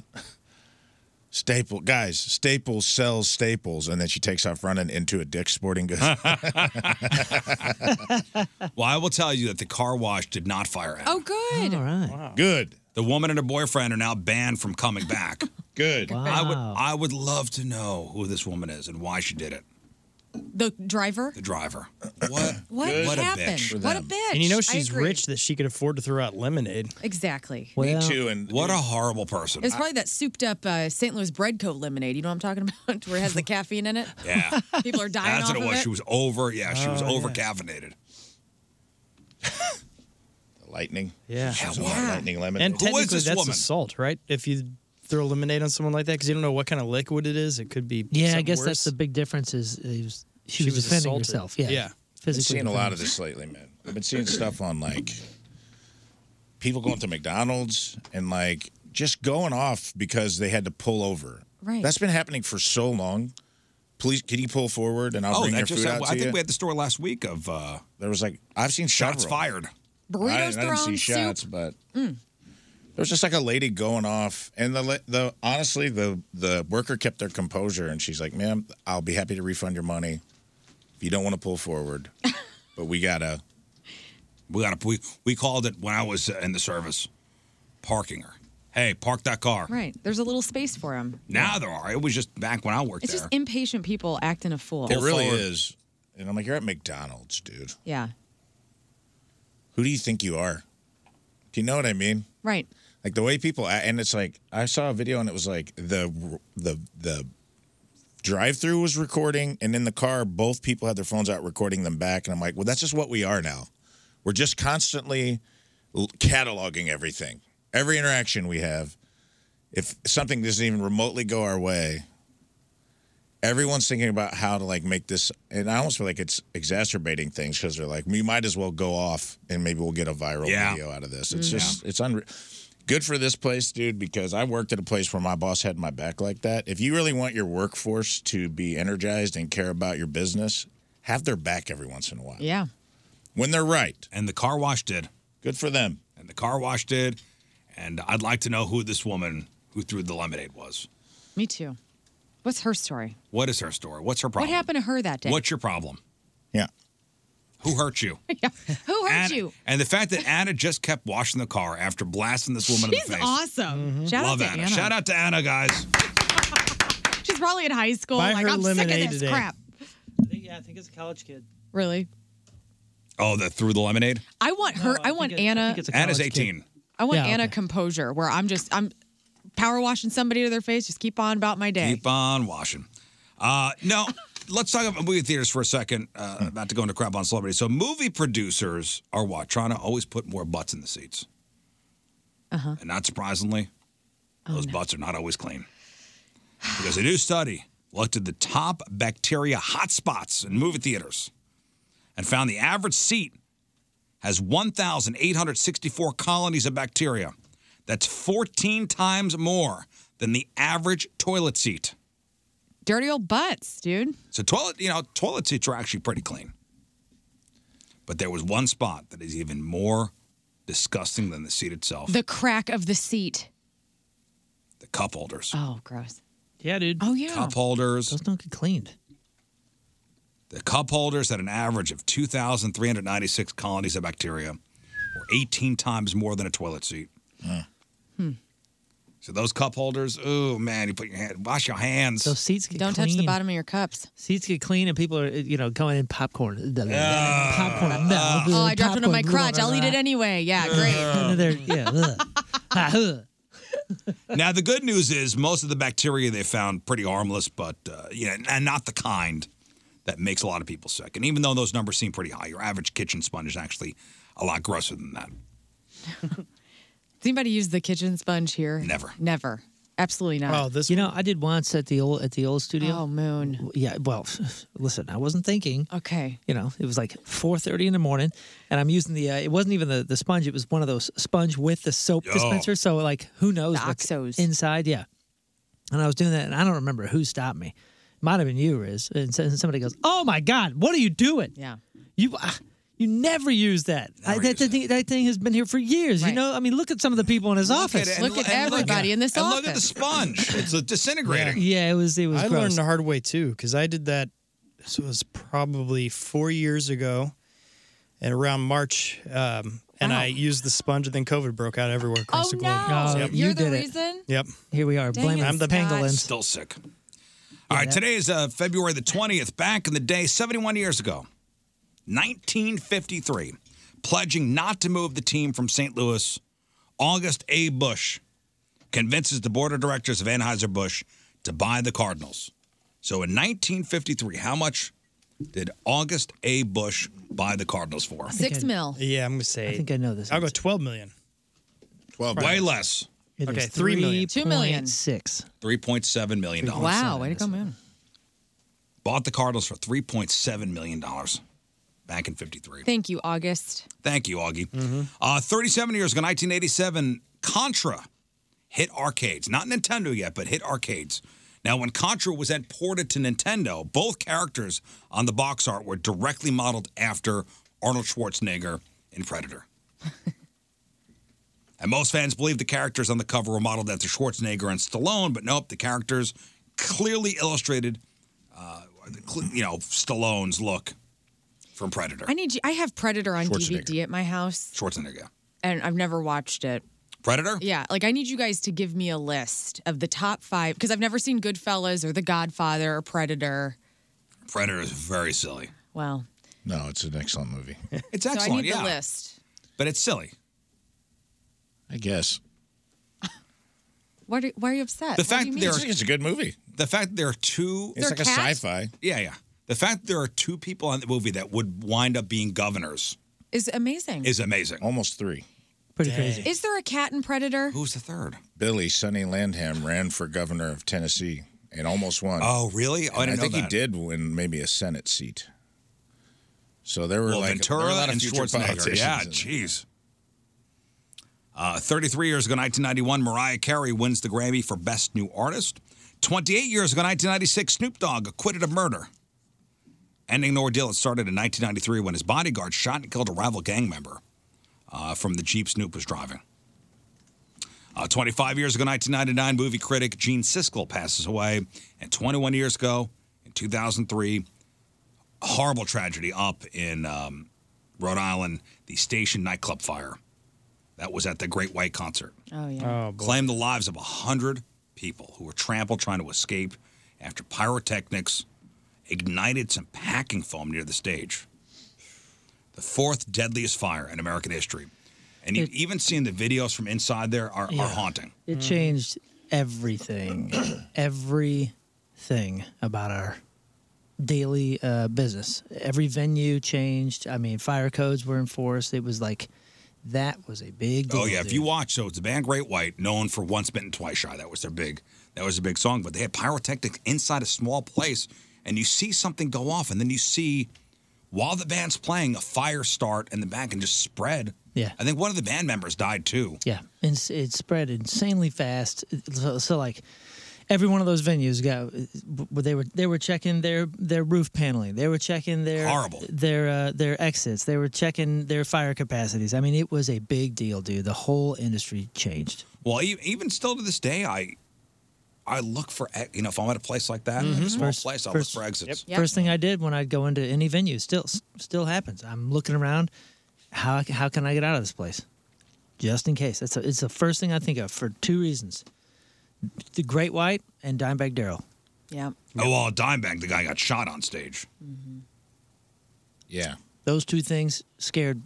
Speaker 3: Staple, guys, Staples sells staples. And then she takes off running into a Dick's Sporting Goods.
Speaker 1: Well, I will tell you that the car wash did not fire Anna.
Speaker 2: Oh, good.
Speaker 4: All right.
Speaker 1: Oh. Good. The woman and her boyfriend are now banned from coming back. Good. I would
Speaker 2: Wow.
Speaker 1: I would love to know who this woman is and why she did it.
Speaker 2: The driver.
Speaker 1: The driver. What?
Speaker 2: What
Speaker 1: What
Speaker 2: happened?
Speaker 1: a bitch. for
Speaker 2: What a
Speaker 1: them.
Speaker 2: bitch.
Speaker 5: And you know
Speaker 2: I
Speaker 5: she's
Speaker 2: agree.
Speaker 5: rich that she could afford to throw out lemonade.
Speaker 2: Exactly.
Speaker 5: Well-
Speaker 1: too. And what a horrible person.
Speaker 2: It's probably that souped up uh, St. Louis bread coat lemonade. You know what I'm talking about? Where it has the caffeine in it.
Speaker 1: yeah.
Speaker 2: People are dying
Speaker 1: That's
Speaker 2: off
Speaker 1: what it
Speaker 2: of
Speaker 1: was.
Speaker 2: it.
Speaker 1: She was over. Yeah, she was
Speaker 3: Oh,
Speaker 1: over
Speaker 3: yeah.
Speaker 1: caffeinated.
Speaker 3: lightning.
Speaker 5: Yeah.
Speaker 3: She was on Lightning lemon.
Speaker 5: And technically, that's assault, right? If you throw lemonade on someone like that, because you don't know what kind of liquid it is, it could be.
Speaker 4: yeah i
Speaker 5: something
Speaker 4: guess
Speaker 5: worse.
Speaker 4: that's the big difference is, is she,
Speaker 5: She
Speaker 4: was,
Speaker 5: was
Speaker 4: defending
Speaker 5: assaulted.
Speaker 4: herself yeah
Speaker 5: Yeah.
Speaker 3: I've been
Speaker 4: physically
Speaker 3: seeing a lot of
Speaker 4: defending
Speaker 3: this lately, man. I've been seeing stuff on like people going to McDonald's and like just going off because they had to pull over.
Speaker 2: Right.
Speaker 3: That's been happening for so long. Please, can you pull forward and I'll
Speaker 1: oh,
Speaker 3: bring
Speaker 1: that
Speaker 3: your
Speaker 1: just
Speaker 3: food out
Speaker 1: happened.
Speaker 3: to
Speaker 1: I think
Speaker 3: you?
Speaker 1: we had the story last week of uh,
Speaker 3: there was like I've seen
Speaker 1: shots
Speaker 3: several.
Speaker 1: fired.
Speaker 3: I,
Speaker 2: Burritos
Speaker 3: didn't- I didn't see
Speaker 2: thrown,
Speaker 3: shots,
Speaker 2: soup.
Speaker 3: but
Speaker 2: Mm.
Speaker 3: there was just like a lady going off, and the la- the honestly the the worker kept their composure, and she's like, "Ma'am, I'll be happy to refund your money if you don't want to pull forward, but we gotta."
Speaker 1: We got to we we called it when I was uh, in the service, parking her. Hey, park that car.
Speaker 2: Right. There's a little space for him.
Speaker 1: Now there are. It was just back when I worked
Speaker 2: It's
Speaker 1: there.
Speaker 2: just impatient people acting a fool.
Speaker 3: It really is. And I'm like, you're at McDonald's, dude.
Speaker 2: Yeah.
Speaker 3: Who do you think you are? Do you know what I mean?
Speaker 2: Right.
Speaker 3: Like the way people, and it's like I saw a video and it was like the the the drive-through was recording, and in the car, both people had their phones out recording them back, and I'm like, well, that's just what we are now. We're just constantly l- cataloging everything, every interaction we have. If something doesn't even remotely go our way, everyone's thinking about how to like make this and i almost feel like it's exacerbating things because they're like we might as well go off and maybe we'll get a viral
Speaker 1: Yeah.
Speaker 3: video out of this it's
Speaker 1: Mhm.
Speaker 3: just it's unreal good for this place dude because i worked at a place where my boss had my back like that if you really want your workforce to be energized and care about your business have their back every once in a while
Speaker 2: Yeah.
Speaker 3: when they're right
Speaker 1: and the car wash did
Speaker 3: good for them
Speaker 1: and the car wash did. And I'd like to know who this woman who threw the lemonade was.
Speaker 2: Me too. What's her story?
Speaker 1: What is her story? What's her problem?
Speaker 2: What happened to her that day?
Speaker 1: What's your problem?
Speaker 3: Yeah.
Speaker 1: Who hurt you?
Speaker 2: Who hurt you?
Speaker 1: And the fact that Anna just kept washing the car after blasting this woman in
Speaker 2: She's
Speaker 1: the face.
Speaker 4: Mm-hmm.
Speaker 2: awesome. Shout
Speaker 1: Love
Speaker 2: out to
Speaker 1: Anna.
Speaker 2: Anna.
Speaker 1: Shout out to Anna, guys.
Speaker 2: She's probably in high school.
Speaker 5: Buy
Speaker 2: like
Speaker 5: her
Speaker 2: I'm sick
Speaker 5: lemonade
Speaker 2: of this
Speaker 5: today.
Speaker 2: crap.
Speaker 4: Yeah, I think it's a college kid.
Speaker 2: Really?
Speaker 1: Oh, that through the lemonade.
Speaker 2: I want her. I, want Anna.
Speaker 1: Anna's eighteen.
Speaker 2: I want
Speaker 1: Yeah,
Speaker 2: Anna composure, where I'm just I'm power washing somebody to their face. Just keep on about my day.
Speaker 1: Keep on washing. Uh, no, let's talk about movie theaters for a second. Uh, about to go into crap on celebrities. So movie producers are what trying to always put more butts in the seats,
Speaker 2: Uh huh.
Speaker 1: and not surprisingly, those butts are not always clean. Because a new study looked at the top bacteria hotspots in movie theaters, and found the average seat has 1,864 colonies of bacteria. That's 14 times more than the average toilet seat.
Speaker 2: Dirty old butts, dude.
Speaker 1: So toilet, you know, toilet seats are actually pretty clean. But there was one spot that is even more disgusting than the seat itself.
Speaker 2: The crack of the seat.
Speaker 1: The cup holders.
Speaker 2: Oh, gross.
Speaker 4: Yeah, dude.
Speaker 2: Oh yeah.
Speaker 1: Cup holders. Those
Speaker 4: don't get cleaned.
Speaker 1: The cup holders had an average of 2,396 colonies of bacteria, or 18 times more than a toilet seat.
Speaker 2: Hmm.
Speaker 1: So those cup holders, oh man, you put your hand, wash your hands.
Speaker 4: Those seats get
Speaker 2: Don't touch the
Speaker 4: clean.
Speaker 2: bottom of your cups.
Speaker 4: Seats get clean and people are, you know, going in popcorn.
Speaker 1: Yeah.
Speaker 4: popcorn. No,
Speaker 2: oh, I dropped it on my crotch. I'll eat it anyway. Yeah, great.
Speaker 4: Another, yeah. ugh. Ah, ugh.
Speaker 1: now the good news is most of the bacteria they found pretty harmless, but uh, you know, and not the kind that makes a lot of people sick. And even though those numbers seem pretty high, your average kitchen sponge is actually a lot grosser than that.
Speaker 2: Does anybody use the kitchen sponge here?
Speaker 1: Never.
Speaker 2: Never. Absolutely not.
Speaker 4: Oh, this. You know, I did once at the old at the old studio.
Speaker 2: Oh, moon.
Speaker 4: Yeah. Well, listen, I wasn't thinking.
Speaker 2: Okay.
Speaker 4: You know, it was like 4:30 in the morning, and I'm using the. Uh, it wasn't even the the sponge. It was one of those sponge with the soap
Speaker 5: Oh.
Speaker 4: dispenser. So like, who knows what's inside? Yeah. And I was doing that, and I don't remember who stopped me. Might have been you, Riz. And so- and somebody goes, "Oh my God, what are you doing?
Speaker 2: Yeah.
Speaker 4: You." ah, you never use that. I, that, that, thing, that thing has been here for years. You know, I mean, look at some of the people in his office.
Speaker 1: it, and and look, and look at the sponge; it's a disintegrating.
Speaker 4: Yeah, it was. It was.
Speaker 5: I
Speaker 4: gross.
Speaker 5: learned the hard way too because I did that. This was probably four years ago, and around March, um, and I used the sponge, and then COVID broke out everywhere
Speaker 2: Oh,
Speaker 5: across the globe.
Speaker 2: no. You're You the did it. reason?
Speaker 5: Yep.
Speaker 4: Here we are.
Speaker 2: Dang blaming- it,
Speaker 5: I'm the
Speaker 2: Scott.
Speaker 5: pangolin.
Speaker 1: Still sick. All right, today is uh, February the 20th. Back in the day, 71 years ago, 1953, pledging not to move the team from St. Louis, August A. Bush convinces the board of directors of Anheuser-Busch to buy the Cardinals. So in 1953, how much did August A. Bush buy the Cardinals for?
Speaker 2: Six mil.
Speaker 5: Yeah, I'm gonna say.
Speaker 4: I think I know this.
Speaker 5: I'll go 12 million.
Speaker 1: 12 Way less.
Speaker 4: It
Speaker 5: okay,
Speaker 4: is
Speaker 5: three million.
Speaker 2: Two million.
Speaker 4: Six.
Speaker 1: $3.7 million.
Speaker 2: Wow, way to go, moon.
Speaker 1: Bought the Cardinals for $3.7 million back in 53.
Speaker 2: Thank you, August.
Speaker 1: Thank you, Augie. Uh, 37 years ago, 1987, Contra hit arcades. Not Nintendo yet, but hit arcades. Now, when Contra was then ported to Nintendo, both characters on the box art were directly modeled after Arnold Schwarzenegger in Predator. and most fans believe the characters on the cover were modeled after Schwarzenegger and Stallone, but nope, the characters clearly illustrated, uh, cl- you know, Stallone's look from Predator.
Speaker 2: I need you. I have Predator on
Speaker 1: Schwarzenegger.
Speaker 2: DVD at my house,
Speaker 1: Schwarzenegger.
Speaker 2: and I've never watched it.
Speaker 1: Predator?
Speaker 2: Yeah, like I need you guys to give me a list of the top five because I've never seen Goodfellas or The Godfather or Predator.
Speaker 1: Predator is very silly.
Speaker 2: Wow.
Speaker 3: No, it's an excellent movie.
Speaker 1: It's
Speaker 2: So I
Speaker 1: excellent,
Speaker 2: need
Speaker 1: yeah.
Speaker 2: the list.
Speaker 1: But it's silly.
Speaker 3: I guess.
Speaker 2: Why, do, why are you upset?
Speaker 1: The
Speaker 2: What
Speaker 1: fact
Speaker 2: do
Speaker 1: that
Speaker 2: you
Speaker 1: there
Speaker 2: mean?
Speaker 1: are, a good movie. The fact that there are two.
Speaker 2: It's They're like a cast? sci-fi.
Speaker 1: Yeah, yeah. The fact that there are two people on the movie that would wind up being governors
Speaker 2: is amazing.
Speaker 1: is amazing. Almost three.
Speaker 4: Pretty
Speaker 3: crazy.
Speaker 2: Is there a cat in Predator?
Speaker 1: Who's the third?
Speaker 3: Billy Sonny Landham ran for governor of Tennessee and almost won.
Speaker 1: Oh, really? Oh, I
Speaker 3: And
Speaker 1: didn't know
Speaker 3: think
Speaker 1: that.
Speaker 3: he did win maybe a Senate seat. So there were
Speaker 1: well,
Speaker 3: like there were a
Speaker 1: Ventura
Speaker 3: lot of
Speaker 1: and
Speaker 3: future
Speaker 1: Schwarzenegger.
Speaker 3: politicians
Speaker 1: Yeah,
Speaker 3: in-
Speaker 1: jeez. Uh, 33 years ago, 1991, Mariah Carey wins the Grammy for Best New Artist. 28 years ago, 1996, Snoop Dogg acquitted of murder, ending an ordeal that started in 1993 when his bodyguard shot and killed a rival gang member uh, from the Jeep Snoop was driving. Uh, 25 years ago, 1999, movie critic Gene Siskel passes away. And 21 years ago, in 2003, a horrible tragedy up in um, Rhode Island, the Station nightclub fire. That was at the Great White Concert.
Speaker 2: Oh, yeah.
Speaker 1: claimed the lives of 100 people who were trampled trying to escape after pyrotechnics ignited some packing foam near the stage. The fourth deadliest fire in American history. And you even seeing the videos from inside there are,
Speaker 4: Yeah.
Speaker 1: are haunting.
Speaker 4: It changed everything, everything about our daily uh, business. Every venue changed. I mean, fire codes were enforced. It was like that was a big deal.
Speaker 1: Oh yeah,
Speaker 4: dude.
Speaker 1: if you watch, so it's the band Great White, known for Once Bitten Twice Shy. That was their big, that was a big song. But they had pyrotechnics inside a small place, and you see something go off, and then you see, while the band's playing, a fire start in the back and just spread.
Speaker 4: Yeah.
Speaker 1: I think one of the band members died too.
Speaker 4: Yeah, and s- it spread insanely fast. So, so like every one of those venues got w- they were they were checking their their roof paneling. They were checking their
Speaker 1: Horrible.
Speaker 4: their uh, their exits. They were checking their fire capacities. I mean, it was a big deal, dude. The whole industry changed.
Speaker 1: Well, e- even still to this day, I, I look for e- you know if I'm at a place like that, like a
Speaker 4: Mhm.
Speaker 1: small
Speaker 4: First-
Speaker 1: place, I look
Speaker 4: first-
Speaker 1: for exits.
Speaker 4: First thing I did when I'd go into any venue still s- still happens. I'm looking around. How how can I get out of this place? Just in case. That's a, it's the first thing I think of for two reasons: the Great White and Dimebag Daryl.
Speaker 2: Yeah.
Speaker 1: Oh well, Dimebag, the guy got shot on stage.
Speaker 3: Yeah.
Speaker 4: Those two things scared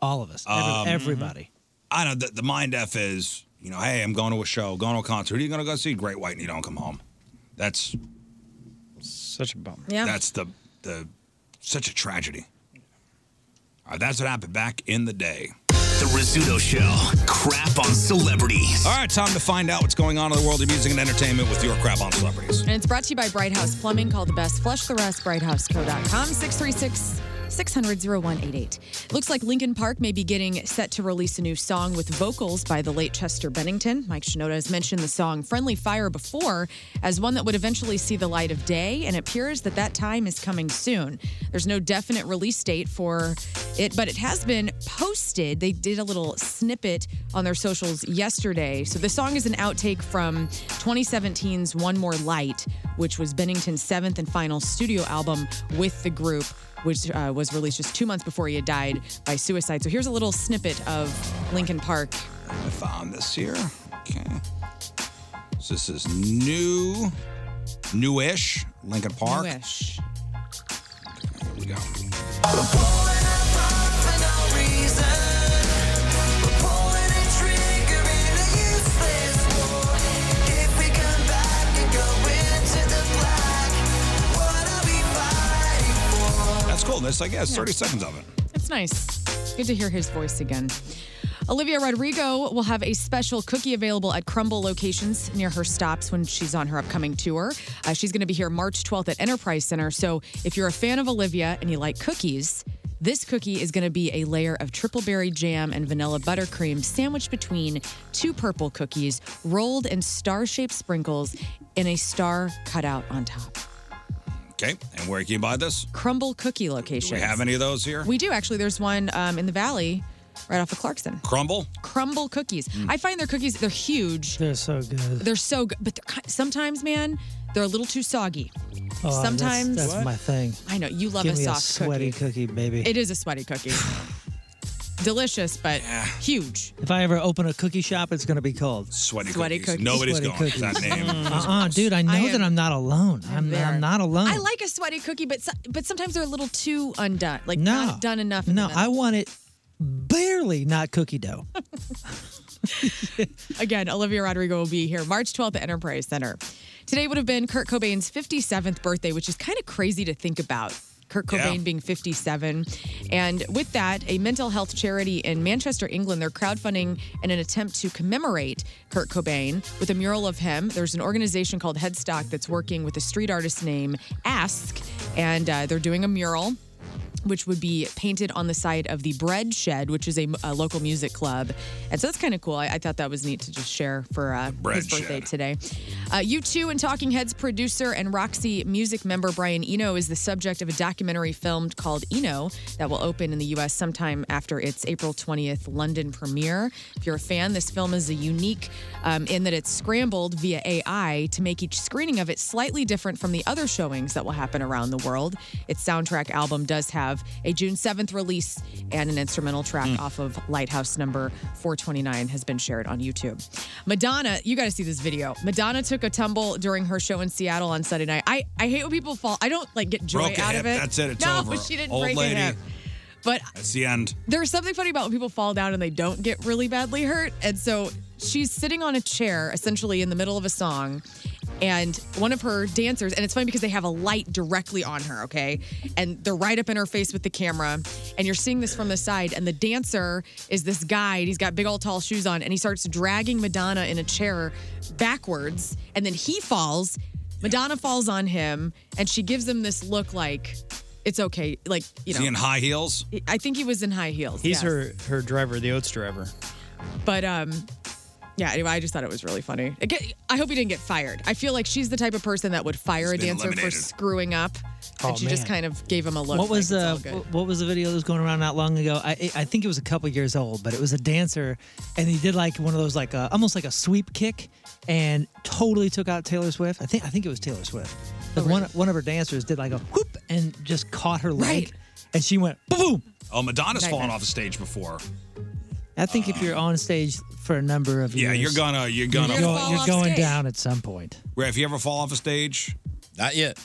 Speaker 4: all of us. Every- everybody.
Speaker 1: Um, mm-hmm. I know the, the mind f is you know, hey, I'm going to a show, going to a concert. Who are you going to go see? Great White, and you don't come home. That's
Speaker 5: such a bummer.
Speaker 1: Yeah, that's the the such a tragedy. All right, that's what happened back in the day.
Speaker 8: The Rizzuto Show. Crap on celebrities.
Speaker 1: All right, time to find out what's going on in the world of music and entertainment with your crap on celebrities.
Speaker 2: And it's brought to you by Bright House Plumbing. Call the best. Flush the rest. BrightHouseCo.com. 636 600 0188. Looks like Lincoln Park may be getting set to release a new song with vocals by the late Chester Bennington. Mike Shinoda has mentioned the song Friendly Fire before as one that would eventually see the light of day, and it appears that that time is coming soon. There's no definite release date for it, but it has been posted. They did a little snippet on their socials yesterday. So the song is an outtake from 2017's One More Light, which was Bennington's seventh and final studio album with the group, which uh, was released just two months before he had died by suicide. So here's a little snippet of Lincoln Park.
Speaker 1: I found this here. Okay. So this is new, newish Lincoln Park.
Speaker 2: Newish.
Speaker 1: Here we go. That's cool. That's like yeah, it's 30 seconds of it.
Speaker 2: It's nice. Good to hear his voice again. Olivia Rodrigo will have a special cookie available at Crumble locations near her stops when she's on her upcoming tour. Uh, she's going to be here March 12th at Enterprise Center. So if you're a fan of Olivia and you like cookies, this cookie is going to be a layer of triple berry jam and vanilla buttercream sandwiched between two purple cookies, rolled in star shaped sprinkles, and a star cutout on top.
Speaker 1: Okay. And where can you buy this?
Speaker 2: Crumble cookie locations.
Speaker 1: Do we have any of those here?
Speaker 2: We do actually. There's one um, in the valley, right off of Clarkson.
Speaker 1: Crumble.
Speaker 2: Crumble cookies. I find their cookies. They're huge.
Speaker 4: Mm. They're so good.
Speaker 2: They're so good, but they're, ki- sometimes, man, they're a little too soggy.
Speaker 4: Oh, that's-
Speaker 2: sometimes
Speaker 4: that's, my thing.
Speaker 2: I know you love
Speaker 4: Give
Speaker 2: a
Speaker 4: me
Speaker 2: soft
Speaker 4: sweaty cookie, baby.
Speaker 2: It is a sweaty cookie. Delicious, but huge.
Speaker 4: If I ever open a cookie shop, it's going to be called
Speaker 1: Sweaty,
Speaker 2: Sweaty cookies. cookies.
Speaker 1: Nobody's
Speaker 4: Sweaty
Speaker 1: going. That name.
Speaker 4: Uh-uh, dude, I know that I'm not alone. I'm, I'm not alone.
Speaker 2: I like a sweaty cookie, but so, but sometimes they're a little too undone, like not done enough.
Speaker 4: No, I want it barely not cookie dough.
Speaker 2: Again, Olivia Rodrigo will be here March 12th at Enterprise Center. Today would have been Kurt Cobain's 57th birthday, which is kind of crazy to think about. Kurt
Speaker 9: Yeah.
Speaker 2: Cobain being 57. And with that, a mental health charity in Manchester, England, they're crowdfunding in an attempt to commemorate Kurt Cobain with a mural of him. There's an organization called Headstock that's working with a street artist named Ask, and uh, they're doing a mural which would be painted on the side of the Bread Shed, which is a, a local music club. And so that's kind of cool. I, I thought that was neat to just share for uh,
Speaker 9: Bread
Speaker 2: his birthday
Speaker 9: Shed.
Speaker 2: today. Uh, U2 and Talking Heads producer and Roxy music member Brian Eno is the subject of a documentary filmed called Eno that will open in the U.S. sometime after its April 20th London premiere. If you're a fan, this film is a unique um, in that it's scrambled via AI to make each screening of it slightly different from the other showings that will happen around the world. Its soundtrack album does have have a June 7th release, and an instrumental track
Speaker 1: Hmm.
Speaker 2: off of Lighthouse number 429 has been shared on YouTube. Madonna, you got to see this video. Madonna took a tumble during her show in Seattle on Sunday night. I, I hate when people fall. I don't like get joy
Speaker 1: Broke a
Speaker 2: out of
Speaker 1: hip.
Speaker 2: it.
Speaker 1: That's it. It's
Speaker 2: no,
Speaker 1: over.
Speaker 2: she didn't
Speaker 1: Old
Speaker 2: break
Speaker 1: lady.
Speaker 2: a hip. But
Speaker 1: That's the end.
Speaker 2: there's something funny about when people fall down and they don't get really badly hurt. And so she's sitting on a chair essentially in the middle of a song. And one of her dancers, and it's funny because they have a light directly on her, okay? And they're right up in her face with the camera. And you're seeing this from the side. And the dancer is this guy, and he's got big old tall shoes on, and he starts dragging Madonna in a chair backwards. And then he falls. Madonna falls on him, and she gives him this look like, it's okay. Like, you
Speaker 1: Is
Speaker 2: know.
Speaker 1: he in high heels?
Speaker 2: I think he was in high heels. yes.
Speaker 5: He's her her driver, the Oats driver.
Speaker 2: But um, yeah. Anyway, I just thought it was really funny. Again, I hope he didn't get fired. I feel like she's the type of person that would fire a
Speaker 4: been
Speaker 2: dancer for
Speaker 4: eliminated.
Speaker 2: screwing up,
Speaker 4: Oh,
Speaker 2: and she just
Speaker 4: man.
Speaker 2: kind of gave him a look.
Speaker 4: what was uh,
Speaker 2: like,
Speaker 4: the
Speaker 2: it's all good.
Speaker 4: wh- what was the video that was going around not long ago? I I think it was a couple years old, but it was a dancer, and he did like one of those like uh, almost like a sweep kick, and totally took out Taylor Swift. I think I think it was Taylor Swift. Like one one of her dancers did like a whoop and just caught her leg, and she went boom.
Speaker 1: Oh, Madonna's fallen
Speaker 4: Nightmare.
Speaker 1: off the stage before. Uh,
Speaker 4: I think if you're on stage for a number of
Speaker 1: Yeah,
Speaker 4: years,
Speaker 1: you're gonna- you're gonna- You're gonna
Speaker 4: you're, going,
Speaker 1: fall
Speaker 4: you're
Speaker 1: off
Speaker 4: going
Speaker 1: stage.
Speaker 4: down at some point.
Speaker 1: Ray, if you ever fall off a stage? Not yet.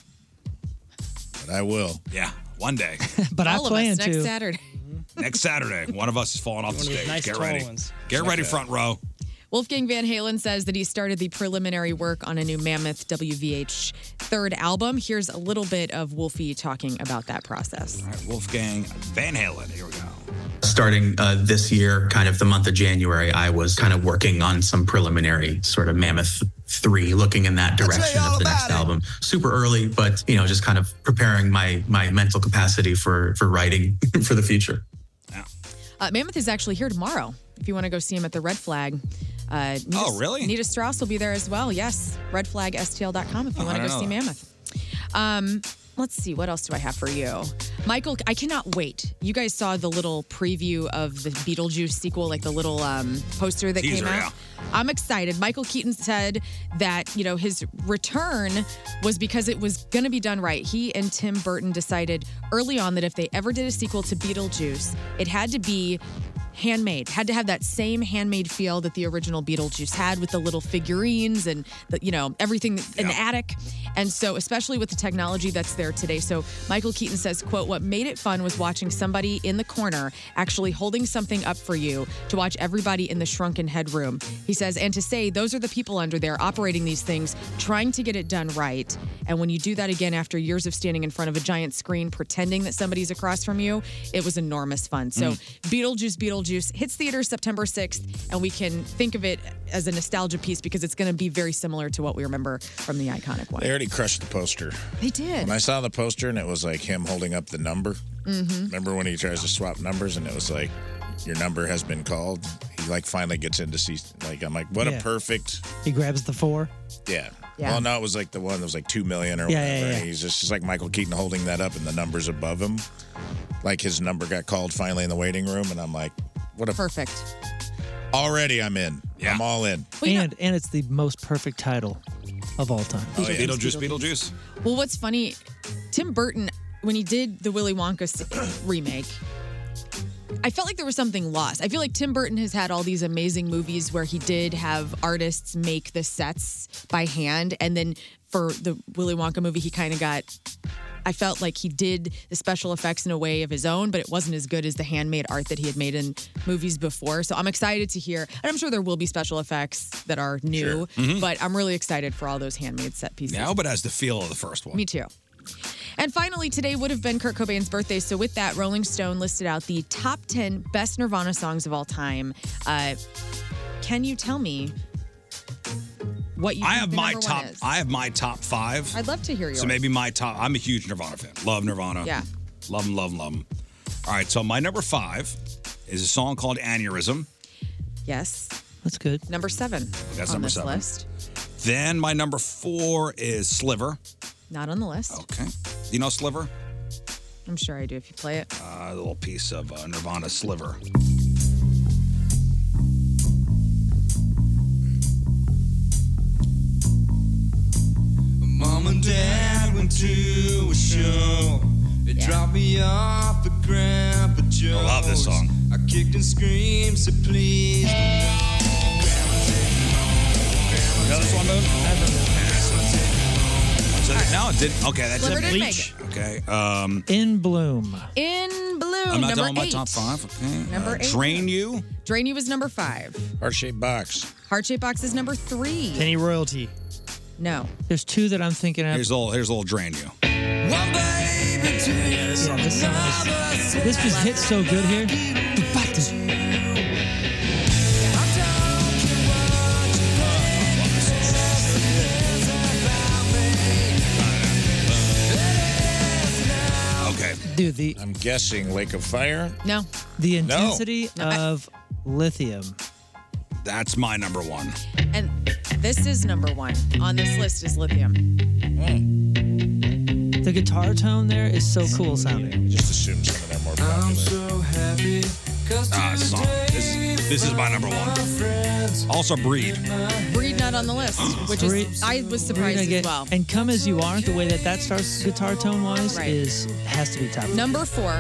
Speaker 1: But I will. Yeah, one day.
Speaker 4: But
Speaker 2: All
Speaker 4: I
Speaker 2: of us
Speaker 4: plan
Speaker 2: next
Speaker 4: to.
Speaker 2: Saturday.
Speaker 1: Next Saturday, one of us is falling off the
Speaker 5: One of those
Speaker 1: stage.
Speaker 5: nice
Speaker 1: Get
Speaker 5: tall
Speaker 1: ready.
Speaker 5: ones.
Speaker 1: Get
Speaker 5: Like
Speaker 1: ready,
Speaker 5: that.
Speaker 1: front row.
Speaker 2: Wolfgang Van Halen says that he started the preliminary work on a new Mammoth WVH third album. Here's a little bit of Wolfie talking about that process.
Speaker 1: All right, Wolfgang Van Halen. Here we go.
Speaker 9: starting uh, this year, kind of the month of January, I was kind of working on some preliminary sort of Mammoth 3, looking in that direction of the next album. Super early, but, you know, just kind of preparing my my mental capacity for for writing for the future.
Speaker 2: Uh, Mammoth is actually here tomorrow. If you want to go see him at the Red Flag. Uh, Nita,
Speaker 9: Oh, really?
Speaker 2: Nita Strauss will be there as well. Yes, redflagstl.com if you
Speaker 9: Oh,
Speaker 2: want
Speaker 9: I
Speaker 2: to go
Speaker 9: don't know
Speaker 2: see
Speaker 9: that.
Speaker 2: Mammoth. Um, let's see, what else do I have for you? Michael, I cannot wait. You guys saw the little preview of the Beetlejuice sequel, like the little um, poster that
Speaker 10: Teaser,
Speaker 2: came out. I'm excited. Michael Keaton said that, you know, his return was because it was going to be done right. He and Tim Burton decided early on that if they ever did a sequel to Beetlejuice, it had to be handmade had to have that same handmade feel that the original beetlejuice had with the little figurines and the, you know everything in the attic and so especially with the technology that's there today so michael keaton says quote what made it fun was watching somebody in the corner actually holding something up for you to watch everybody in the shrunken headroom he says and to say those are the people under there operating these things trying to get it done right and when you do that again after years of standing in front of a giant screen pretending that somebody's across from you it was enormous fun so
Speaker 10: Mm.
Speaker 2: Beetlejuice, Beetlejuice hits theaters September 6th, and we can think of it as a nostalgia piece because it's going to be very similar to what we remember from the iconic one.
Speaker 3: They already crushed the poster.
Speaker 2: They did.
Speaker 3: When I saw the poster and it was like him holding up the number.
Speaker 5: Mm-hmm.
Speaker 2: Mhm.
Speaker 3: Remember when he tries to swap numbers and it was like, your number has been called. He like finally gets into see. Like I'm like, what
Speaker 4: Yeah.
Speaker 3: a perfect.
Speaker 4: He grabs the four.
Speaker 3: Yeah.
Speaker 4: Yeah.
Speaker 3: Well, no, it was like the one that was like two million or
Speaker 4: Yeah,
Speaker 3: whatever.
Speaker 4: yeah, yeah.
Speaker 3: And he's just, just like Michael Keaton holding that up and the numbers above him. Like his number got called finally in the waiting room, and I'm like, what a
Speaker 2: perfect.
Speaker 3: Already, I'm in. I'm all in.
Speaker 4: and and it's the most perfect title of all time.
Speaker 1: Oh, yeah. Beetlejuice, Beetlejuice.
Speaker 2: Well, what's funny, Tim Burton, when he did the Willy Wonka s- remake, I felt like there was something lost. I feel like Tim Burton has had all these amazing movies where he did have artists make the sets by hand. And then for the Willy Wonka movie, he kind of got. I felt like he did the special effects in a way of his own, but it wasn't as good as the handmade art that he had made in movies before. So I'm excited to hear, and I'm sure there will be special effects that are new,
Speaker 1: Sure. Mhm.
Speaker 2: but I'm really excited for all those handmade set pieces.
Speaker 1: Now, but has the feel of the first one.
Speaker 2: Me too. And finally, today would have been Kurt Cobain's birthday. So, with that, Rolling Stone listed out the top 10 best Nirvana songs of all time. Uh, can you tell me what you
Speaker 1: I
Speaker 2: think
Speaker 1: have
Speaker 2: the
Speaker 1: my
Speaker 2: number
Speaker 1: top.
Speaker 2: One is?
Speaker 1: I have my top five.
Speaker 2: I'd love to hear yours.
Speaker 1: So maybe my top. I'm a huge Nirvana fan. Love Nirvana.
Speaker 2: Yeah.
Speaker 1: Love 'em, love 'em, love 'em. All right. So my number five is a song called Aneurysm.
Speaker 2: Yes.
Speaker 4: That's good.
Speaker 2: Number seven.
Speaker 1: That's
Speaker 2: on
Speaker 1: number
Speaker 2: this
Speaker 1: seven.
Speaker 2: list.
Speaker 1: Then my number four is Sliver.
Speaker 2: Not on the list.
Speaker 1: Okay. You know Sliver?
Speaker 2: I'm sure I do if you play it.
Speaker 1: Uh, a little piece of uh, Nirvana Sliver.
Speaker 11: Mom and dad went to a show. It
Speaker 10: Drop me off at Grandpa Joe's.
Speaker 1: I love this song.
Speaker 10: I kicked and screamed, so please.
Speaker 1: You know this one, Moon? So now it did. Okay, that's
Speaker 2: Sliver
Speaker 1: it.
Speaker 2: didn't make
Speaker 1: Okay. Um,
Speaker 4: In Bloom.
Speaker 2: In Bloom,
Speaker 1: I'm not
Speaker 2: Oh, number
Speaker 1: doing my
Speaker 2: eight.
Speaker 1: top five. Okay. Uh,
Speaker 2: Number eight.
Speaker 1: Drain you.
Speaker 2: Drain You is number five.
Speaker 1: Heart shaped box.
Speaker 2: Heart Shape Box is number three.
Speaker 4: Penny royalty.
Speaker 2: No.
Speaker 4: There's two that I'm thinking of.
Speaker 1: Here's a little. Here's a little drain you.
Speaker 4: Yeah, this, song is- this just hits so good here.
Speaker 1: Okay.
Speaker 4: Dude, the
Speaker 3: I'm guessing Lake of Fire.
Speaker 2: No.
Speaker 4: The intensity of lithium.
Speaker 1: That's my number one.
Speaker 2: And this is number one on this list is Lithium.
Speaker 4: The guitar tone there is so cool
Speaker 1: Mm.
Speaker 4: sounding.
Speaker 3: Just assume some of them are more
Speaker 10: I'm so happy. Cause
Speaker 1: Ah, this song. This, this is my number one. Also, breed.
Speaker 2: Breed Not on the list, which
Speaker 4: Breed-
Speaker 2: is I was
Speaker 4: We're gonna
Speaker 2: surprised as
Speaker 4: get-
Speaker 2: well.
Speaker 4: And come as you are, the way that that starts guitar tone wise
Speaker 2: Right.
Speaker 4: is has to be top.
Speaker 2: Number four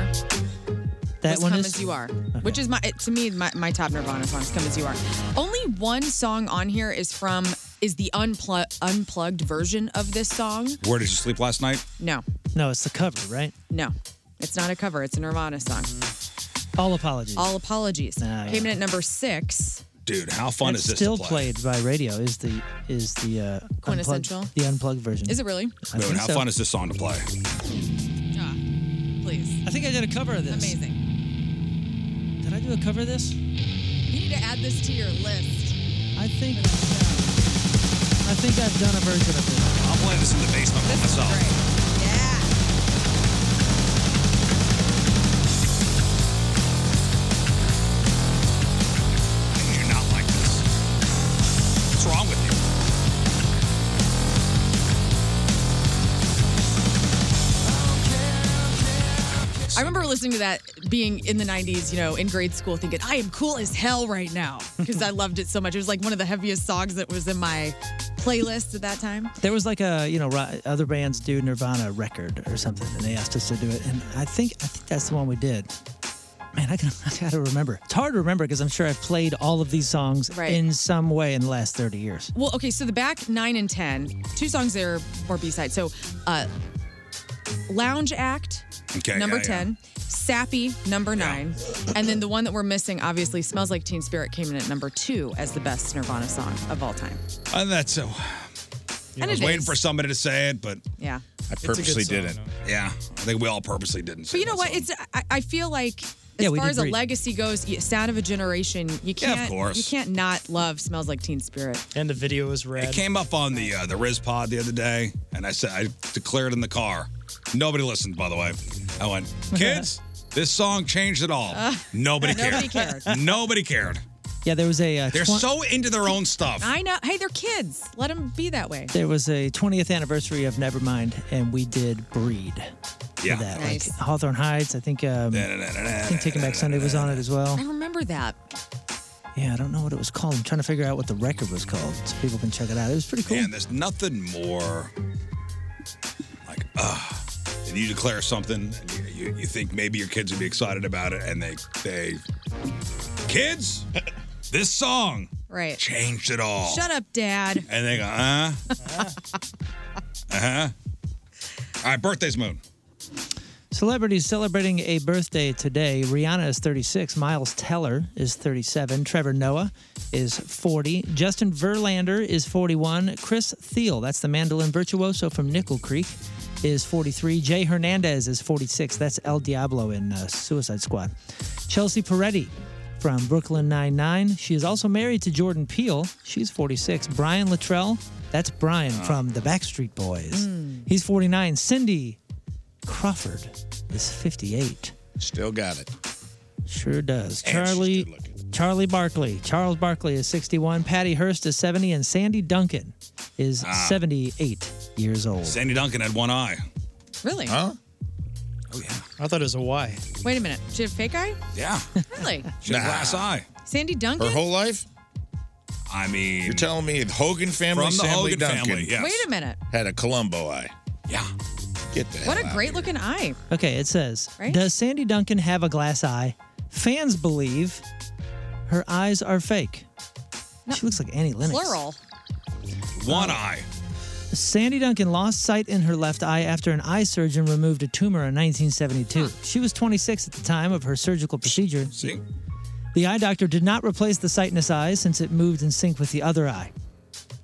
Speaker 4: that
Speaker 2: was
Speaker 4: one
Speaker 2: Come
Speaker 4: is Uh-huh.
Speaker 2: As You Are, which is my it- to me my, my top Nirvana songs. Come As You Are. Only one song on here is from is the unplu- unplugged version of this song.
Speaker 1: Where did you sleep last night?
Speaker 2: No,
Speaker 4: No, it's the cover, right?
Speaker 2: no, it's not a cover. It's a Nirvana song.
Speaker 4: All apologies. Ah,
Speaker 2: All apologies.
Speaker 4: Nah,
Speaker 2: Came in at number six.
Speaker 1: Dude, how fun
Speaker 4: That's
Speaker 1: is this?
Speaker 4: Still
Speaker 1: to play?
Speaker 4: played by radio is the is the uh, unplugged-
Speaker 2: Quintessential?
Speaker 4: the unplugged version.
Speaker 2: Is it really?
Speaker 4: I
Speaker 1: Moon,
Speaker 4: think
Speaker 1: how
Speaker 4: so.
Speaker 1: fun is this song to play?
Speaker 2: Please.
Speaker 4: I think I did a cover of this.
Speaker 2: Amazing.
Speaker 4: Did I do a cover of this?
Speaker 2: You need to add this to your list.
Speaker 4: I think. I think I've done a version of this.
Speaker 1: I'll play this in the basement by myself. How do you not like this? What's wrong with you?
Speaker 2: I remember listening to that being in the 90s, you know, in grade school, thinking, I am cool as hell right now because I loved it so much. It was like one of the heaviest songs that was in my playlist at that time.
Speaker 4: There was like a you know ri- other bands do Nirvana record or something, and they asked us to do it, and I think I think that's the one we did. Man, I, can, I gotta remember. It's hard to remember because I'm sure I've played all of these songs
Speaker 2: Right.
Speaker 4: in some way in the last 30 years.
Speaker 2: Well, okay, so the back nine and 10, two songs there are more B side. So, uh, Lounge Act,
Speaker 4: Okay,
Speaker 2: number
Speaker 4: yeah, yeah.
Speaker 2: 10, Sappy, number nine, and then the one that we're missing, obviously, Smells Like Teen Spirit came in at number two as the best Nirvana song of all time.
Speaker 1: And Uh, that's so. I
Speaker 2: And
Speaker 1: was
Speaker 2: it
Speaker 1: waiting
Speaker 2: is.
Speaker 1: for somebody to say it, but
Speaker 2: Yeah.
Speaker 1: I
Speaker 2: It's a good
Speaker 1: purposely
Speaker 2: song,
Speaker 1: didn't. Yeah, I think we all purposely didn't.
Speaker 2: But you know what? It's I, I feel like as
Speaker 1: Yeah, we
Speaker 2: far
Speaker 1: did
Speaker 2: as a
Speaker 1: read.
Speaker 2: legacy goes, y- sound of a generation, you
Speaker 1: Yeah,
Speaker 2: can't
Speaker 1: of course.
Speaker 2: you can't not love Smells Like Teen Spirit.
Speaker 1: And the video is red. It came up on the uh, the Riz Pod the other day, and I said I declared in the car. Nobody listened, by the way. I went, kids, this song changed it all.
Speaker 4: Uh,
Speaker 1: nobody cared.
Speaker 2: nobody cared.
Speaker 1: Nobody cared.
Speaker 4: Yeah, there was a. Uh,
Speaker 1: They're
Speaker 4: twen-
Speaker 1: so into their own stuff.
Speaker 2: I know. Hey, they're kids. Let them be that way.
Speaker 4: There was a 20th anniversary of Nevermind, and we did Breed. for
Speaker 1: Yeah.
Speaker 4: that.
Speaker 2: Nice.
Speaker 4: Like Hawthorne Heights. I think. Um, I think Taking Back Sunday was on it as well.
Speaker 2: I remember that.
Speaker 4: Yeah, I don't know what it was called. I'm trying to figure out what the record was called so people can check it out. It was pretty cool.
Speaker 1: Man, there's nothing more like, ugh. And you declare something, and you, you, you think maybe your kids would be excited about it, and they they kids, this song
Speaker 2: Right.
Speaker 1: changed it all.
Speaker 2: Shut up, Dad.
Speaker 1: And they go, uh huh, uh huh. All right, birthday's moon.
Speaker 4: Celebrities celebrating a birthday today. Rihanna is 36. Miles Teller is 37. Trevor Noah is 40. Justin Verlander is 41. Chris Thiel, that's the mandolin virtuoso from Nickel Creek, is 43. Jay Hernandez is 46. That's El Diablo in uh, Suicide Squad. Chelsea Peretti from Brooklyn Nine-Nine. She is also married to Jordan Peele. She's 46. Brian Luttrell, that's Brian
Speaker 1: Ah.
Speaker 4: from the Backstreet Boys. He's 49. Cindy Crawford is 58.
Speaker 3: Still got it.
Speaker 4: Sure does. Charlie Charlie Barkley. Charles Barkley is 61. Patty Hearst is 70. And Sandy Duncan is
Speaker 1: Ah.
Speaker 4: 78 years old.
Speaker 1: Sandy Duncan had one eye.
Speaker 2: Really?
Speaker 1: Huh? Oh,
Speaker 5: I thought it was a Y.
Speaker 2: Wait a minute. She had a fake eye?
Speaker 1: Yeah.
Speaker 2: Really?
Speaker 1: She had a glass eye.
Speaker 2: Sandy Duncan?
Speaker 3: Her whole life?
Speaker 1: I mean,
Speaker 3: you're telling me the Hogan family,
Speaker 1: From the
Speaker 3: Stanley
Speaker 1: Hogan
Speaker 3: Duncan,
Speaker 1: family, yes.
Speaker 2: Wait a minute.
Speaker 3: had a Columbo eye.
Speaker 1: Yeah.
Speaker 3: Get that.
Speaker 2: What a great looking eye.
Speaker 4: Okay, it says
Speaker 2: Right?
Speaker 4: Does Sandy Duncan have a glass eye? Fans believe her eyes are fake. She looks like Annie Lennox.
Speaker 2: Plural.
Speaker 1: One eye.
Speaker 4: Sandy Duncan lost sight in her left eye after an eye surgeon removed a tumor in 1972. She was 26 at the time of her surgical procedure.
Speaker 1: See?
Speaker 4: The eye doctor did not replace the sightness eye since it moved in sync with the other eye.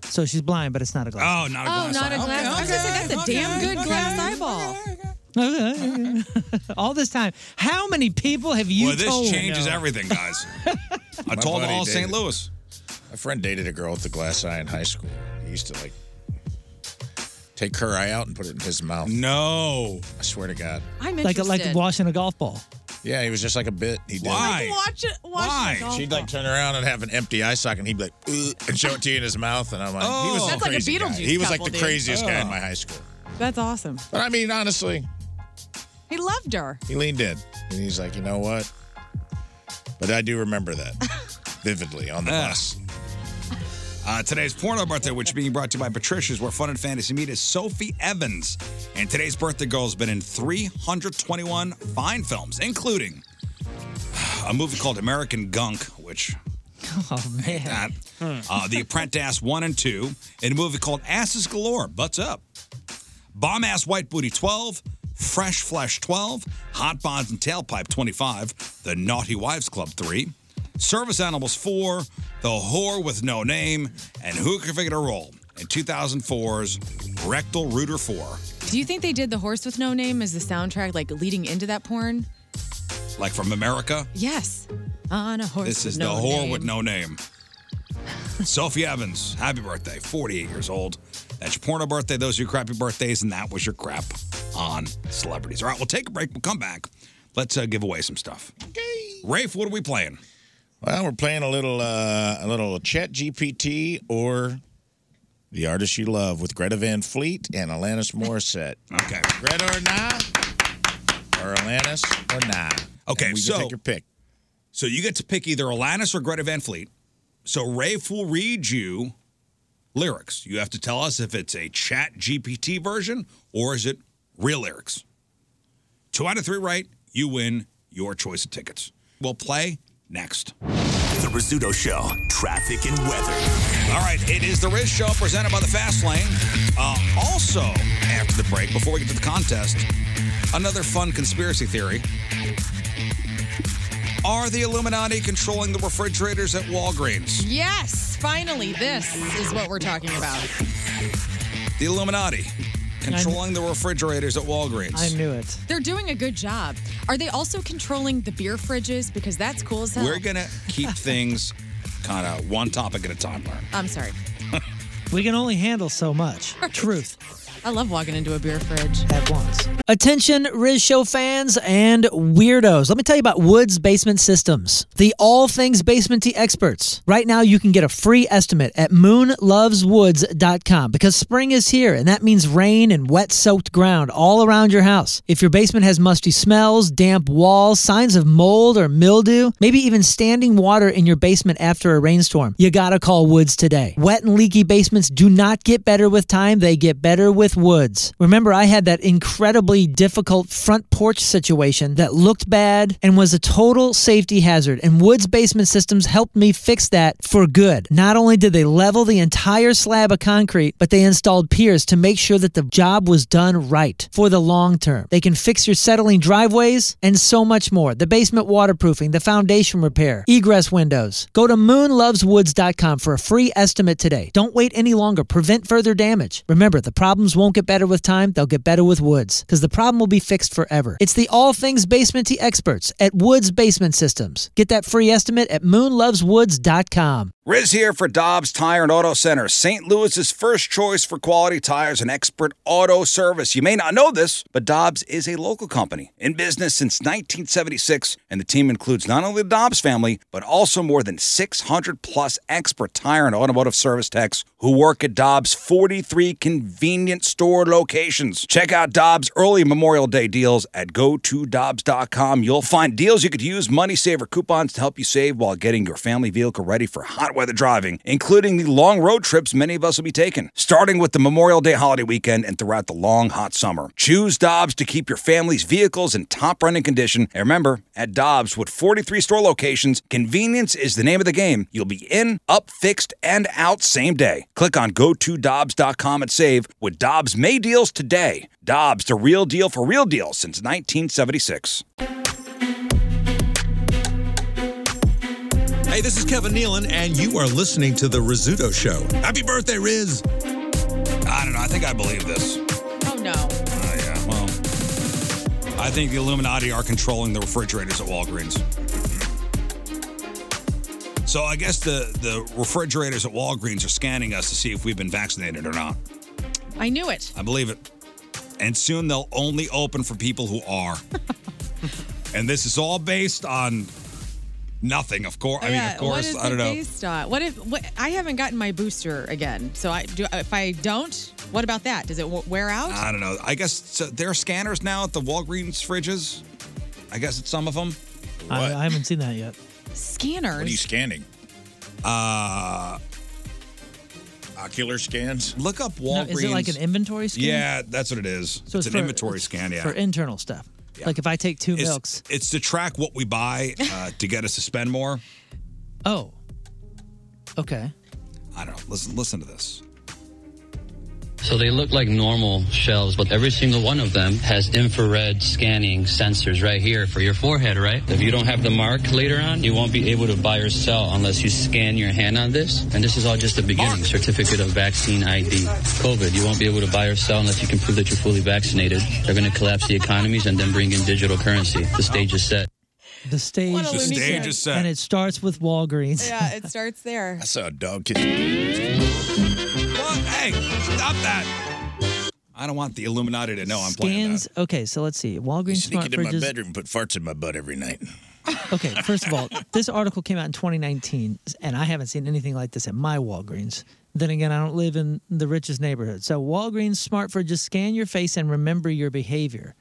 Speaker 4: So she's blind, but it's not a glass.
Speaker 1: Oh, not a
Speaker 2: Oh,
Speaker 1: glass
Speaker 2: not
Speaker 1: eye.
Speaker 2: a glass. I was gonna say that's a damn good glass eyeball.
Speaker 4: All this time, how many people have you
Speaker 3: Well, this
Speaker 4: told?
Speaker 3: changes
Speaker 4: No.
Speaker 1: everything, guys.
Speaker 3: I
Speaker 1: told all St. Louis.
Speaker 3: A friend dated a girl with the glass eye in high school. He used to like take her eye out and put it in his mouth.
Speaker 1: No,
Speaker 3: I swear to God.
Speaker 2: I'm
Speaker 4: like
Speaker 2: interested.
Speaker 4: like washing a golf ball.
Speaker 3: Yeah, he was just like a bit. He did.
Speaker 2: Like watch it. Watch It go.
Speaker 3: She'd like turn around and have an empty eye sock, and he'd be like, "Ugh," and show it to you in his mouth. And I'm like, he was
Speaker 2: Oh.
Speaker 3: the
Speaker 2: That's like a
Speaker 3: crazy guy.
Speaker 2: Beetlejuice
Speaker 3: He was like
Speaker 2: couple,
Speaker 3: the
Speaker 2: dude.
Speaker 3: craziest guy in
Speaker 2: Oh.
Speaker 3: my high school.
Speaker 2: That's awesome.
Speaker 3: But I mean, honestly,
Speaker 2: He loved her.
Speaker 3: he leaned in, and he's like, you know what? But I do remember that vividly on the bus.
Speaker 1: Uh, today's porno birthday, which is being brought to you by Patricia's, where fun and fantasy meet, is Sophie Evans. And today's birthday girl has been in 321 fine films, including a movie called American Gunk, which
Speaker 4: Oh man.
Speaker 1: that. Uh, the Apprentice 1 and 2, in a movie called Asses Galore, Butts Up. Bomb Ass White Booty 12, Fresh Flesh 12, Hot Bonds and Tailpipe 25, The Naughty Wives Club 3, Service Animals 4, The Whore with No Name, and Who Can Figure to Roll in 2004's Rectal Rooter 4.
Speaker 2: Do you think they did the horse with no name as the soundtrack, like leading into that porn?
Speaker 1: Like from America,
Speaker 2: Yes. On a horse.
Speaker 1: this is
Speaker 2: with no
Speaker 1: The Whore
Speaker 2: name.
Speaker 1: with No Name. Sophie Evans, happy birthday, 48 years old. That's your porno birthday. Those are your crappy birthdays, and that was your crap on celebrities. All right, we'll take a break. We'll come back. Let's uh, give away some stuff. Rafe, what are we playing?
Speaker 3: Well, we're playing a little uh, a little Chat GPT or the artist you love with Greta Van Fleet and Alanis Morissette.
Speaker 1: okay,
Speaker 3: Greta or not, or Alanis or not.
Speaker 1: Okay,
Speaker 3: And we
Speaker 1: so
Speaker 3: can take your pick.
Speaker 1: So you get to pick either Alanis or Greta Van Fleet. So Rafe will read you lyrics. You have to tell us if it's a Chat GPT version or is it real lyrics. Two out of three right, you win your choice of tickets. We'll play next.
Speaker 8: The Rizzuto Show, traffic and weather.
Speaker 1: All right, it is the Riz Show presented by the Fast Lane. Uh, also, after the break, before we get to the contest, another fun conspiracy theory. Are the Illuminati controlling the refrigerators at Walgreens?
Speaker 2: Yes, finally, this is what we're talking about.
Speaker 1: The Illuminati controlling the refrigerators at Walgreens.
Speaker 4: I knew it.
Speaker 2: They're doing a good job. Are they also controlling the beer fridges? Because that's cool as hell.
Speaker 1: We're going to keep things kind of one topic at a time, Lauren.
Speaker 2: I'm sorry.
Speaker 4: We can only handle so much. Truth.
Speaker 2: I love walking into a beer fridge.
Speaker 4: At once. Attention, Riz Show fans and weirdos. Let me tell you about Woods Basement Systems, the all things basementy experts. Right now, you can get a free estimate at moonloveswoods.com because spring is here, and that means rain and wet soaked ground all around your house. If your basement has musty smells, damp walls, signs of mold or mildew, maybe even standing water in your basement after a rainstorm, you gotta call Woods today. Wet and leaky basements do not get better with time, they get better with Woods. Remember, I had that incredibly difficult front porch situation that looked bad and was a total safety hazard, and Woods Basement Systems helped me fix that for good. Not only did they level the entire slab of concrete, but they installed piers to make sure that the job was done right for the long term. They can fix your settling driveways and so much more. The basement waterproofing, the foundation repair, egress windows. Go to moonloveswoods.com for a free estimate today. Don't wait any longer. Prevent further damage. Remember, the problems won't get better with time, they'll get better with woods because the problem will be fixed forever. It's the all things basementy experts at Woods Basement Systems. Get that free estimate at moonloveswoods.com.
Speaker 1: Riz here for Dobbs Tire and Auto Center, St. Louis's first choice for quality tires and expert auto service. You may not know this, but Dobbs is a local company in business since 1976, and the team includes not only the Dobbs family, but also more than 600 plus expert tire and automotive service techs who work at Dobbs' 43 convenient store locations. Check out Dobbs' early Memorial Day deals at gotodobbs.com. You'll find deals you could use, money saver coupons to help you save while getting your family vehicle ready for hot weather driving, including the long road trips many of us will be taking, starting with the Memorial Day holiday weekend and throughout the long, hot summer. Choose Dobbs to keep your family's vehicles in top running condition. And remember, at Dobbs, with 43 store locations, convenience is the name of the game. You'll be in, up, fixed, and out same day. Click on gotodobbs.com and save with Dobbs May deals today. Dobbs, the real deal for real deals since 1976.
Speaker 11: Hey, this is Kevin Nealon, and you are listening to The Rizzuto Show. Happy birthday, Riz.
Speaker 1: I don't know. I think I believe this.
Speaker 2: Oh no.
Speaker 1: Oh, yeah. Well, I think the Illuminati are controlling the refrigerators at Walgreens. So I guess the, the refrigerators at Walgreens are scanning us to see if we've been vaccinated or not.
Speaker 2: I knew it.
Speaker 1: I believe it. And soon they'll only open for people who are. and this is all based on nothing, of course. I mean,
Speaker 2: Yeah,
Speaker 1: of
Speaker 2: what
Speaker 1: course,
Speaker 2: is
Speaker 1: I
Speaker 2: the
Speaker 1: don't know.
Speaker 2: based on? What if what, I haven't gotten my booster again? So I do. If I don't, what about that? Does it w- wear out?
Speaker 1: I don't know. I guess so there are scanners now at the Walgreens fridges. I guess it's some of them.
Speaker 4: I, I haven't seen that yet.
Speaker 2: Scanners.
Speaker 1: scanning? Uh,
Speaker 3: Ocular scans.
Speaker 1: Look up
Speaker 4: No,
Speaker 1: Walgreens.
Speaker 4: is it like an inventory scan?
Speaker 1: Yeah, that's what it is.
Speaker 4: So
Speaker 1: it's,
Speaker 4: it's
Speaker 1: an
Speaker 4: for-
Speaker 1: inventory scan. Yeah.
Speaker 4: For internal stuff. Like if I take two
Speaker 1: it's,
Speaker 4: milks.
Speaker 1: it's to track what we buy uh, to get us to spend more.
Speaker 4: Oh. Okay.
Speaker 1: I don't know. Listen, listen to this.
Speaker 12: So they look like normal shelves, but every single one of them has infrared scanning sensors right here for your forehead, right? If you don't have the mark later on, you won't be able to buy or sell unless you scan your hand on this. And this is all just the beginning. Certificate of vaccine ID. COVID, you won't be able to buy or sell unless you can prove that you're fully vaccinated. They're going to collapse the economies and then bring in digital currency. The stage is set.
Speaker 4: The stage,
Speaker 2: What a The lunatic. stage is set.
Speaker 4: And it starts with Walgreens.
Speaker 2: Yeah, it starts there.
Speaker 3: I saw a dog get.
Speaker 1: Hey, stop that. I don't want the Illuminati to know I'm playing.
Speaker 4: Scans. Okay, so let's see. Walgreens
Speaker 3: Sneak
Speaker 4: smart
Speaker 3: into my
Speaker 4: fridges.
Speaker 3: bedroom and put farts in my butt every night.
Speaker 4: Okay, first of all, this article came out in 2019, and I haven't seen anything like this at my Walgreens. Then again, I don't live in the richest neighborhood. So Walgreens smart fridges scan your face and remember your behavior.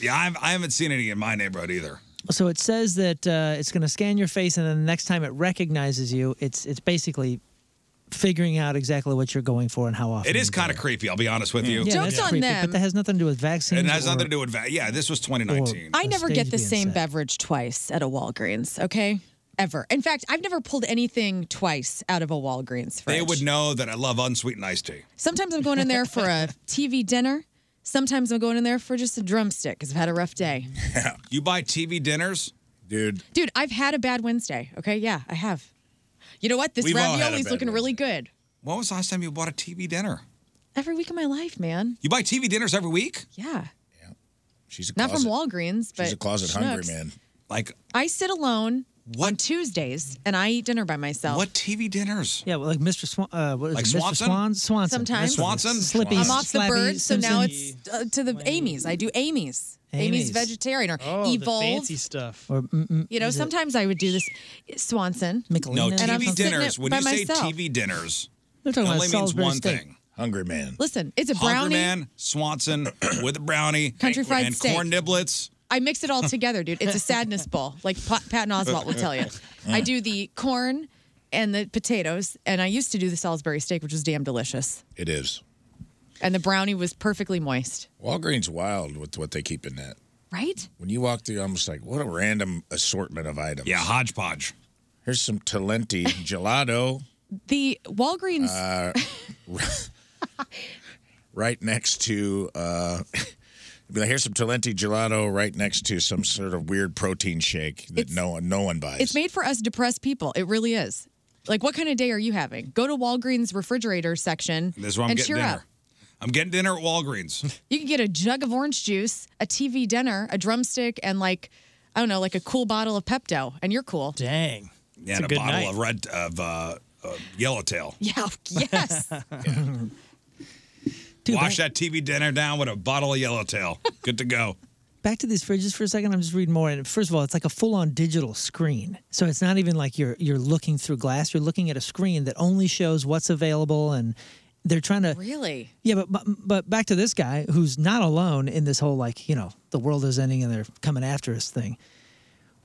Speaker 1: Yeah, I've, I haven't seen any in my neighborhood either.
Speaker 4: So it says that uh, it's going to scan your face, and then the next time it recognizes you, it's it's basically figuring out exactly what you're going for and how often.
Speaker 1: It is kind of creepy. I'll be honest with
Speaker 4: Yeah,
Speaker 1: you.
Speaker 4: that's creepy, but that has nothing to do with vaccines.
Speaker 1: It has
Speaker 4: or-
Speaker 1: nothing to do with that. Yeah, this was 2019.
Speaker 2: I never get the
Speaker 4: being
Speaker 2: same beverage twice at a Walgreens. Okay, ever. In fact, I've never pulled anything twice out of a Walgreens fridge.
Speaker 1: They would know that I love unsweetened iced tea.
Speaker 2: Sometimes I'm going in there for a TV dinner. Sometimes I'm going in there for just a drumstick because I've had a rough day.
Speaker 1: you buy TV dinners, dude.
Speaker 2: Dude, I've had a bad Wednesday. Okay, yeah, I have. You know what? This
Speaker 1: We've all had a
Speaker 2: ravioli's
Speaker 1: bad
Speaker 2: looking really good.
Speaker 1: When was the last time you bought a TV dinner?
Speaker 2: Every week of my life, man.
Speaker 1: You buy TV dinners every week?
Speaker 2: Yeah.
Speaker 3: She's
Speaker 2: Not from Walgreens, but Schnucks.
Speaker 1: Like
Speaker 2: I sit alone on Tuesdays and I eat dinner by myself.
Speaker 1: What TV dinners?
Speaker 4: Yeah, well, like Mr. Swan, uh, what is
Speaker 1: Like
Speaker 4: it, Mr.
Speaker 1: Swanson?
Speaker 4: Swan? Swanson.
Speaker 2: Sometimes
Speaker 4: That's what it is. Slippy.
Speaker 2: I'm off the
Speaker 4: Slappy
Speaker 2: bird, so now
Speaker 4: Simpson.
Speaker 2: it's uh, to the Amy's. I do Amy's. Amy's,
Speaker 4: Amy's.
Speaker 2: vegetarian or
Speaker 1: Oh,
Speaker 2: evolve.
Speaker 4: stuff. Or, mm, mm,
Speaker 2: You know,
Speaker 4: is it-
Speaker 2: sometimes I would do this. Swanson,
Speaker 1: No,
Speaker 2: and I'm
Speaker 1: TV
Speaker 2: sitting
Speaker 1: dinners.
Speaker 2: it
Speaker 1: When
Speaker 2: by
Speaker 1: you say
Speaker 2: myself.
Speaker 1: TV dinners,
Speaker 2: They're talking
Speaker 1: it
Speaker 2: about
Speaker 1: only means
Speaker 2: Salisbury
Speaker 1: one
Speaker 2: steak.
Speaker 1: thing. Hungry man.
Speaker 2: Listen, it's a
Speaker 1: Hungry
Speaker 2: brownie.
Speaker 1: man, Swanson with a brownie,
Speaker 2: Country fried
Speaker 1: and
Speaker 2: steak.
Speaker 1: corn niblets.
Speaker 2: I mix it all together, dude. It's a sadness bowl, like Pat- Patton Oswalt will tell you. I do the corn and the potatoes, and I used to do the Salisbury steak, which was damn delicious.
Speaker 3: It is.
Speaker 2: And the brownie was perfectly moist,
Speaker 3: Walgreens wild with what they keep in that.
Speaker 2: right?
Speaker 3: When you walk through, I'm just like, what a random assortment of items. Yeah,
Speaker 1: hodgepodge.
Speaker 3: Here's some Talenti gelato
Speaker 2: The Walgreens.
Speaker 3: uh, r- right next to. Uh, be like, here's some Talenti gelato right next to some sort of weird protein shake that no one no one buys.
Speaker 2: It's made for us depressed people. It really is. Like, what kind of day are you having? Go to Walgreens refrigerator section
Speaker 1: This is where I'm
Speaker 2: and
Speaker 1: getting
Speaker 2: cheer
Speaker 1: dinner.
Speaker 2: up.
Speaker 1: I'm getting dinner at Walgreens.
Speaker 2: You can get a jug of orange juice, a TV dinner, a drumstick, and like, I don't know, like a cool bottle of Pepto, and you're cool.
Speaker 1: Dang.
Speaker 2: It's
Speaker 1: Yeah,
Speaker 2: a
Speaker 1: and a,
Speaker 2: good
Speaker 1: bottle
Speaker 2: night.
Speaker 1: of red of uh, uh, yellowtail.
Speaker 2: Yeah. Yes.
Speaker 1: Wash that TV dinner down with a bottle of yellowtail. Good to go.
Speaker 4: Back to these fridges for a second. I'm just reading more. And first of all, it's like a full-on digital screen. So it's not even like you're you're looking through glass. You're looking at a screen that only shows what's available and they're trying to
Speaker 2: Really?
Speaker 4: yeah, but, but but back to this guy who's not alone in this whole like you know the world is ending and they're coming after us thing.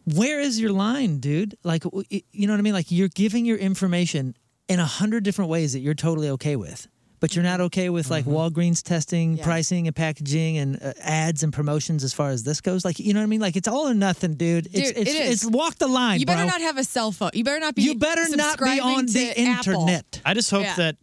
Speaker 4: Where is your line, dude? Like w- y- you know what I mean? Like you're giving your information in a hundred different ways that you're totally okay with, but you're not okay with like
Speaker 1: Mm-hmm.
Speaker 4: Walgreens testing, pricing, and packaging, and uh, ads and promotions as far as this goes. Like you know what I mean? Like it's all or nothing, dude. it's,
Speaker 2: Dude,
Speaker 4: it's,
Speaker 2: it is.
Speaker 4: It's walk the line.
Speaker 2: You better
Speaker 4: bro.
Speaker 2: not have a cell phone. You better not be. You
Speaker 4: better not be on the internet.
Speaker 5: I just hope
Speaker 2: Yeah.
Speaker 5: that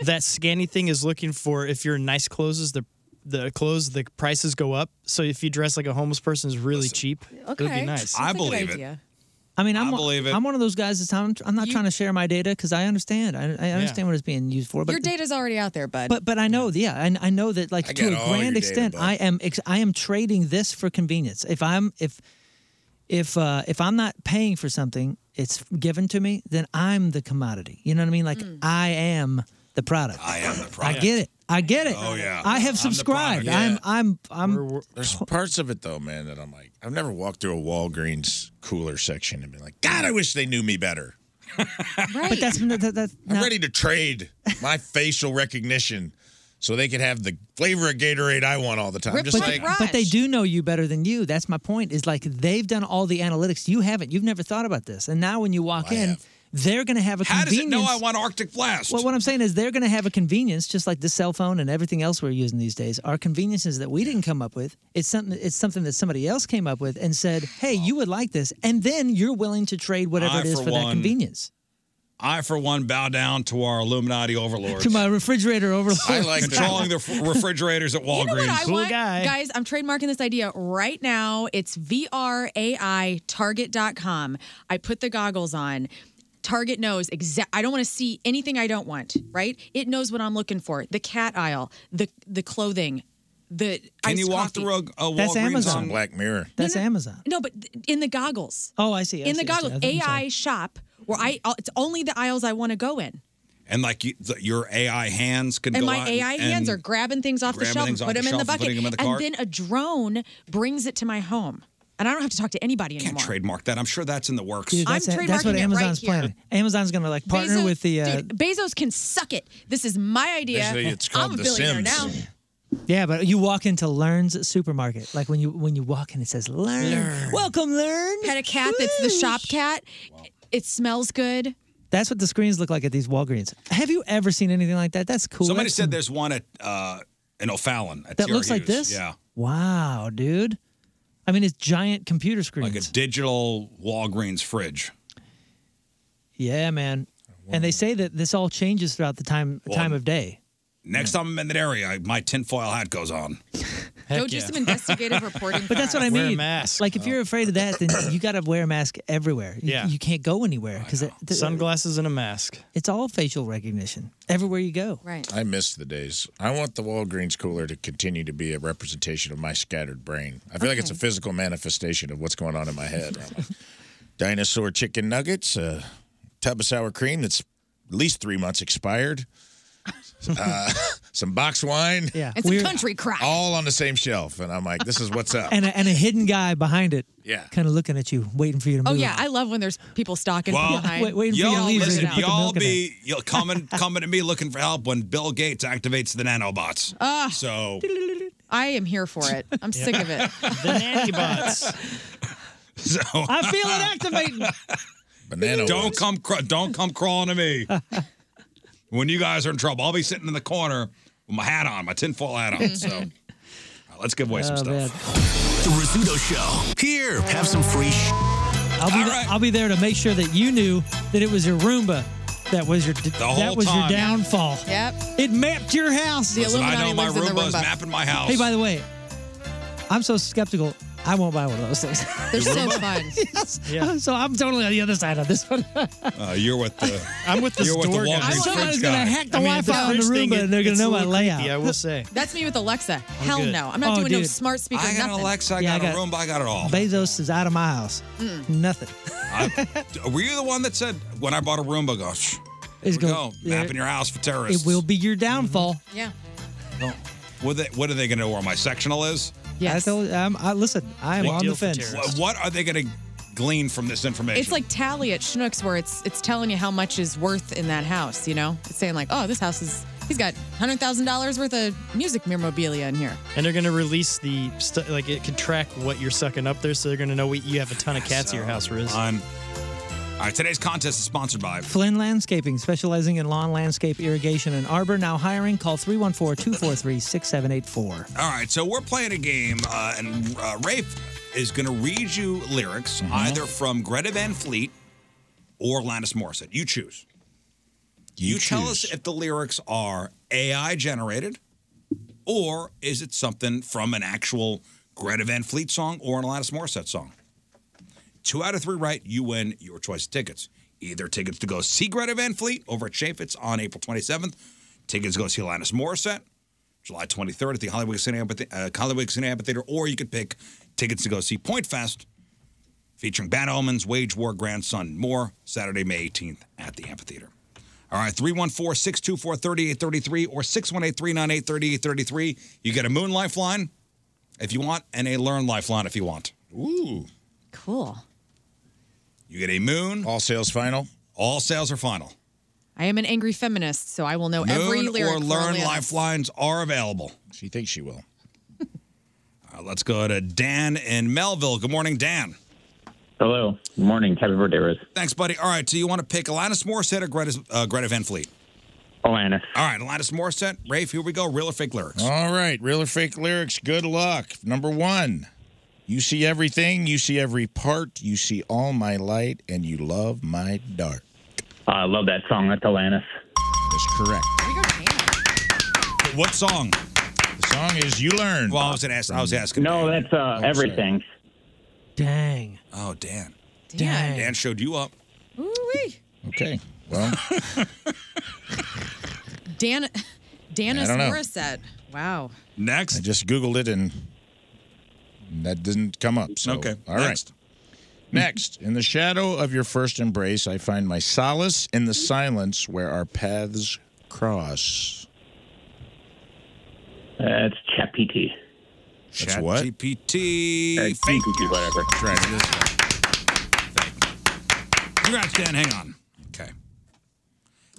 Speaker 5: that scanny thing is looking for if you're nice clothes, the the clothes, the prices go up. So if you dress like a homeless person is really cheap, it would be nice.
Speaker 4: I mean, I'm,
Speaker 5: I
Speaker 4: one-
Speaker 5: believe it.
Speaker 4: I'm one of those guys that's I'm, I'm not trying to share my data because I understand. I, I understand what it's being used for. But
Speaker 2: Your data's already out there, bud.
Speaker 4: But but I know, yeah, I, I know that like
Speaker 2: I
Speaker 4: to
Speaker 2: got
Speaker 4: a
Speaker 3: Oh,
Speaker 2: all your
Speaker 4: grand
Speaker 2: data,
Speaker 4: extent,
Speaker 2: bud.
Speaker 4: I am ex- I am trading this for convenience. If I'm if if uh, if I'm not paying for something, it's given to me, then I'm the commodity. You know what I mean? Like I am the product. I am the
Speaker 3: product.
Speaker 4: I get it. I get it.
Speaker 3: Oh, yeah.
Speaker 4: I
Speaker 3: I'm
Speaker 4: have
Speaker 3: the
Speaker 4: subscribed.
Speaker 3: product.
Speaker 4: I'm
Speaker 3: Yeah.
Speaker 4: I'm I'm.
Speaker 3: There's parts of it though, man, that I'm like, I've never walked through a Walgreens cooler section and been like, God, I wish they knew me better.
Speaker 4: But that's that, that, that's
Speaker 3: I'm ready to trade my facial recognition so they can have the flavor of Gatorade I want all the time. Just
Speaker 4: but,
Speaker 3: like
Speaker 4: but they do know you better than you. That's my point. Is like they've done all the analytics. You haven't. You've never thought about this. And now when you walk in, they're going to have a
Speaker 1: How does it
Speaker 4: convenience.
Speaker 1: know I want Arctic Blast?
Speaker 4: well, what I'm saying is they're going to have a convenience, just like the cell phone and everything else we're using these days. Our conveniences that we didn't come up with. It's something. It's something that somebody else came up with and said, "Hey, you would like this," and then you're willing to trade whatever
Speaker 1: I,
Speaker 4: it is
Speaker 1: for
Speaker 4: for, that
Speaker 1: one,
Speaker 4: convenience.
Speaker 1: I, for one, bow down to our Illuminati overlords.
Speaker 4: To my refrigerator overlord.
Speaker 1: I like controlling the f- refrigerators at Walgreens.
Speaker 2: You know what I want? Guys, I'm trademarking this idea right now. It's VRAITarget.com. I put the goggles on. Target knows exact. I don't want to see anything I don't want, right? It knows what I'm looking for. The cat aisle, the the clothing, the
Speaker 3: Can
Speaker 2: iced
Speaker 3: you walk
Speaker 2: coffee. Mm-hmm.
Speaker 3: through a, a
Speaker 4: That's
Speaker 3: Walgreens
Speaker 4: Amazon.
Speaker 3: on Black Mirror?
Speaker 4: That's Amazon.
Speaker 2: No, but th- in the goggles.
Speaker 4: Oh, I see. I
Speaker 2: in
Speaker 4: see,
Speaker 2: the
Speaker 4: I see. I
Speaker 2: goggles,
Speaker 4: thought- I'm sorry.
Speaker 2: AI shop where I it's only the aisles I want to go in.
Speaker 1: And like you, the, your AI hands can
Speaker 2: and
Speaker 1: go
Speaker 2: my
Speaker 1: out
Speaker 2: AI
Speaker 1: and-
Speaker 2: hands are
Speaker 1: and-
Speaker 2: grabbing things off the
Speaker 1: grabbing
Speaker 2: shelf, and
Speaker 1: things off
Speaker 2: put
Speaker 1: the
Speaker 2: them in the
Speaker 1: shelf and
Speaker 2: bucket,
Speaker 1: putting 'em in the
Speaker 2: and
Speaker 1: cart.
Speaker 2: then a drone brings it to my home, and I don't have to talk to anybody
Speaker 1: Can't
Speaker 2: anymore.
Speaker 1: trademark that. I'm sure that's in the works.
Speaker 4: Dude, that's,
Speaker 2: I'm
Speaker 4: it. that's
Speaker 2: trademarking it
Speaker 4: what
Speaker 2: right
Speaker 4: Amazon's
Speaker 2: here.
Speaker 4: planning. Amazon's going to like partner
Speaker 2: Bezos-
Speaker 4: with the uh,
Speaker 2: Dude, Bezos can suck it. This is my idea.
Speaker 4: Basically, it's
Speaker 2: I'm
Speaker 4: called
Speaker 2: a
Speaker 4: The
Speaker 2: billionaire
Speaker 4: Sims.
Speaker 2: now.
Speaker 4: Yeah, but you walk into Learn's supermarket, like when you when you walk in, it says Learn. Welcome, Learn.
Speaker 2: Had a cat that's the shop cat. It smells good.
Speaker 4: That's what the screens look like at these Walgreens. Have you ever seen anything like that? That's cool.
Speaker 1: Somebody
Speaker 4: That's-
Speaker 1: said there's one at uh, in O'Fallon. At
Speaker 4: that looks like
Speaker 1: TRU's.
Speaker 4: this.
Speaker 1: Yeah.
Speaker 4: Wow, dude. I mean, it's giant computer screens.
Speaker 1: Like a digital Walgreens fridge.
Speaker 4: yeah, man. And they say that this all changes throughout the time time of day.
Speaker 1: Next time I'm in that area, I, my tinfoil hat goes on.
Speaker 2: Go do some investigative reporting.
Speaker 4: But that's what I
Speaker 2: for us.
Speaker 4: mean. Like if you're afraid of that, then you got to wear a mask everywhere. You,
Speaker 5: Yeah.
Speaker 4: you can't go anywhere because
Speaker 5: Sunglasses and a mask.
Speaker 4: It's all facial recognition everywhere you go.
Speaker 2: Right.
Speaker 3: I miss the days. I want the Walgreens cooler to continue to be a representation of my scattered brain. I feel like it's a
Speaker 2: Okay.
Speaker 3: physical manifestation of what's going on in my head. I'm like, Dinosaur chicken nuggets, a tub of sour cream that's at least three months expired, uh, some box wine.
Speaker 4: Yeah.
Speaker 2: It's a country crack.
Speaker 3: All on the same shelf. And I'm like, this is what's up.
Speaker 4: and a, and a hidden guy behind it.
Speaker 3: Yeah.
Speaker 4: Kind of looking at you, waiting for you to move.
Speaker 2: Oh yeah, I love when there's people stalking from
Speaker 1: Well,
Speaker 2: behind.
Speaker 1: y'all, listen,
Speaker 4: and put the
Speaker 1: y'all
Speaker 4: milk in
Speaker 1: be y'all coming coming to me looking for help when Bill Gates activates the nanobots.
Speaker 2: Ah.
Speaker 1: so
Speaker 2: I am here for it. I'm sick of it.
Speaker 5: the nannybots.
Speaker 1: so
Speaker 2: I feel it activating.
Speaker 3: Banana
Speaker 1: don't come cr- don't come crawling to me. when you guys are in trouble, I'll be sitting in the corner with my hat on, my tinfoil hat on. So Alright, let's give away some
Speaker 4: Oh,
Speaker 1: stuff.
Speaker 4: man.
Speaker 8: The Rizzuto Show. Here, have some free sh-
Speaker 4: I'll be, I'll be there to make sure that you knew that it was your Roomba that was your that
Speaker 1: whole
Speaker 4: was your
Speaker 1: time.
Speaker 4: downfall.
Speaker 2: Yep.
Speaker 4: It mapped your house.
Speaker 1: Listen, I know my Roomba is mapping my house.
Speaker 4: Hey, by the way, I'm so skeptical. I won't buy one of those things.
Speaker 2: They're so fun.
Speaker 4: yes. So I'm totally on the other side of this one.
Speaker 1: Uh, you're with the.
Speaker 5: I'm with this
Speaker 1: You're with the
Speaker 5: door guy.
Speaker 1: Walgreens
Speaker 4: Somebody's
Speaker 1: fridge
Speaker 4: gonna
Speaker 1: guy.
Speaker 4: hack the
Speaker 5: I mean,
Speaker 4: Wi-Fi on the
Speaker 5: fridge thing,
Speaker 4: Roomba, and they're
Speaker 5: it-
Speaker 4: gonna
Speaker 5: it's a
Speaker 4: know my
Speaker 5: little
Speaker 4: layout.
Speaker 5: creepy, I will say.
Speaker 2: That's me with Alexa. Hell
Speaker 4: good.
Speaker 2: no. I'm not
Speaker 4: Oh,
Speaker 2: doing no
Speaker 4: dude.
Speaker 2: smart speaker.
Speaker 1: I got an
Speaker 2: nothing.
Speaker 1: Alexa. I got
Speaker 4: Yeah, I
Speaker 1: a
Speaker 4: got-
Speaker 1: Roomba. I got it all.
Speaker 4: Bezos is out of my house.
Speaker 2: Mm.
Speaker 4: Nothing.
Speaker 1: I- were you the one that said when I bought a Roomba? Gosh, here
Speaker 4: It's
Speaker 1: we
Speaker 4: go-
Speaker 1: go
Speaker 4: yeah.
Speaker 1: mapping your house for terrorists. Mm-hmm.
Speaker 4: It will be your downfall.
Speaker 2: Yeah.
Speaker 1: What, they, what are they going to know where my sectional is?
Speaker 4: I told, I'm, I, listen, I am on the fence.
Speaker 1: What, what are they going to glean from this information?
Speaker 2: It's like tally at Schnucks where it's it's telling you how much is worth in that house, you know? It's saying like, oh, this house is He's got hundred thousand dollars worth of music memorabilia in here.
Speaker 5: And they're gonna release the st- like it could track what you're sucking up there, so they're gonna know we, you have a ton of cats at your house, Riz.
Speaker 1: I'm. All right, today's contest is sponsored by.
Speaker 4: Flynn Landscaping, specializing in lawn, landscape, irrigation, and arbor. Now hiring. Call 314 243 6784.
Speaker 1: All right, so we're playing a game, uh, and uh, Rafe is going to read you lyrics either from Greta Van Fleet or Lannis Morissette. You choose. You, tell us if the lyrics are AI generated, or is it something from an actual Greta Van Fleet song or an Alanis Morissette song? Two out of three right, you win your choice of tickets. Either tickets to go see Greta Van Fleet over at Chaffetz on April 27th, tickets to go see Alanis Morissette July 23rd at the Hollywood Cine Amphithe- uh, Hollywood Cine Amphitheater, or you could pick tickets to go see Point Fest featuring Bad Omens, Wage War, Grandson, and more, Saturday, May 18th at the amphitheater. All right, 314 624 3833 or 618 398 3833. You get a Moon Lifeline if you want and a Learn Lifeline if you want. Ooh.
Speaker 2: Cool.
Speaker 1: You get a Moon. All sales final. All sales are final.
Speaker 2: I am an angry feminist, so I will know every
Speaker 1: Moon
Speaker 2: lyric.
Speaker 1: or
Speaker 2: for
Speaker 1: Learn
Speaker 2: Alanis.
Speaker 1: Lifelines are available. She thinks she will. All right, let's go to Dan in Melville. Good morning, Dan.
Speaker 13: Hello. Good morning. Happy birthday, Riz.
Speaker 1: Thanks, buddy. All right, so you want to pick Alanis Morissette or Greta, uh, Greta Van Fleet?
Speaker 13: Alanis.
Speaker 1: All right, Alanis Morissette. Rafe, here we go. Real or fake lyrics?
Speaker 3: All right, real or fake lyrics. Good luck. Number one, you see everything, you see every part, you see all my light, and you love my dark.
Speaker 13: I love that song. That's Alanis.
Speaker 3: That's correct.
Speaker 1: What song?
Speaker 3: The song is "You Learn."
Speaker 1: Well, I was, ask, I was asking.
Speaker 13: No, that's uh, everything.
Speaker 1: Dang. Oh, Dan. Dan. Dan showed you up.
Speaker 2: Ooh-wee.
Speaker 3: Okay. Well,
Speaker 2: Dan, Danis
Speaker 3: don't know.
Speaker 2: Morissette. Wow.
Speaker 1: Next.
Speaker 3: I just Googled it and that didn't come up. So,
Speaker 1: Okay,
Speaker 3: all right.
Speaker 1: next.
Speaker 3: Next, in the shadow of your first embrace, I find my solace in the silence where our paths cross.
Speaker 13: That's ChatPT.
Speaker 3: That's what?
Speaker 1: GPT.
Speaker 13: fake news. Whatever.
Speaker 3: Right.
Speaker 1: Congrats, Dan. Hang on. Okay.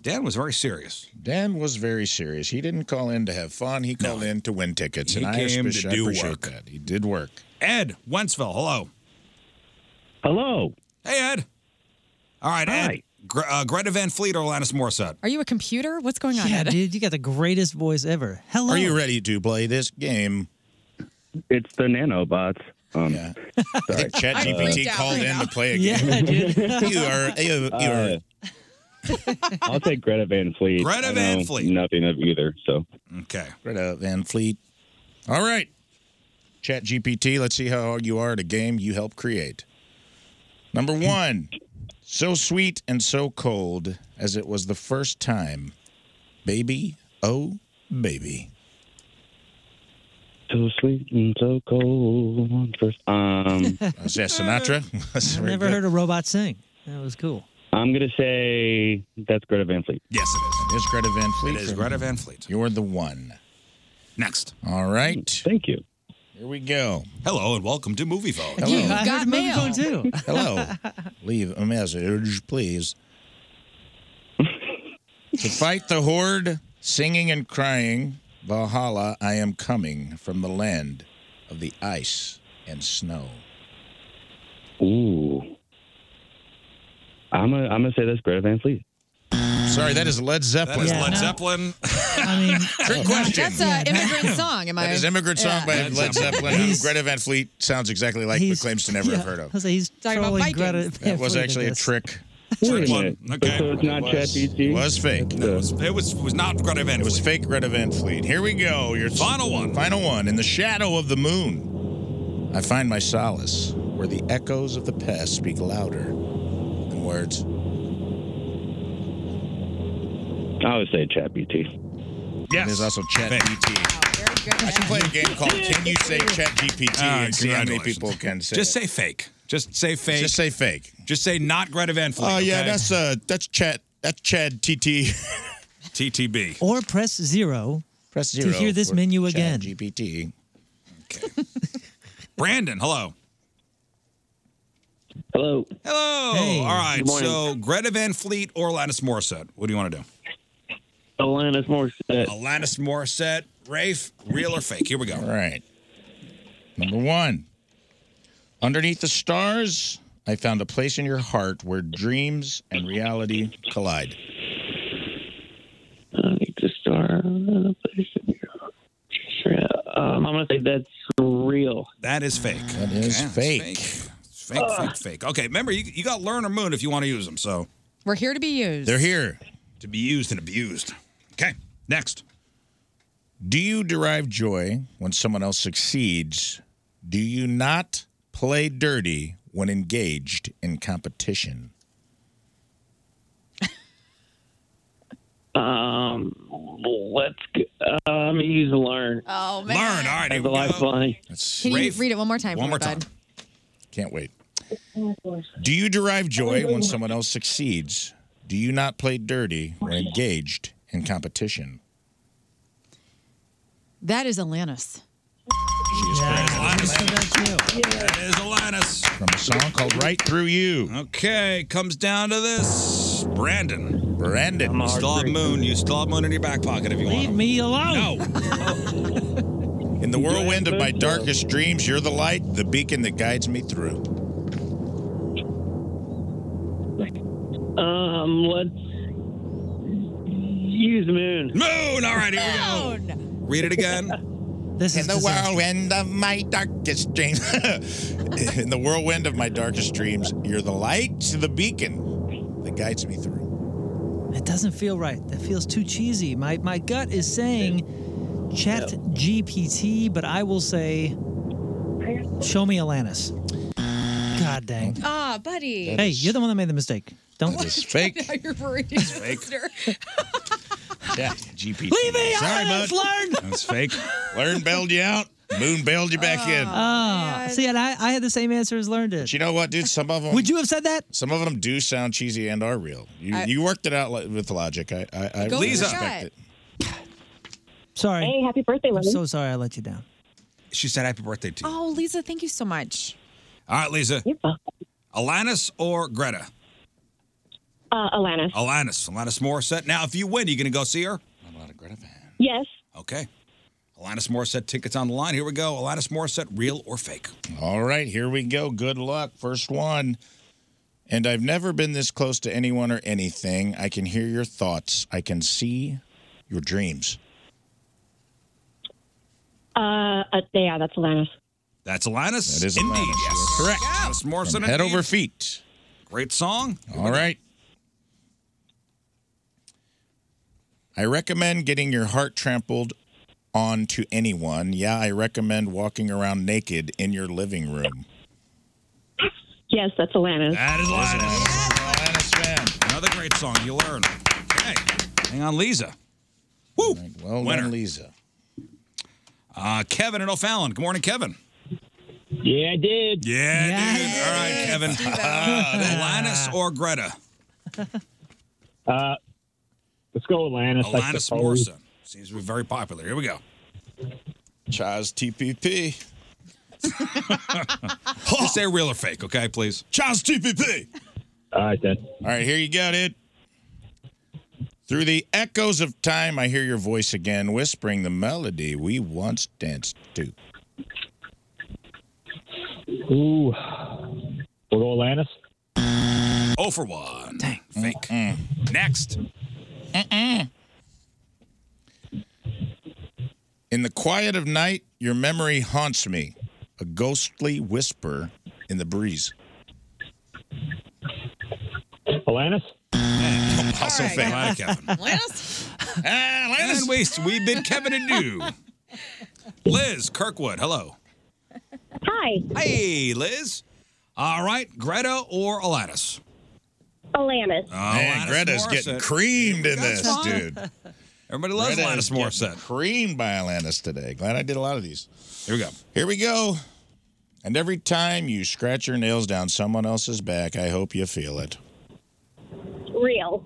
Speaker 1: Dan was very serious.
Speaker 3: Dan was very serious. He didn't call in to have fun. He called in to win tickets.
Speaker 1: He
Speaker 3: and
Speaker 1: came
Speaker 3: I,
Speaker 1: to
Speaker 3: appreciate- I
Speaker 1: do
Speaker 3: appreciate
Speaker 1: work.
Speaker 3: that. He did work.
Speaker 1: Ed Wentzville, hello.
Speaker 13: Hello.
Speaker 1: Hey, Ed. All right, Ed. Gre- uh, Greta Van Fleet or Alanis Morissette?
Speaker 2: Are you a computer? What's going on?
Speaker 4: Yeah,
Speaker 2: Ed?
Speaker 4: dude, you got the greatest voice ever. Hello.
Speaker 3: Are you ready to play this game?
Speaker 13: It's the nanobots. Um,
Speaker 3: yeah. I think ChatGPT
Speaker 13: Uh,
Speaker 3: called in to play a
Speaker 13: Yeah,
Speaker 3: game.
Speaker 13: dude.
Speaker 3: you are you, you are
Speaker 13: Uh, I'll take Greta Van Fleet.
Speaker 3: Greta
Speaker 13: I
Speaker 3: Van
Speaker 13: know
Speaker 3: Fleet.
Speaker 13: Nothing of either. So
Speaker 1: Okay.
Speaker 3: Greta Van Fleet. All right. Chat GPT, let's see how you are at a game you help create. Number one, so sweet and so cold as it was the first time. Baby, oh, baby.
Speaker 13: so sweet and so cold. on First, um,
Speaker 3: Is that Sinatra? That's
Speaker 4: I've
Speaker 3: very
Speaker 4: never
Speaker 3: good.
Speaker 4: heard a robot sing. That was cool.
Speaker 13: I'm gonna say that's Greta Van Fleet.
Speaker 1: Yes, it is.
Speaker 3: It is Greta Van Fleet.
Speaker 1: It is Greta Van Fleet.
Speaker 3: You're the one.
Speaker 1: Next.
Speaker 3: All right.
Speaker 13: Thank you.
Speaker 3: Here we go.
Speaker 1: Hello and welcome to Movie Phone.
Speaker 3: Hello.
Speaker 2: You've got mail.
Speaker 4: too.
Speaker 3: Hello. Leave a message, please. to fight the horde, singing and crying, Valhalla, I am coming from the land of the ice and snow.
Speaker 13: Ooh. I'm gonna I'm gonna say that's Greta Van Fleet.
Speaker 3: Sorry, that is Led Zeppelin.
Speaker 1: That is Led Zeppelin.
Speaker 4: I mean,
Speaker 3: Trick question.
Speaker 2: That's an immigrant song. Am I?
Speaker 3: that is Immigrant Song
Speaker 2: Yeah.
Speaker 3: by Led, Zeppelin. who Greta Van Fleet sounds exactly like, but claims to never
Speaker 4: yeah.
Speaker 3: have heard of.
Speaker 4: I was like, he's
Speaker 2: Talking about
Speaker 4: trolling
Speaker 2: Vikings.
Speaker 4: Greta.
Speaker 3: That was
Speaker 4: Van Fleet
Speaker 3: actually
Speaker 4: with
Speaker 3: a
Speaker 4: this.
Speaker 3: trick.
Speaker 13: Wait a
Speaker 1: One.
Speaker 13: minute.
Speaker 1: Okay.
Speaker 13: So it's not ChatGPT.
Speaker 3: It was fake.
Speaker 1: No, it was, it was it was not Greta Van Fleet.
Speaker 3: It was fake Red Event Fleet. Here we go. Your
Speaker 1: Final one.
Speaker 3: Final one. In the shadow of the moon, I find my solace where the echoes of the past speak louder than words.
Speaker 13: I would say ChatGPT.
Speaker 3: Yes. There's also Chat GPT. I should play a game called Can You Say Chat GPT
Speaker 1: Ah,
Speaker 3: and see how many
Speaker 1: congratulations.
Speaker 3: people can say
Speaker 1: Just
Speaker 3: it.
Speaker 1: say fake. Just say fake.
Speaker 3: Just say fake.
Speaker 1: Just say not Greta Van Fleet.
Speaker 3: Oh, yeah,
Speaker 1: okay?
Speaker 3: that's uh, that's Chat. That's Chad TT.
Speaker 1: TTB.
Speaker 4: Or press zero.
Speaker 3: Press
Speaker 4: To hear this
Speaker 3: for
Speaker 4: menu again.
Speaker 3: GPT.
Speaker 1: Brandon, hello.
Speaker 13: Hello.
Speaker 1: Hello.
Speaker 13: Hey.
Speaker 1: All right.
Speaker 13: Good morning.
Speaker 1: So Greta Van Fleet or Alanis Morissette? What do you want to do?
Speaker 13: Alanis Morissette.
Speaker 1: Alanis Morissette, Rafe, real or fake? Here we go. All
Speaker 3: right. Number one. Underneath the stars, I found a place in your heart where dreams and reality collide.
Speaker 13: Underneath the star. Um, I'm gonna say that's real.
Speaker 1: That is fake. That
Speaker 3: is
Speaker 1: fake. fake. It's fake, fake, fake. Okay, remember, you, you got Learn or Moon if you want to use them, so.
Speaker 2: We're here to be used.
Speaker 1: They're here. To be used and abused. Okay, next.
Speaker 3: Do you derive joy when someone else succeeds? Do you not play dirty when engaged in competition?
Speaker 13: Um, let's. Go, uh, I'm gonna use learn.
Speaker 2: Oh man. Learn, all right,
Speaker 13: That's a lifeline.
Speaker 3: That's
Speaker 2: Can you read it one more time?
Speaker 3: One
Speaker 2: for
Speaker 3: more
Speaker 2: me, bud?
Speaker 3: Can't wait. Do you derive joy when someone else succeeds? Do you not play dirty when engaged in competition?
Speaker 2: That is Alanis.
Speaker 1: That is Alanis.
Speaker 3: From a song called Right Through You.
Speaker 1: Okay, comes down to this. Brandon.
Speaker 3: Brandon.
Speaker 1: You still have Moon. You still have Moon in your back pocket if you want.
Speaker 4: Leave me alone.
Speaker 3: In the whirlwind of my darkest dreams, you're the light, the beacon that guides me through.
Speaker 13: Um, let's use moon.
Speaker 1: Moon. All right, here we go. Read it again.
Speaker 4: This
Speaker 3: in the whirlwind of my darkest dreams. in the whirlwind of my darkest dreams, you're the light, the beacon that guides me through.
Speaker 4: That doesn't feel right. That feels too cheesy. My my gut is saying Chat GPT, but I will say Show me Alanis. God dang.
Speaker 2: Ah, buddy.
Speaker 4: Hey, you're the one that made the mistake. Don't
Speaker 2: now you're worried. listener.
Speaker 3: Yeah, GPT.
Speaker 4: Leave me
Speaker 3: Sorry,
Speaker 4: alone,
Speaker 3: bud.
Speaker 4: Learn.
Speaker 1: That's fake.
Speaker 3: Learn bailed you out. Moon bailed you back in.
Speaker 4: Ah, see, and I, I had the same answer as learned it.
Speaker 3: But you know what, dude? Some of them.
Speaker 4: Would you have said that?
Speaker 3: Some of them do sound cheesy and are real. You,
Speaker 4: I-
Speaker 3: you worked it out li- with logic. I I, I
Speaker 4: Go
Speaker 3: really
Speaker 4: with your
Speaker 3: respect
Speaker 4: gut.
Speaker 3: it.
Speaker 4: Sorry. Hey,
Speaker 2: happy birthday,
Speaker 4: I'm
Speaker 2: Lenny.
Speaker 4: so sorry I let you down.
Speaker 1: She said happy birthday to you.
Speaker 2: Oh, Lisa, thank you so much.
Speaker 1: All right, Lisa. Alanis or Greta?
Speaker 14: Uh, Alanis.
Speaker 1: Alanis. Alanis Morissette. Now, if you win, you going to go see her? I'm not a Greta fan.
Speaker 14: Yes.
Speaker 1: Okay. Alanis Morissette tickets on the line. Here we go. Alanis Morissette, real or fake?
Speaker 3: All right, here we go. Good luck. First one. And I've never been this close to anyone or anything. I can hear your thoughts. I can see your dreams.
Speaker 14: Uh, uh, yeah, that's Alanis.
Speaker 1: That's Alanis.
Speaker 3: That is
Speaker 1: Indeed.
Speaker 3: Alanis.
Speaker 1: Yes. Correct. Alanis Morissette.
Speaker 3: From head
Speaker 1: indeed.
Speaker 3: over feet.
Speaker 1: Great song.
Speaker 3: All right. I recommend getting your heart trampled on to anyone. Yeah, I recommend walking around naked in your living room.
Speaker 14: Yes, that's Alanis.
Speaker 1: That is Alanis. Another great song. You learn. Okay. Hang on, Lisa. Woo.
Speaker 3: well
Speaker 1: Winner.
Speaker 3: done, Lisa.
Speaker 1: Uh, Kevin and O'Fallon. Good morning, Kevin.
Speaker 13: Yeah, I did.
Speaker 1: Yeah, dude. All right, Kevin. Alanis or Greta?
Speaker 13: Uh, let's go Alanis. I
Speaker 1: Alanis
Speaker 13: suppose.
Speaker 1: Morissette. Seems to be very popular. Here we go.
Speaker 3: Chaz TPP.
Speaker 1: Just say real or fake, okay, please?
Speaker 3: Chaz TPP.
Speaker 13: All right, then.
Speaker 3: All right, here you go, dude. Through the echoes of time, I hear your voice again, whispering the melody we once danced to.
Speaker 13: Ooh. We'll go Alanis.
Speaker 1: Oh for one. Dang. Fake. Next.
Speaker 3: In the quiet of night, your memory haunts me, a ghostly whisper in the breeze.
Speaker 13: Alanis.
Speaker 3: Also
Speaker 1: right.
Speaker 3: fake.
Speaker 1: Glad, Kevin.
Speaker 2: Alanis?
Speaker 1: Alanis. And we, we bid Kevin adieu. Liz Kirkwood. Hello.
Speaker 14: Hi,
Speaker 1: Hey, Liz. All right, Greta or Alanis? Uh,
Speaker 14: Alanis.
Speaker 3: Man,
Speaker 1: Alanis
Speaker 3: Greta's getting
Speaker 1: Morissette.
Speaker 3: creamed in
Speaker 1: That's
Speaker 3: this,
Speaker 1: fine.
Speaker 3: dude.
Speaker 1: Everybody loves
Speaker 3: Greta
Speaker 1: Alanis
Speaker 3: is getting
Speaker 1: Morissette.
Speaker 3: Creamed by Alanis today. Glad I did a lot of these.
Speaker 1: Here we go.
Speaker 3: Here we go. And every time you scratch your nails down someone else's back, I hope you feel it.
Speaker 14: Real.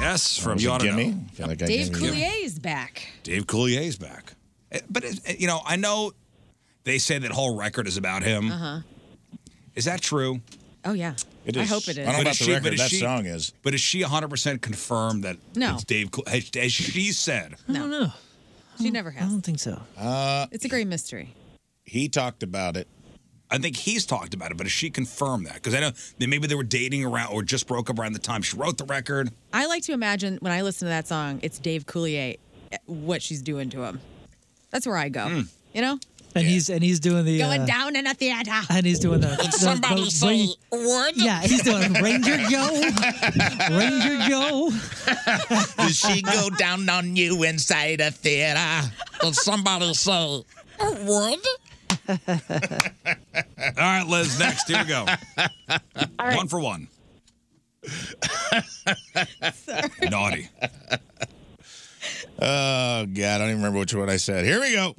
Speaker 1: Yes, from
Speaker 3: Was
Speaker 1: you
Speaker 3: it
Speaker 1: ought to
Speaker 3: gimme?
Speaker 1: know.
Speaker 3: I feel like I
Speaker 2: Dave
Speaker 3: gave you-
Speaker 2: Coulier's back.
Speaker 1: Dave Coulier's back. Eh, But it, eh, you know, I know they say that whole record is about him.
Speaker 2: Uh huh.
Speaker 1: Is that true?
Speaker 2: Oh yeah.
Speaker 3: It
Speaker 2: I
Speaker 3: is.
Speaker 2: hope it is.
Speaker 3: I don't know about the record.
Speaker 1: is
Speaker 3: That song is.
Speaker 1: But is she 100% confirmed that
Speaker 2: No.
Speaker 1: it's Dave Cool? As, as she said.
Speaker 2: I don't know. She never has. I don't
Speaker 4: think so.
Speaker 3: Uh,
Speaker 2: It's a great mystery.
Speaker 3: he talked about it.
Speaker 1: I think he's talked about it, but has she confirmed that? Because I know that maybe they were dating around or just broke up around the time she wrote the record.
Speaker 2: I like to imagine when I listen to that song, it's Dave Coulier, eh, what she's doing to him. That's where I go.
Speaker 1: Hmm.
Speaker 2: You know,
Speaker 4: And he's and he's doing the
Speaker 2: going
Speaker 4: uh,
Speaker 2: down in a theater.
Speaker 4: and he's doing the, the,
Speaker 2: somebody
Speaker 4: the
Speaker 2: say
Speaker 4: ring-
Speaker 2: word?
Speaker 4: Yeah, he's doing Ranger Joe, Ranger Joe.
Speaker 3: Does she go down on you inside a theater? Does somebody say
Speaker 2: a word?
Speaker 1: All right, Liz, next. Here we go. One for one. Naughty.
Speaker 3: Oh God, I don't even remember which one I said. Here we go.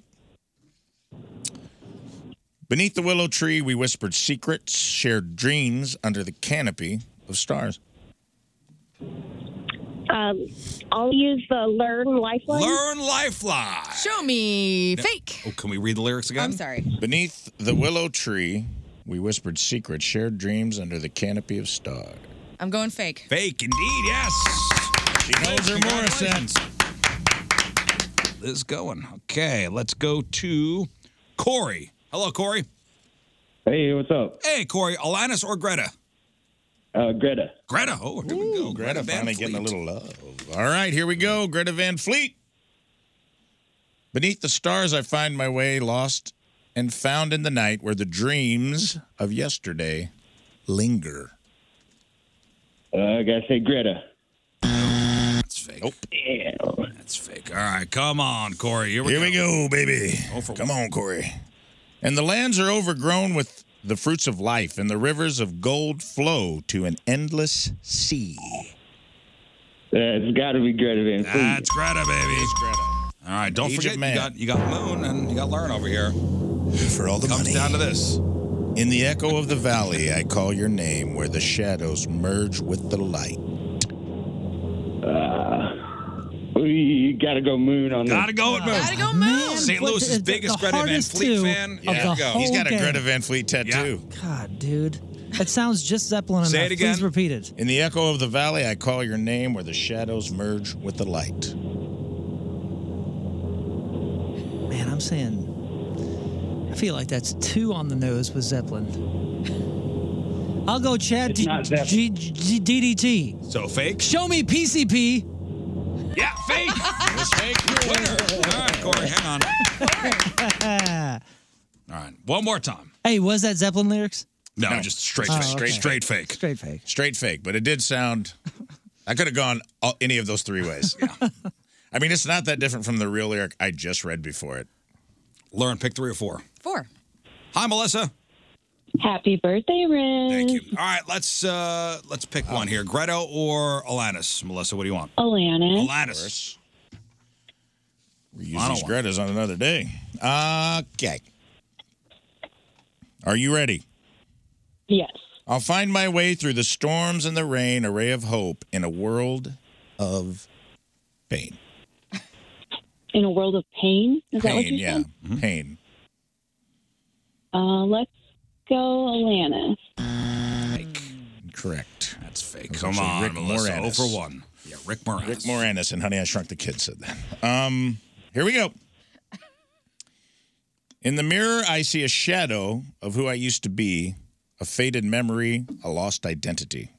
Speaker 3: Beneath the willow tree, we whispered secrets, shared dreams under the canopy of stars.
Speaker 14: Um, I'll use the learn lifeline.
Speaker 1: Learn lifeline.
Speaker 2: Show me fake.
Speaker 1: Oh, can we read the lyrics again?
Speaker 2: I'm sorry.
Speaker 3: Beneath the willow tree, we whispered secrets, shared dreams under the canopy of stars.
Speaker 2: I'm going fake.
Speaker 1: Fake indeed, yes. She knows her Morrison. Liz going. Okay, let's go to Corey. Hello, Corey.
Speaker 13: Hey, what's up?
Speaker 1: Hey, Corey. Alanis or Greta?
Speaker 13: Uh, Greta.
Speaker 1: Greta. Oh, here we go.
Speaker 3: Greta
Speaker 1: Van
Speaker 3: finally getting a
Speaker 1: Fleet.
Speaker 3: little love. All right, here we go. Greta Van Fleet. Beneath the stars, I find my way, lost and found in the night where the dreams of yesterday linger.
Speaker 13: Uh, I gotta say Greta.
Speaker 1: That's fake. Nope. That's fake. All right, come on, Corey. Here we
Speaker 3: Here
Speaker 1: go.
Speaker 3: we go, baby. Come on, Corey. And the lands are overgrown with the fruits of life, and the rivers of gold flow to an endless sea.
Speaker 13: It's gotta be Greta Van Fleet.
Speaker 1: That's Greta, baby. All right, don't
Speaker 3: Egypt
Speaker 1: forget
Speaker 3: man.
Speaker 1: you got you got Moon and you got Learn over here.
Speaker 3: For all the
Speaker 1: Comes
Speaker 3: money.
Speaker 1: down to this.
Speaker 3: In the echo of the valley, I call your name, where the shadows merge with the light.
Speaker 13: we gotta go moon on
Speaker 1: Gotta go with Moon. Gotta
Speaker 2: go
Speaker 1: Moon. St. Louis's biggest Greta Van Fleet fan.
Speaker 4: of
Speaker 1: Here
Speaker 4: the
Speaker 1: we go.
Speaker 4: whole game.
Speaker 3: Van Fleet tattoo.
Speaker 4: God, dude, that sounds just Zeppelin. enough. Please repeat it.
Speaker 3: In the echo of the valley, I call your name, where the shadows merge with the light.
Speaker 4: Man, I'm saying, I feel like that's two on the nose with Zeppelin. I'll go Chad D- G- G- DDT.
Speaker 1: So fake.
Speaker 4: Show me PCP.
Speaker 1: Yeah, fake. it's fake. You're a winner. All right, Corey, hang on. All right, one more time.
Speaker 4: hey, was that Zeppelin lyrics?
Speaker 1: No, just straight,
Speaker 4: Oh,
Speaker 1: fake.
Speaker 4: okay.
Speaker 1: straight fake.
Speaker 4: Straight fake.
Speaker 3: Straight fake, but it did sound. I could have gone all, any of those three ways. I mean, it's not that different from the real lyric I just read before it.
Speaker 1: Lauren, pick three or four.
Speaker 2: Four.
Speaker 1: Hi, Melissa.
Speaker 14: Happy birthday, Riz.
Speaker 1: Thank you. All right, let's uh let's pick one here. Greta or Alanis? Melissa, what do you want?
Speaker 2: Oh.
Speaker 14: Alanis.
Speaker 1: Alanis.
Speaker 3: We use these Greta's on another day. Okay. Are you ready?
Speaker 14: Yes.
Speaker 3: I'll find my way through the storms and the rain, a ray of hope in a world of pain.
Speaker 14: In a world of pain. Is that what
Speaker 3: Pain,
Speaker 14: you
Speaker 3: yeah. Mm-hmm.
Speaker 14: said?
Speaker 3: Pain.
Speaker 14: Uh, let's go, Alanis.
Speaker 3: Correct.
Speaker 1: That's fake.
Speaker 3: That
Speaker 1: Come
Speaker 3: was actually
Speaker 1: on,
Speaker 3: Rick
Speaker 1: Melissa.
Speaker 3: Moranis.
Speaker 1: Oh for one. Yeah, Rick Moranis.
Speaker 3: Rick Moranis and Honey, I Shrunk the Kids said that. Um, here we go. In the mirror, I see a shadow of who I used to be, a faded memory, a lost identity.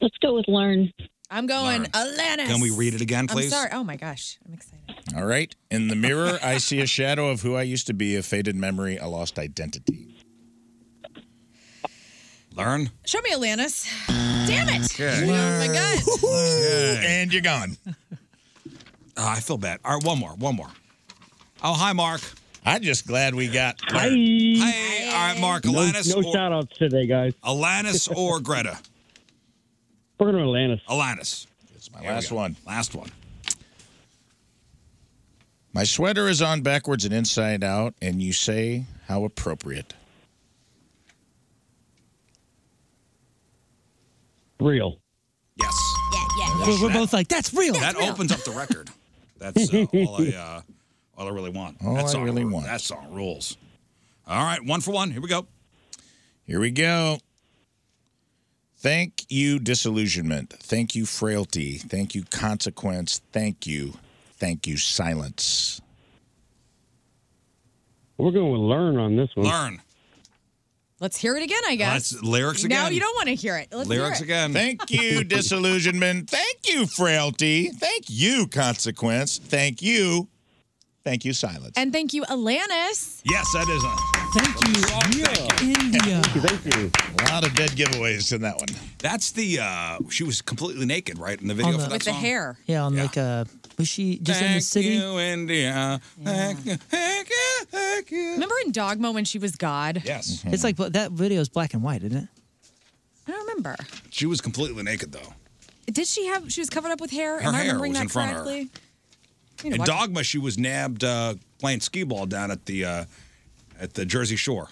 Speaker 14: Let's go with learn.
Speaker 2: I'm going
Speaker 3: Learn.
Speaker 2: Alanis.
Speaker 3: Can we read it again, please?
Speaker 2: I'm sorry. Oh my gosh, I'm excited.
Speaker 3: All right. In the mirror, I see a shadow of who I used to be, a faded memory, a lost identity.
Speaker 1: Learn.
Speaker 2: Show me Alanis. Damn it!
Speaker 1: Okay.
Speaker 2: Oh my god.
Speaker 3: And you're gone.
Speaker 1: Ah, I feel bad. All right, one more, one more. Oh, hi, Mark.
Speaker 3: I'm just glad we got.
Speaker 1: Hi. Hi. All right, Mark.
Speaker 13: No,
Speaker 1: Alanis,
Speaker 13: no
Speaker 1: or,
Speaker 13: shout outs today, guys.
Speaker 1: Alanis or Greta?
Speaker 13: We're going to Atlantis.
Speaker 1: Alanis. It's
Speaker 3: my last one.
Speaker 1: Last one.
Speaker 3: My sweater is on backwards and inside out, and you say how appropriate.
Speaker 13: Real.
Speaker 1: Yes.
Speaker 2: Yeah, yeah.
Speaker 4: We're, we're both like, that's real.
Speaker 1: that opens up the record. That's uh, all I uh, all I really want.
Speaker 3: All
Speaker 1: that
Speaker 3: I
Speaker 1: song
Speaker 3: really
Speaker 1: rules.
Speaker 3: want.
Speaker 1: That song rules. All right, one for one. Here we go.
Speaker 3: Here we go. Thank you, disillusionment. Thank you, frailty. Thank you, consequence. Thank you. Thank you, silence.
Speaker 13: We're going with learn on this one.
Speaker 1: Learn.
Speaker 2: Let's hear it again, I guess.
Speaker 3: that's lyrics
Speaker 2: Now
Speaker 3: again.
Speaker 2: you don't want to hear it. Let's hear it.
Speaker 3: Thank you, disillusionment. Thank you, frailty. Thank you, consequence. Thank you. Thank you, silence.
Speaker 2: And thank you, Alanis.
Speaker 3: Yes, that is on.
Speaker 2: Thank you.
Speaker 3: India. Thank you, thank you. A lot of dead giveaways in that one.
Speaker 1: That's the uh she was completely naked, right? In the video
Speaker 4: On
Speaker 1: for that
Speaker 2: With the
Speaker 1: song.
Speaker 2: hair.
Speaker 4: Yeah, on like uh was she just
Speaker 1: Thank
Speaker 4: in the city?
Speaker 1: you, India. Thank you.
Speaker 2: Remember in Dogma when she was God?
Speaker 1: Yes.
Speaker 3: Mm-hmm.
Speaker 4: It's like but that video is black and white, isn't it?
Speaker 2: I don't remember.
Speaker 1: She was completely naked though.
Speaker 2: Did she have? She was covered up with hair.
Speaker 1: Her
Speaker 2: Am I
Speaker 1: hair
Speaker 2: remembering
Speaker 1: was
Speaker 2: that
Speaker 1: in front of her.
Speaker 2: correctly? You know
Speaker 1: In
Speaker 2: what?
Speaker 1: Dogma, she was nabbed uh, playing skee ball down at the uh, at the Jersey Shore.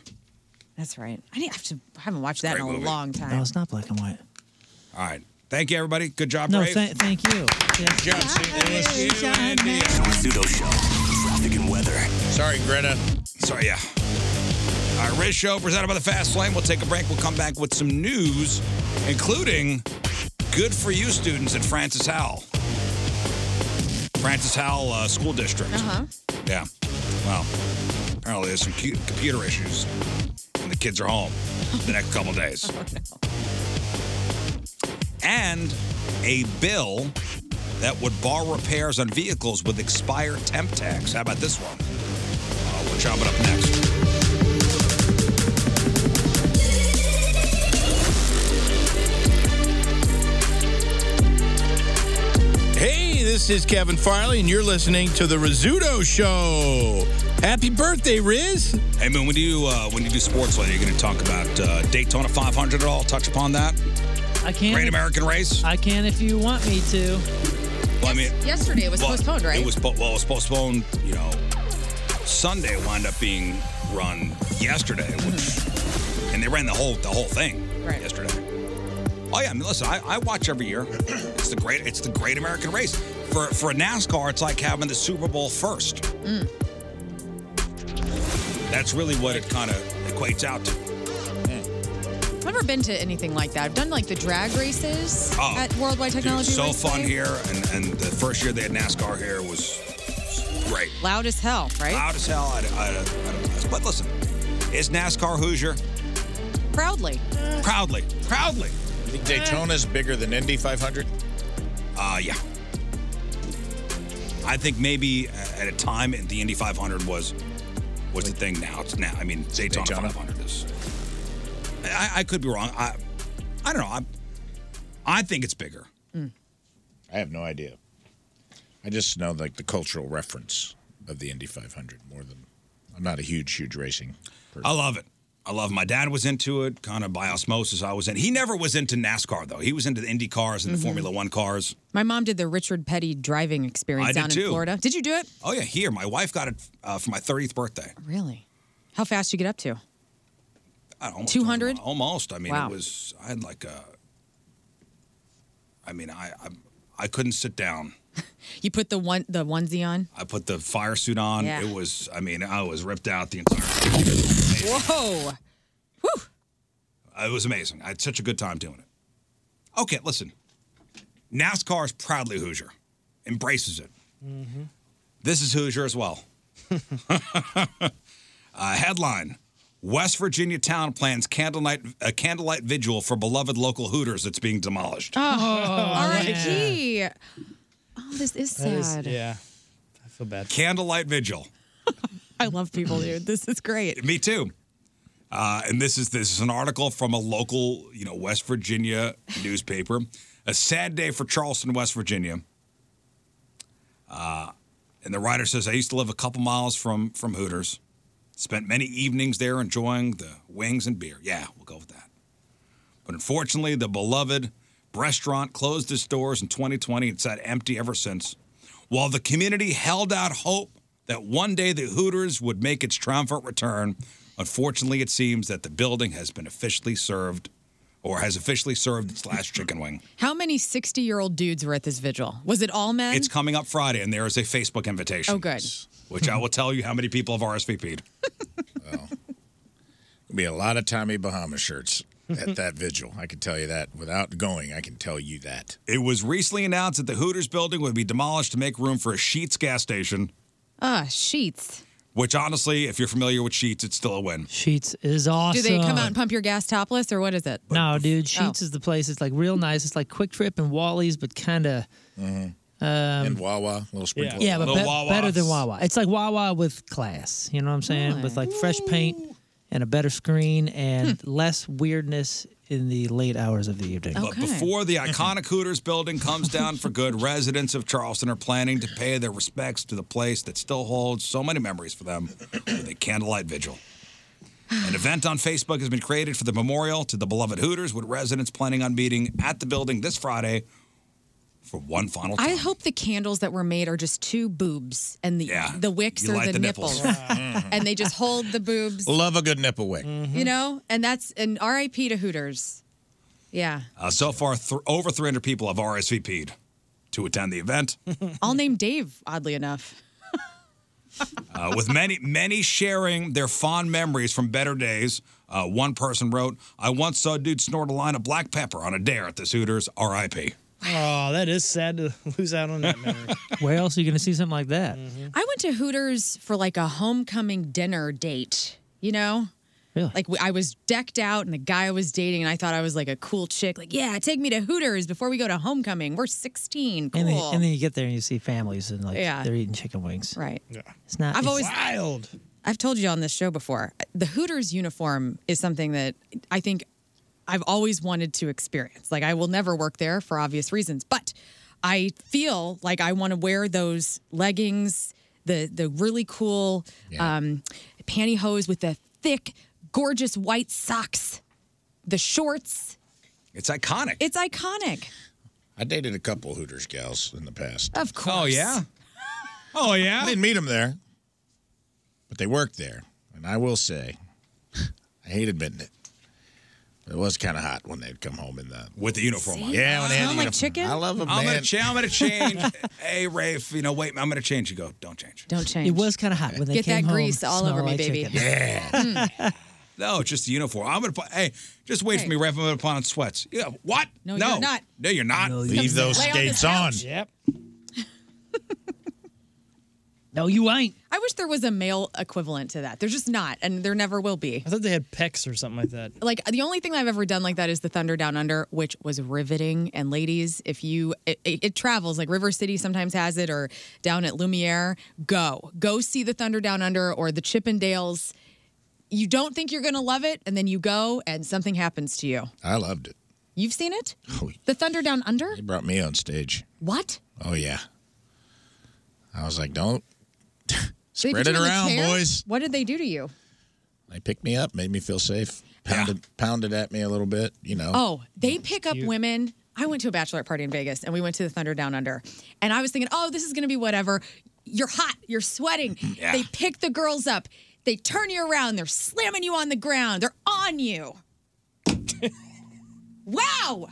Speaker 2: That's right. I, need, I, have to, I haven't watched that
Speaker 1: Great
Speaker 2: in a
Speaker 1: movie.
Speaker 2: long time.
Speaker 4: No, it's not black and white.
Speaker 1: All right. Thank you, everybody. Good job,
Speaker 4: No,
Speaker 1: Rave.
Speaker 4: th- thank you.
Speaker 1: Rizzuto Show. Traffic and weather. Sorry, Greta. Sorry, yeah. All right, Riz Show presented by the Fast Lane. We'll take a break. We'll come back with some news, including good for you students at Francis Howell. Francis Howell uh, School District.
Speaker 2: Uh-huh.
Speaker 1: Yeah. Well, apparently there's some cu- computer issues, and the kids are home the next couple days. And a bill that would bar repairs on vehicles with expired temp tags. How about this one? Uh, we'll chop it up next.
Speaker 11: Hey, this is Kevin Farley, and you're listening to the Rizzuto Show. Happy birthday, Riz!
Speaker 1: Hey, man, when do you uh, when you do sports later, you're going to talk about uh, Daytona 500 at all? Touch upon that.
Speaker 4: I can
Speaker 1: Great American race.
Speaker 4: I can if you want me to.
Speaker 1: Well, I mean,
Speaker 2: Yesterday it was
Speaker 1: well,
Speaker 2: postponed, right?
Speaker 1: It was po- well, it was postponed. You know, Sunday wound up being run yesterday, which, and they ran the whole the whole thing
Speaker 2: Mm-hmm. Right.
Speaker 1: yesterday. Oh yeah, I mean, listen, I, I watch every year. It's the great it's the great American race. For for NASCAR, it's like having the Super Bowl first.
Speaker 2: Mm.
Speaker 1: That's really what it kind of equates out to.
Speaker 2: I've never been to anything like that. I've done like the drag races
Speaker 1: Oh,
Speaker 2: at Worldwide
Speaker 1: dude,
Speaker 2: Technology.
Speaker 1: so
Speaker 2: Race
Speaker 1: fun
Speaker 2: Day.
Speaker 1: here, and and the first year they had NASCAR here was great.
Speaker 2: Loud as hell, right?
Speaker 1: Loud as hell. I, I, I don't know. But listen, is NASCAR Hoosier?
Speaker 2: Proudly.
Speaker 1: Proudly. Proudly.
Speaker 3: think Daytona's bigger than Indy 500?
Speaker 1: Uh, yeah. I think maybe at a time the Indy 500 was was the thing. Now it's now. I mean Daytona,
Speaker 3: Daytona.
Speaker 1: 500 is. I, I could be wrong. I I don't know. I I think it's bigger.
Speaker 3: I have no idea. I just know like the cultural reference of the Indy 500 more than I'm not a huge, huge racing.
Speaker 1: I love it. I love. My dad was into it, kind of by osmosis. I was in. He never was into NASCAR though. He was into the Indy cars and
Speaker 2: Mhm.
Speaker 1: the Formula One cars.
Speaker 2: My mom did the Richard Petty driving experience
Speaker 1: I did
Speaker 2: down in
Speaker 1: too.
Speaker 2: Florida. Did you do it?
Speaker 1: Oh yeah, here. My wife got it uh, for my 30th birthday.
Speaker 2: Really? How fast did you get up to?
Speaker 1: I don't know,
Speaker 2: 200?
Speaker 1: Almost. I mean,
Speaker 2: Wow.
Speaker 1: it was. I had like a. I mean, I I, I couldn't sit down.
Speaker 2: You put the one the onesie on.
Speaker 1: I put the fire suit on.
Speaker 2: Yeah.
Speaker 1: It was. I mean, I was ripped out the entire.
Speaker 2: Whoa!
Speaker 1: It was amazing. I had such a good time doing it. Okay, listen. NASCAR is proudly Hoosier, embraces it. This is Hoosier as well. uh, headline: West Virginia town plans candlelight a candlelight vigil for beloved local Hooters that's being demolished.
Speaker 2: Oh, RIP. Oh, this is
Speaker 1: That is-
Speaker 2: sad.
Speaker 1: yeah.
Speaker 5: I feel bad.
Speaker 1: Candlelight vigil.
Speaker 2: I love people, dude. This is great.
Speaker 1: Me too. Uh, and this is this is an article from a local, you know, West Virginia newspaper. A sad day for Charleston, West Virginia. Uh, and the writer says, "I used to live a couple miles from from Hooters. Spent many evenings there enjoying the wings and beer. Yeah, we'll go with that. But unfortunately, the beloved restaurant closed its doors in 2020. It's sat empty ever since. While the community held out hope that one day the Hooters would make its triumphant return, unfortunately, it seems that the building has been officially served or has officially served its last chicken wing.
Speaker 2: How many 60 year old dudes were at this vigil? Was it all men?
Speaker 1: It's coming up Friday, and there is a Facebook invitation.
Speaker 2: Oh, good.
Speaker 1: Which I will tell you how many people have RSVP'd.
Speaker 3: It'll be a lot of Tommy Bahama shirts. at that vigil. I can tell you that without going. I can tell you that.
Speaker 1: It was recently announced that the Hooters building would be demolished to make room for a Sheets gas station,
Speaker 2: Ah, sheets.
Speaker 1: which honestly, if you're familiar with Sheets, it's still a win.
Speaker 4: Sheets is awesome.
Speaker 2: Do they come out and pump your gas topless, or what is it? Oh.
Speaker 4: No, dude, Sheets is the place. It's like real nice. It's like Quick Trip and Wally's, but kind of. Um,
Speaker 3: and Wawa, little
Speaker 4: yeah,
Speaker 3: sprinkler.
Speaker 4: yeah, but be-
Speaker 3: Wawa.
Speaker 4: better than Wawa. It's like Wawa with class. You know what I'm saying? With like fresh paint and a better screen and
Speaker 5: Hmm.
Speaker 4: less weirdness in the late hours of the evening.
Speaker 1: But before the iconic Hooters building comes down for good, residents of Charleston are planning to pay their respects to the place that still holds so many memories for them with a candlelight vigil. An event on Facebook has been created for the memorial to the beloved Hooters, with residents planning on meeting at the building this Friday for one final time.
Speaker 2: I hope the candles that were made are just two boobs, and the the wicks
Speaker 3: You
Speaker 2: are
Speaker 3: light
Speaker 2: the,
Speaker 3: the
Speaker 2: nipples,
Speaker 3: nipples.
Speaker 2: and they just hold the boobs.
Speaker 3: Love a good nipple wick.
Speaker 2: You know, and that's an R.I.P. to Hooters. Yeah,
Speaker 1: Uh, so far, th- over 300 people have RSVP'd to attend the event,
Speaker 2: I'll name Dave. Oddly enough,
Speaker 1: uh, with many many sharing their fond memories from better days. Uh, one person wrote, "I once saw a dude snort a line of black pepper on a dare at the Hooters. R.I.P."
Speaker 5: Oh, that is sad to lose out on that memory.
Speaker 4: Where else are you going to see something like that?
Speaker 2: I went to Hooters for like a homecoming dinner date. You know.
Speaker 4: Really?
Speaker 2: Like we- I was decked out, and the guy I was dating, and I thought I was like a cool chick. Like, yeah, take me to Hooters before we go to homecoming. We're sixteen. Cool.
Speaker 4: And, then, and then you get there and you see families and like
Speaker 2: Yeah.
Speaker 4: they're eating chicken wings.
Speaker 2: Right.
Speaker 4: It's not.
Speaker 2: I've
Speaker 4: it's-
Speaker 2: always wild. I've told you on this show before. The Hooters uniform is something that I think I've always wanted to experience. Like I will never work there for obvious reasons, but I feel like I want to wear those leggings, the the really cool um, pantyhose with the thick, gorgeous white socks, the shorts.
Speaker 1: It's iconic.
Speaker 2: It's iconic.
Speaker 3: I dated a couple Hooters gals in the past.
Speaker 2: Of course.
Speaker 3: Oh yeah.
Speaker 1: Oh yeah.
Speaker 3: I didn't meet them there, but they worked there, and I will say, I hate admitting it. It was kind of hot when they'd come home in the
Speaker 1: with the uniform on.
Speaker 3: Yeah, when they had
Speaker 1: Smell
Speaker 3: the
Speaker 1: like
Speaker 3: uniform.
Speaker 1: chicken?
Speaker 3: I love them,
Speaker 1: I'm
Speaker 3: man.
Speaker 1: gonna, cha- I'm gonna change. hey, Rafe, you know, wait, I'm gonna change. You go, don't change.
Speaker 2: Don't change.
Speaker 4: It was kind of hot when they
Speaker 2: Get
Speaker 4: came
Speaker 2: that
Speaker 4: home,
Speaker 2: grease all
Speaker 4: smelled
Speaker 2: over me,
Speaker 4: like
Speaker 2: baby.
Speaker 4: chicken.
Speaker 1: No, it's just the uniform. I'm gonna. put- Hey, just wait for me, Rafe. I'm gonna put on sweats. Yeah. What?
Speaker 2: No, you're not.
Speaker 1: No, you're not.
Speaker 3: Leave those Lay on this skates on. couch.
Speaker 1: Yep.
Speaker 4: No, you ain't.
Speaker 2: I wish there was a male equivalent to that. There's just not, and there never will be.
Speaker 5: I thought they had pecs or something like that.
Speaker 2: like the only thing I've ever done like that is the Thunder Down Under, which was riveting. And ladies, if you it, it, it travels like River City sometimes has it, or down at Lumiere, go go see the Thunder Down Under or the Chippendales. You don't think you're gonna love it, and then you go, and something happens to you.
Speaker 3: I loved it.
Speaker 2: You've seen it,
Speaker 3: Oh,
Speaker 2: the Thunder Down Under.
Speaker 3: They brought me on stage.
Speaker 2: What?
Speaker 3: Oh yeah. I was like, don't
Speaker 2: They
Speaker 3: spread
Speaker 2: put
Speaker 3: it
Speaker 2: you in the
Speaker 3: around,
Speaker 2: chair?
Speaker 3: boys.
Speaker 2: What did they do to you?
Speaker 3: They picked me up, made me feel safe. Pounded, pounded at me a little bit, you know.
Speaker 2: Oh, they pick up women. I went to a bachelorette party in Vegas and we went to the Thunder Down Under. And I was thinking, oh, this is going to be whatever. You're hot, you're sweating.
Speaker 3: Yeah.
Speaker 2: They pick the girls up, they turn you around, they're slamming you on the ground, they're on you. wow.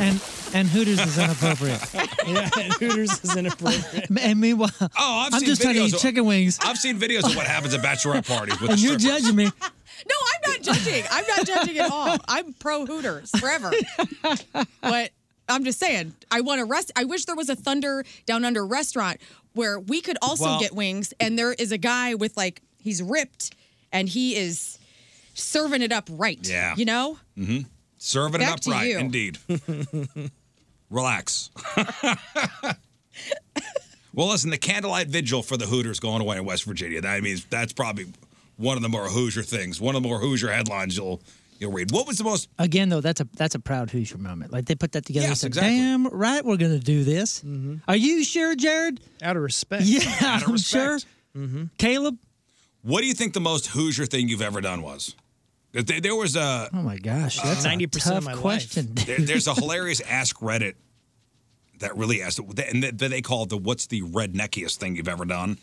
Speaker 4: And and Hooters is inappropriate.
Speaker 5: yeah, and Hooters is inappropriate.
Speaker 4: and meanwhile, oh,
Speaker 1: I've
Speaker 4: am
Speaker 1: seen
Speaker 4: just trying to
Speaker 1: videos
Speaker 4: eat
Speaker 1: of-
Speaker 4: chicken wings.
Speaker 1: I've seen videos of what happens at bachelorette parties with
Speaker 4: and you're
Speaker 1: strippers.
Speaker 4: judging me.
Speaker 2: No, I'm not judging. I'm not judging at all. I'm pro Hooters forever. but I'm just saying, I want to rest. I wish there was a Thunder Down Under restaurant where we could also
Speaker 15: Well-
Speaker 2: get wings. And there is a guy with like he's ripped, and he is serving it up right.
Speaker 1: Yeah.
Speaker 2: you know.
Speaker 1: Mm-hmm. Serving
Speaker 2: Back
Speaker 1: it up
Speaker 2: to
Speaker 1: right,
Speaker 2: you.
Speaker 1: indeed. Relax. well, listen, the candlelight vigil for the Hooters going away in West Virginia. That, I mean, that's probably one of the more Hoosier things, one of the more Hoosier headlines you'll you'll read. What was the most?
Speaker 4: Again, though, that's a that's a proud Hoosier moment. Like they put that together.
Speaker 1: Yes,
Speaker 4: and said,
Speaker 1: exactly.
Speaker 4: Damn right, we're gonna do this. Are you sure, Jared?
Speaker 5: Mm-hmm. Out of respect.
Speaker 4: Yeah, I'm sure. Caleb.
Speaker 1: What do you think the most Hoosier thing you've ever done was? 'Cause There, there was a
Speaker 4: Oh my gosh, that's ninety percent of my question.
Speaker 1: there, there's a hilarious Ask Reddit that really asked, and that that they call the "What's the redneckiest thing you've ever done?"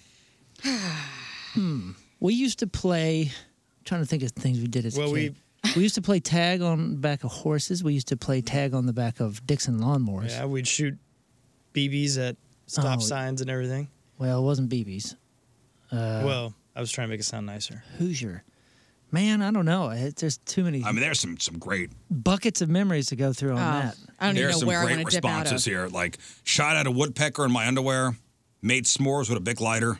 Speaker 4: Hmm. We used to play. I'm trying to think of things we did as
Speaker 5: Well,
Speaker 4: a
Speaker 5: we-
Speaker 4: kid. We, used to play tag on the back of horses. We used to play tag on the back of Dixon lawnmowers.
Speaker 5: Yeah, we'd shoot BBs at stop
Speaker 4: Oh.
Speaker 5: signs and everything.
Speaker 4: Well, it wasn't BB's. Uh,
Speaker 5: well, I was trying to make it sound nicer.
Speaker 4: Hoosier. Man, I don't know. It, there's too many
Speaker 1: I mean, there's some some great
Speaker 4: buckets of memories to go through on
Speaker 2: Oh,
Speaker 4: that.
Speaker 2: I don't even
Speaker 1: there's
Speaker 2: know
Speaker 1: some
Speaker 2: where I
Speaker 1: great
Speaker 2: want to dip out
Speaker 1: responses
Speaker 2: of.
Speaker 1: here. Like shot at a woodpecker in my underwear, made s'mores with a bic lighter,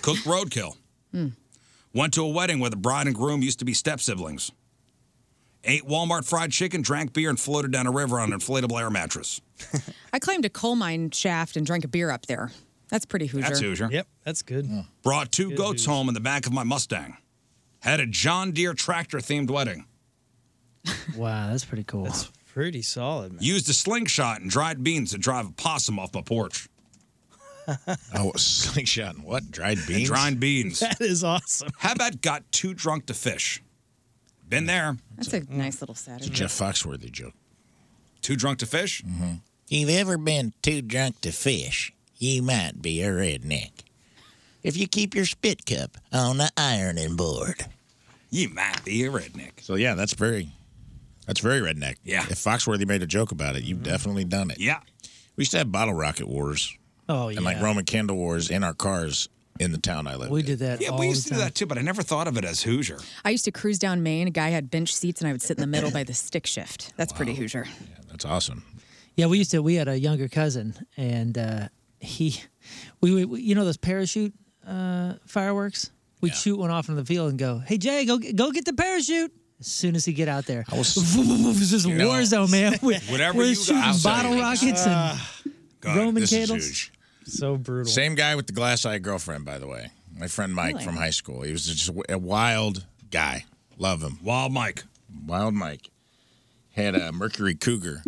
Speaker 1: cooked roadkill,
Speaker 2: Hmm.
Speaker 1: went to a wedding where the bride and groom used to be step siblings, ate Walmart fried chicken, drank beer, and floated down a river on an inflatable air mattress.
Speaker 2: I climbed a coal mine shaft and drank a beer up there. That's pretty Hoosier.
Speaker 1: That's Hoosier. Yep,
Speaker 5: that's good.
Speaker 1: Brought two goats home in the back of my Mustang. Had a John Deere tractor themed wedding.
Speaker 4: Wow, that's pretty cool. That's
Speaker 5: pretty solid.
Speaker 1: Used a slingshot and dried beans to drive a possum off my porch.
Speaker 3: oh, slingshot and what? Dried beans?
Speaker 1: Dried beans. That
Speaker 5: is awesome.
Speaker 1: How about got too drunk to fish? Been there.
Speaker 2: That's a nice little Saturday.
Speaker 3: Foxworthy joke.
Speaker 1: Too drunk to fish?
Speaker 3: Mm.
Speaker 15: Mm-hmm. You've ever been too drunk to fish, you might be a redneck. If you keep your spit cup on the ironing board.
Speaker 1: You might be a redneck.
Speaker 3: So yeah, that's very, that's very redneck. Yeah. If Foxworthy made a joke about it, you've definitely done it.
Speaker 1: Yeah.
Speaker 3: We used to have bottle rocket wars.
Speaker 4: Oh yeah.
Speaker 3: And like Roman candle wars in our cars in the town I lived.
Speaker 4: we did that.
Speaker 1: Yeah,
Speaker 4: all
Speaker 1: we used to
Speaker 4: the
Speaker 1: do
Speaker 4: time.
Speaker 1: that too, but I never thought of it as Hoosier.
Speaker 2: I used to cruise down Maine. A guy had bench seats, and I would sit in the middle by the stick shift. That's pretty Hoosier.
Speaker 3: That's awesome.
Speaker 4: Yeah, we used to. We had a younger cousin, and uh, he, we, would- we, you know, those parachute uh, fireworks. We'd shoot one off in the field and go, "Hey Jay, go get- go get the parachute!" As soon as he'd get out there, I was, this is
Speaker 3: You know,
Speaker 4: war zone, man. We-
Speaker 3: whatever
Speaker 4: we're
Speaker 3: you got-
Speaker 4: shooting
Speaker 3: I'll tell
Speaker 4: bottle
Speaker 3: you.
Speaker 4: rockets and
Speaker 3: Ah, God,
Speaker 4: Roman
Speaker 3: this is
Speaker 4: candles.
Speaker 3: huge.
Speaker 5: So brutal.
Speaker 3: Same guy with the glass eye girlfriend, by the way. My friend Mike
Speaker 4: Really?
Speaker 3: from high school. He was just a wild guy. Love him.
Speaker 1: Wild Mike.
Speaker 3: Wild Mike had a Mercury Cougar,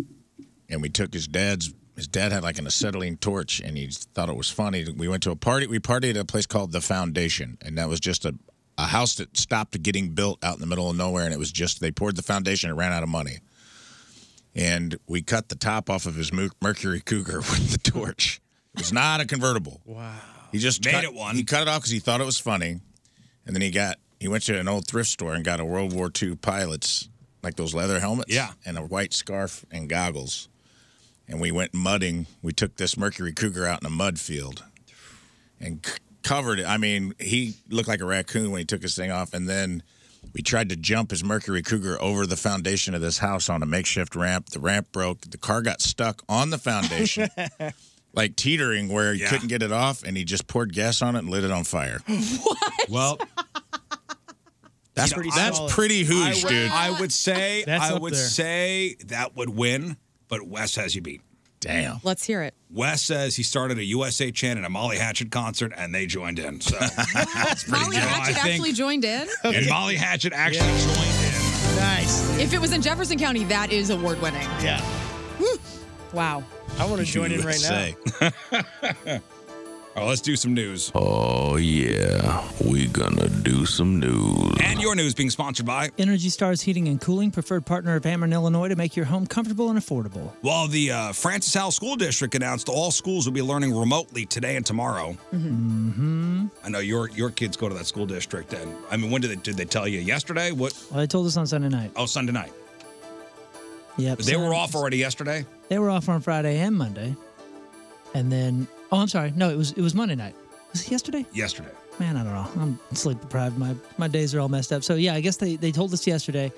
Speaker 3: and we took his dad's. His dad had like an acetylene torch, and he thought it was funny. We went to a party. We partied at a place called the Foundation, and that was just a, a house that stopped getting built out in the middle of nowhere. And it was just they poured the foundation and ran out of money. And we cut the top off of his Mer- Mercury Cougar with the torch. It was not a convertible.
Speaker 5: Wow.
Speaker 3: He just
Speaker 1: Made
Speaker 3: cut,
Speaker 1: it
Speaker 3: one. He cut it off because he thought it was funny, and then he got he went to an old thrift store and got a World War II pilot's like those leather helmets, yeah, and a white scarf and goggles. And we went mudding. We took this Mercury Cougar out in a mud field, and c- covered it. I mean, he looked like a raccoon when he took his thing off, and then. We tried to jump his Mercury Cougar over the foundation of this house on a makeshift ramp. The ramp broke. The car got stuck on the foundation like teetering where he couldn't get it off, and he just poured gas on it and lit it on fire.
Speaker 2: What?
Speaker 1: Well,
Speaker 3: that's
Speaker 1: You know,
Speaker 3: pretty.
Speaker 1: I-
Speaker 3: That's pretty
Speaker 1: I
Speaker 3: hoosh,
Speaker 1: would-
Speaker 3: dude.
Speaker 1: I would say
Speaker 3: That's
Speaker 1: I
Speaker 3: up
Speaker 1: would
Speaker 3: there.
Speaker 1: say that would win, but Wes has you beat.
Speaker 3: Damn.
Speaker 2: Let's hear it.
Speaker 1: Wes says he started a USA Chan and a Molly Hatchet concert, and they joined in. So that's pretty
Speaker 2: Molly
Speaker 1: good.
Speaker 2: Hatchet
Speaker 1: I think-
Speaker 2: actually joined in.
Speaker 1: And Molly Hatchet actually joined in.
Speaker 4: Nice.
Speaker 2: If it was in Jefferson County, that is award winning.
Speaker 3: Yeah.
Speaker 2: Wow.
Speaker 5: I want to join in right now.
Speaker 1: now. All right, let's do some news.
Speaker 16: Oh, yeah. We gonna do some news.
Speaker 1: And your news being sponsored by
Speaker 4: Energy Stars Heating and Cooling, preferred partner of Ameren, Illinois, to make your home comfortable and affordable.
Speaker 1: While the uh, Francis Howell School District announced all schools will be learning remotely today and tomorrow.
Speaker 4: Mm-hmm.
Speaker 1: I know your your kids go to that school district, and I mean, when did they did they tell you? Yesterday? What?
Speaker 4: Well, they told us on Sunday night.
Speaker 1: Oh, Sunday night.
Speaker 4: Yep.
Speaker 1: They were off already yesterday.
Speaker 4: They were off on Friday and Monday, and then oh, I'm sorry, no, it was it was Monday night. Was it yesterday?
Speaker 1: Yesterday.
Speaker 4: Man, I don't know. I'm sleep deprived. My my days are all messed up. So yeah, I guess they they told us yesterday,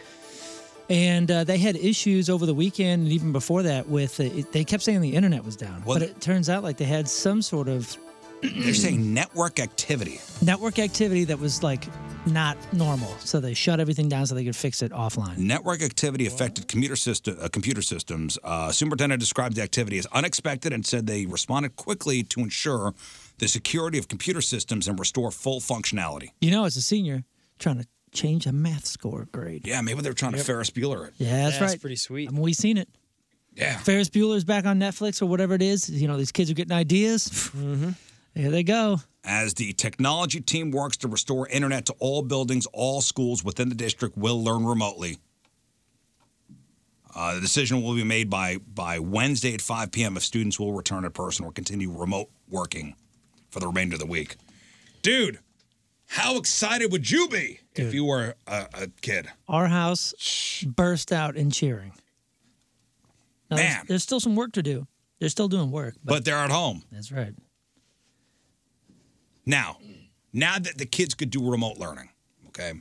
Speaker 4: and uh, they had issues over the weekend and even before that with uh, it, they kept saying the internet was down,
Speaker 1: Well,
Speaker 4: but it turns out like they had some sort of
Speaker 1: They're saying network activity.
Speaker 4: network activity that was like not normal. So they shut everything down so they could fix it offline.
Speaker 1: Network activity affected computer system uh, computer systems. Uh, Superintendent described the activity as unexpected and said they responded quickly to ensure the security of computer systems and restore full functionality.
Speaker 4: You know, as a senior, trying to change a math score grade.
Speaker 1: Yeah, maybe they're trying to
Speaker 4: Yep.
Speaker 1: Ferris Bueller it.
Speaker 4: Yeah, that's, right.
Speaker 5: sweet.
Speaker 4: I mean, we seen it.
Speaker 1: Yeah.
Speaker 4: Ferris Bueller's back on Netflix or whatever it is. You know, these kids are getting ideas. mm-hmm. Here they go.
Speaker 1: As the technology team works to restore internet to all buildings, all schools within the district will learn remotely. Uh, the decision will be made by by Wednesday at 5 p.m. if students will return in person or continue remote working for the remainder of the week. Dude, how excited would you be if you were a, a kid?
Speaker 4: Our house burst out in cheering. Now, there's-
Speaker 1: Man.
Speaker 4: There's, still some work to do. They're still doing work.
Speaker 1: But, they're at home
Speaker 4: That's right.
Speaker 1: now. Now that the kids could do remote learning, okay.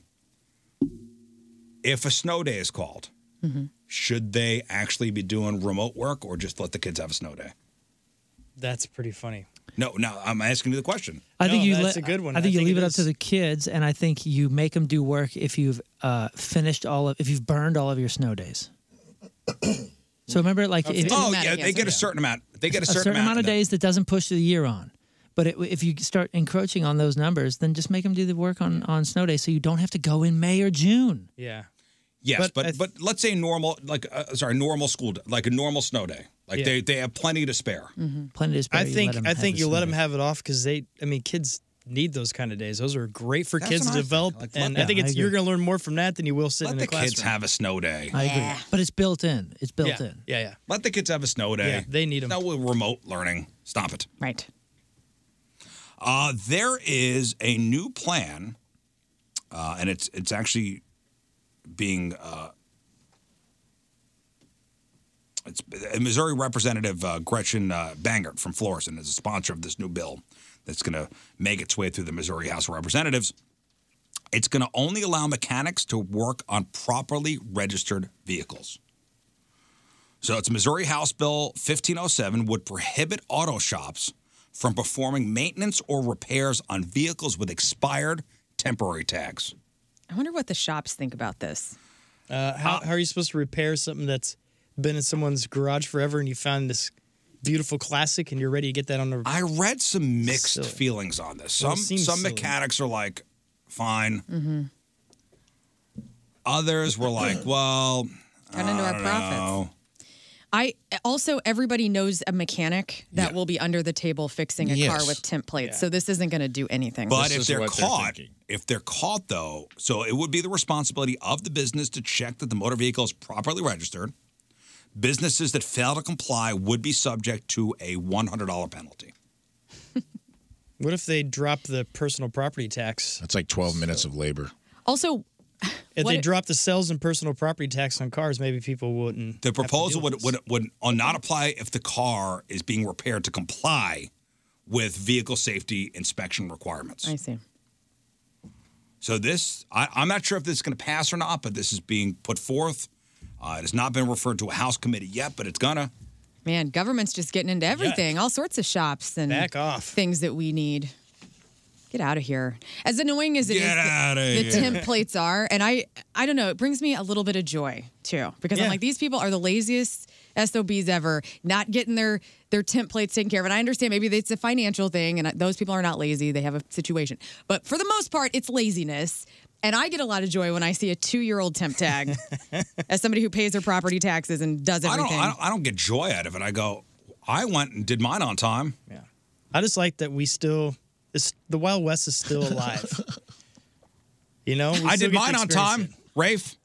Speaker 1: if a snow day is called,
Speaker 4: Mm-hmm.
Speaker 1: should they actually be doing remote work or just let the kids have a snow day?
Speaker 5: That's pretty funny.
Speaker 1: No, no, I'm asking you the question.
Speaker 4: I think
Speaker 5: No,
Speaker 4: you
Speaker 5: that's
Speaker 4: let,
Speaker 5: a good one.
Speaker 4: I
Speaker 5: I
Speaker 4: think you
Speaker 5: think
Speaker 4: leave
Speaker 5: it
Speaker 4: it, up to
Speaker 5: is.
Speaker 4: the kids, and I think you make them do work if you've uh, finished all of if you've burned all of your snow days. so remember, like if,
Speaker 1: oh yeah, they get a certain amount. They get a certain, amount.
Speaker 4: of days that doesn't push the year on. But it, if you start encroaching on those numbers, then just make them do the work on on snow days, so you don't have to go in May or June.
Speaker 5: Yeah.
Speaker 1: Yes, but but, let's say normal, like uh, sorry, normal school, day, like a normal snow day. Like
Speaker 5: Yeah.
Speaker 1: they they have plenty to spare.
Speaker 4: Plenty of spare,
Speaker 5: I
Speaker 4: you
Speaker 5: think
Speaker 4: let 'em
Speaker 5: I
Speaker 4: have
Speaker 5: think
Speaker 4: the
Speaker 5: you let them
Speaker 4: Sunday.
Speaker 5: have it off because they. I mean, kids need those kind of days. Those are great for
Speaker 4: That's
Speaker 5: kids
Speaker 4: what
Speaker 5: to
Speaker 4: I think.
Speaker 5: develop.
Speaker 4: Like,
Speaker 5: and
Speaker 4: let-
Speaker 5: I think
Speaker 4: Yeah, I
Speaker 5: it's you're
Speaker 4: agree.
Speaker 5: going to learn more from that than you will sitting in
Speaker 1: the
Speaker 5: a classroom.
Speaker 1: kids have a snow day.
Speaker 4: I agree, but it's built in. It's built
Speaker 1: Yeah.
Speaker 4: in.
Speaker 5: Yeah, yeah.
Speaker 1: Let the kids have a snow day.
Speaker 5: Yeah, they need them.
Speaker 1: No remote learning. Stop it.
Speaker 2: Right.
Speaker 1: Uh, there is a new plan, uh, and it's it's actually being uh, it's uh, Missouri Representative uh, Gretchen uh, Bangert from Florissant is a sponsor of this new bill that's going to make its way through the Missouri House of Representatives. It's going to only allow mechanics to work on properly registered vehicles. So it's Missouri House Bill 1507 would prohibit auto shops from performing maintenance or repairs on vehicles with expired temporary tags.
Speaker 2: I wonder what the shops think about this.
Speaker 5: Uh, how, how are you supposed to repair something that's been in someone's garage forever and you found this beautiful classic and you're ready to get that on the?
Speaker 1: I read some mixed feelings on this.
Speaker 5: Well,
Speaker 1: Some
Speaker 5: it seems
Speaker 1: some
Speaker 5: silly.
Speaker 1: mechanics are like, fine. Others were like, well,
Speaker 2: Cut into
Speaker 1: I
Speaker 2: our
Speaker 1: don't
Speaker 2: profits.
Speaker 1: know.
Speaker 2: I also everybody knows a mechanic that will be under the table fixing a car
Speaker 1: Yes.
Speaker 2: with temp plates, so this isn't going to do anything.
Speaker 1: But if they're caught, if they're caught though, so it would be the responsibility of the business to check that the motor vehicle is properly registered. Businesses that fail to comply would be subject to a $100 penalty.
Speaker 5: What if they drop the personal property tax?
Speaker 3: That's like 12 minutes of labor.
Speaker 2: Also,
Speaker 5: If
Speaker 2: what
Speaker 5: they
Speaker 2: if-
Speaker 5: drop the sales and personal property tax on cars, maybe people wouldn't.
Speaker 1: The proposal would, would, would not apply if the car is being repaired to comply with vehicle safety inspection requirements.
Speaker 2: I see.
Speaker 1: So this, I, I'm not sure if this is going to pass or not, but this is being put forth. Uh, it has not been referred to a House committee yet, but it's gonna.
Speaker 2: Man, government's just getting into everything, all sorts of shops and
Speaker 1: Back off.
Speaker 2: things that we need. Get out of here. As annoying as it is,
Speaker 1: Get
Speaker 2: that
Speaker 1: outta
Speaker 2: the
Speaker 1: here.
Speaker 2: temp plates are, and I, I don't know, it brings me a little bit of joy too, because I'm
Speaker 17: Yeah.
Speaker 2: like these people are the laziest SOBs ever, not getting their their temp plates taken care of. And I understand maybe it's a financial thing, and those people are not lazy; they have a situation. But for the most part, it's laziness. And I get a lot of joy when I see a two-year-old temp tag, as somebody who pays their property taxes and does
Speaker 1: I don't,
Speaker 2: everything.
Speaker 1: I don't. I don't get joy out of it. I go. I went and did mine on time.
Speaker 5: Yeah. I just like that we still, it's, the Wild West is still alive. you know, we
Speaker 1: I
Speaker 5: still
Speaker 1: did
Speaker 5: get to
Speaker 1: mine on
Speaker 5: experience
Speaker 1: time,
Speaker 5: it.
Speaker 1: Rafe.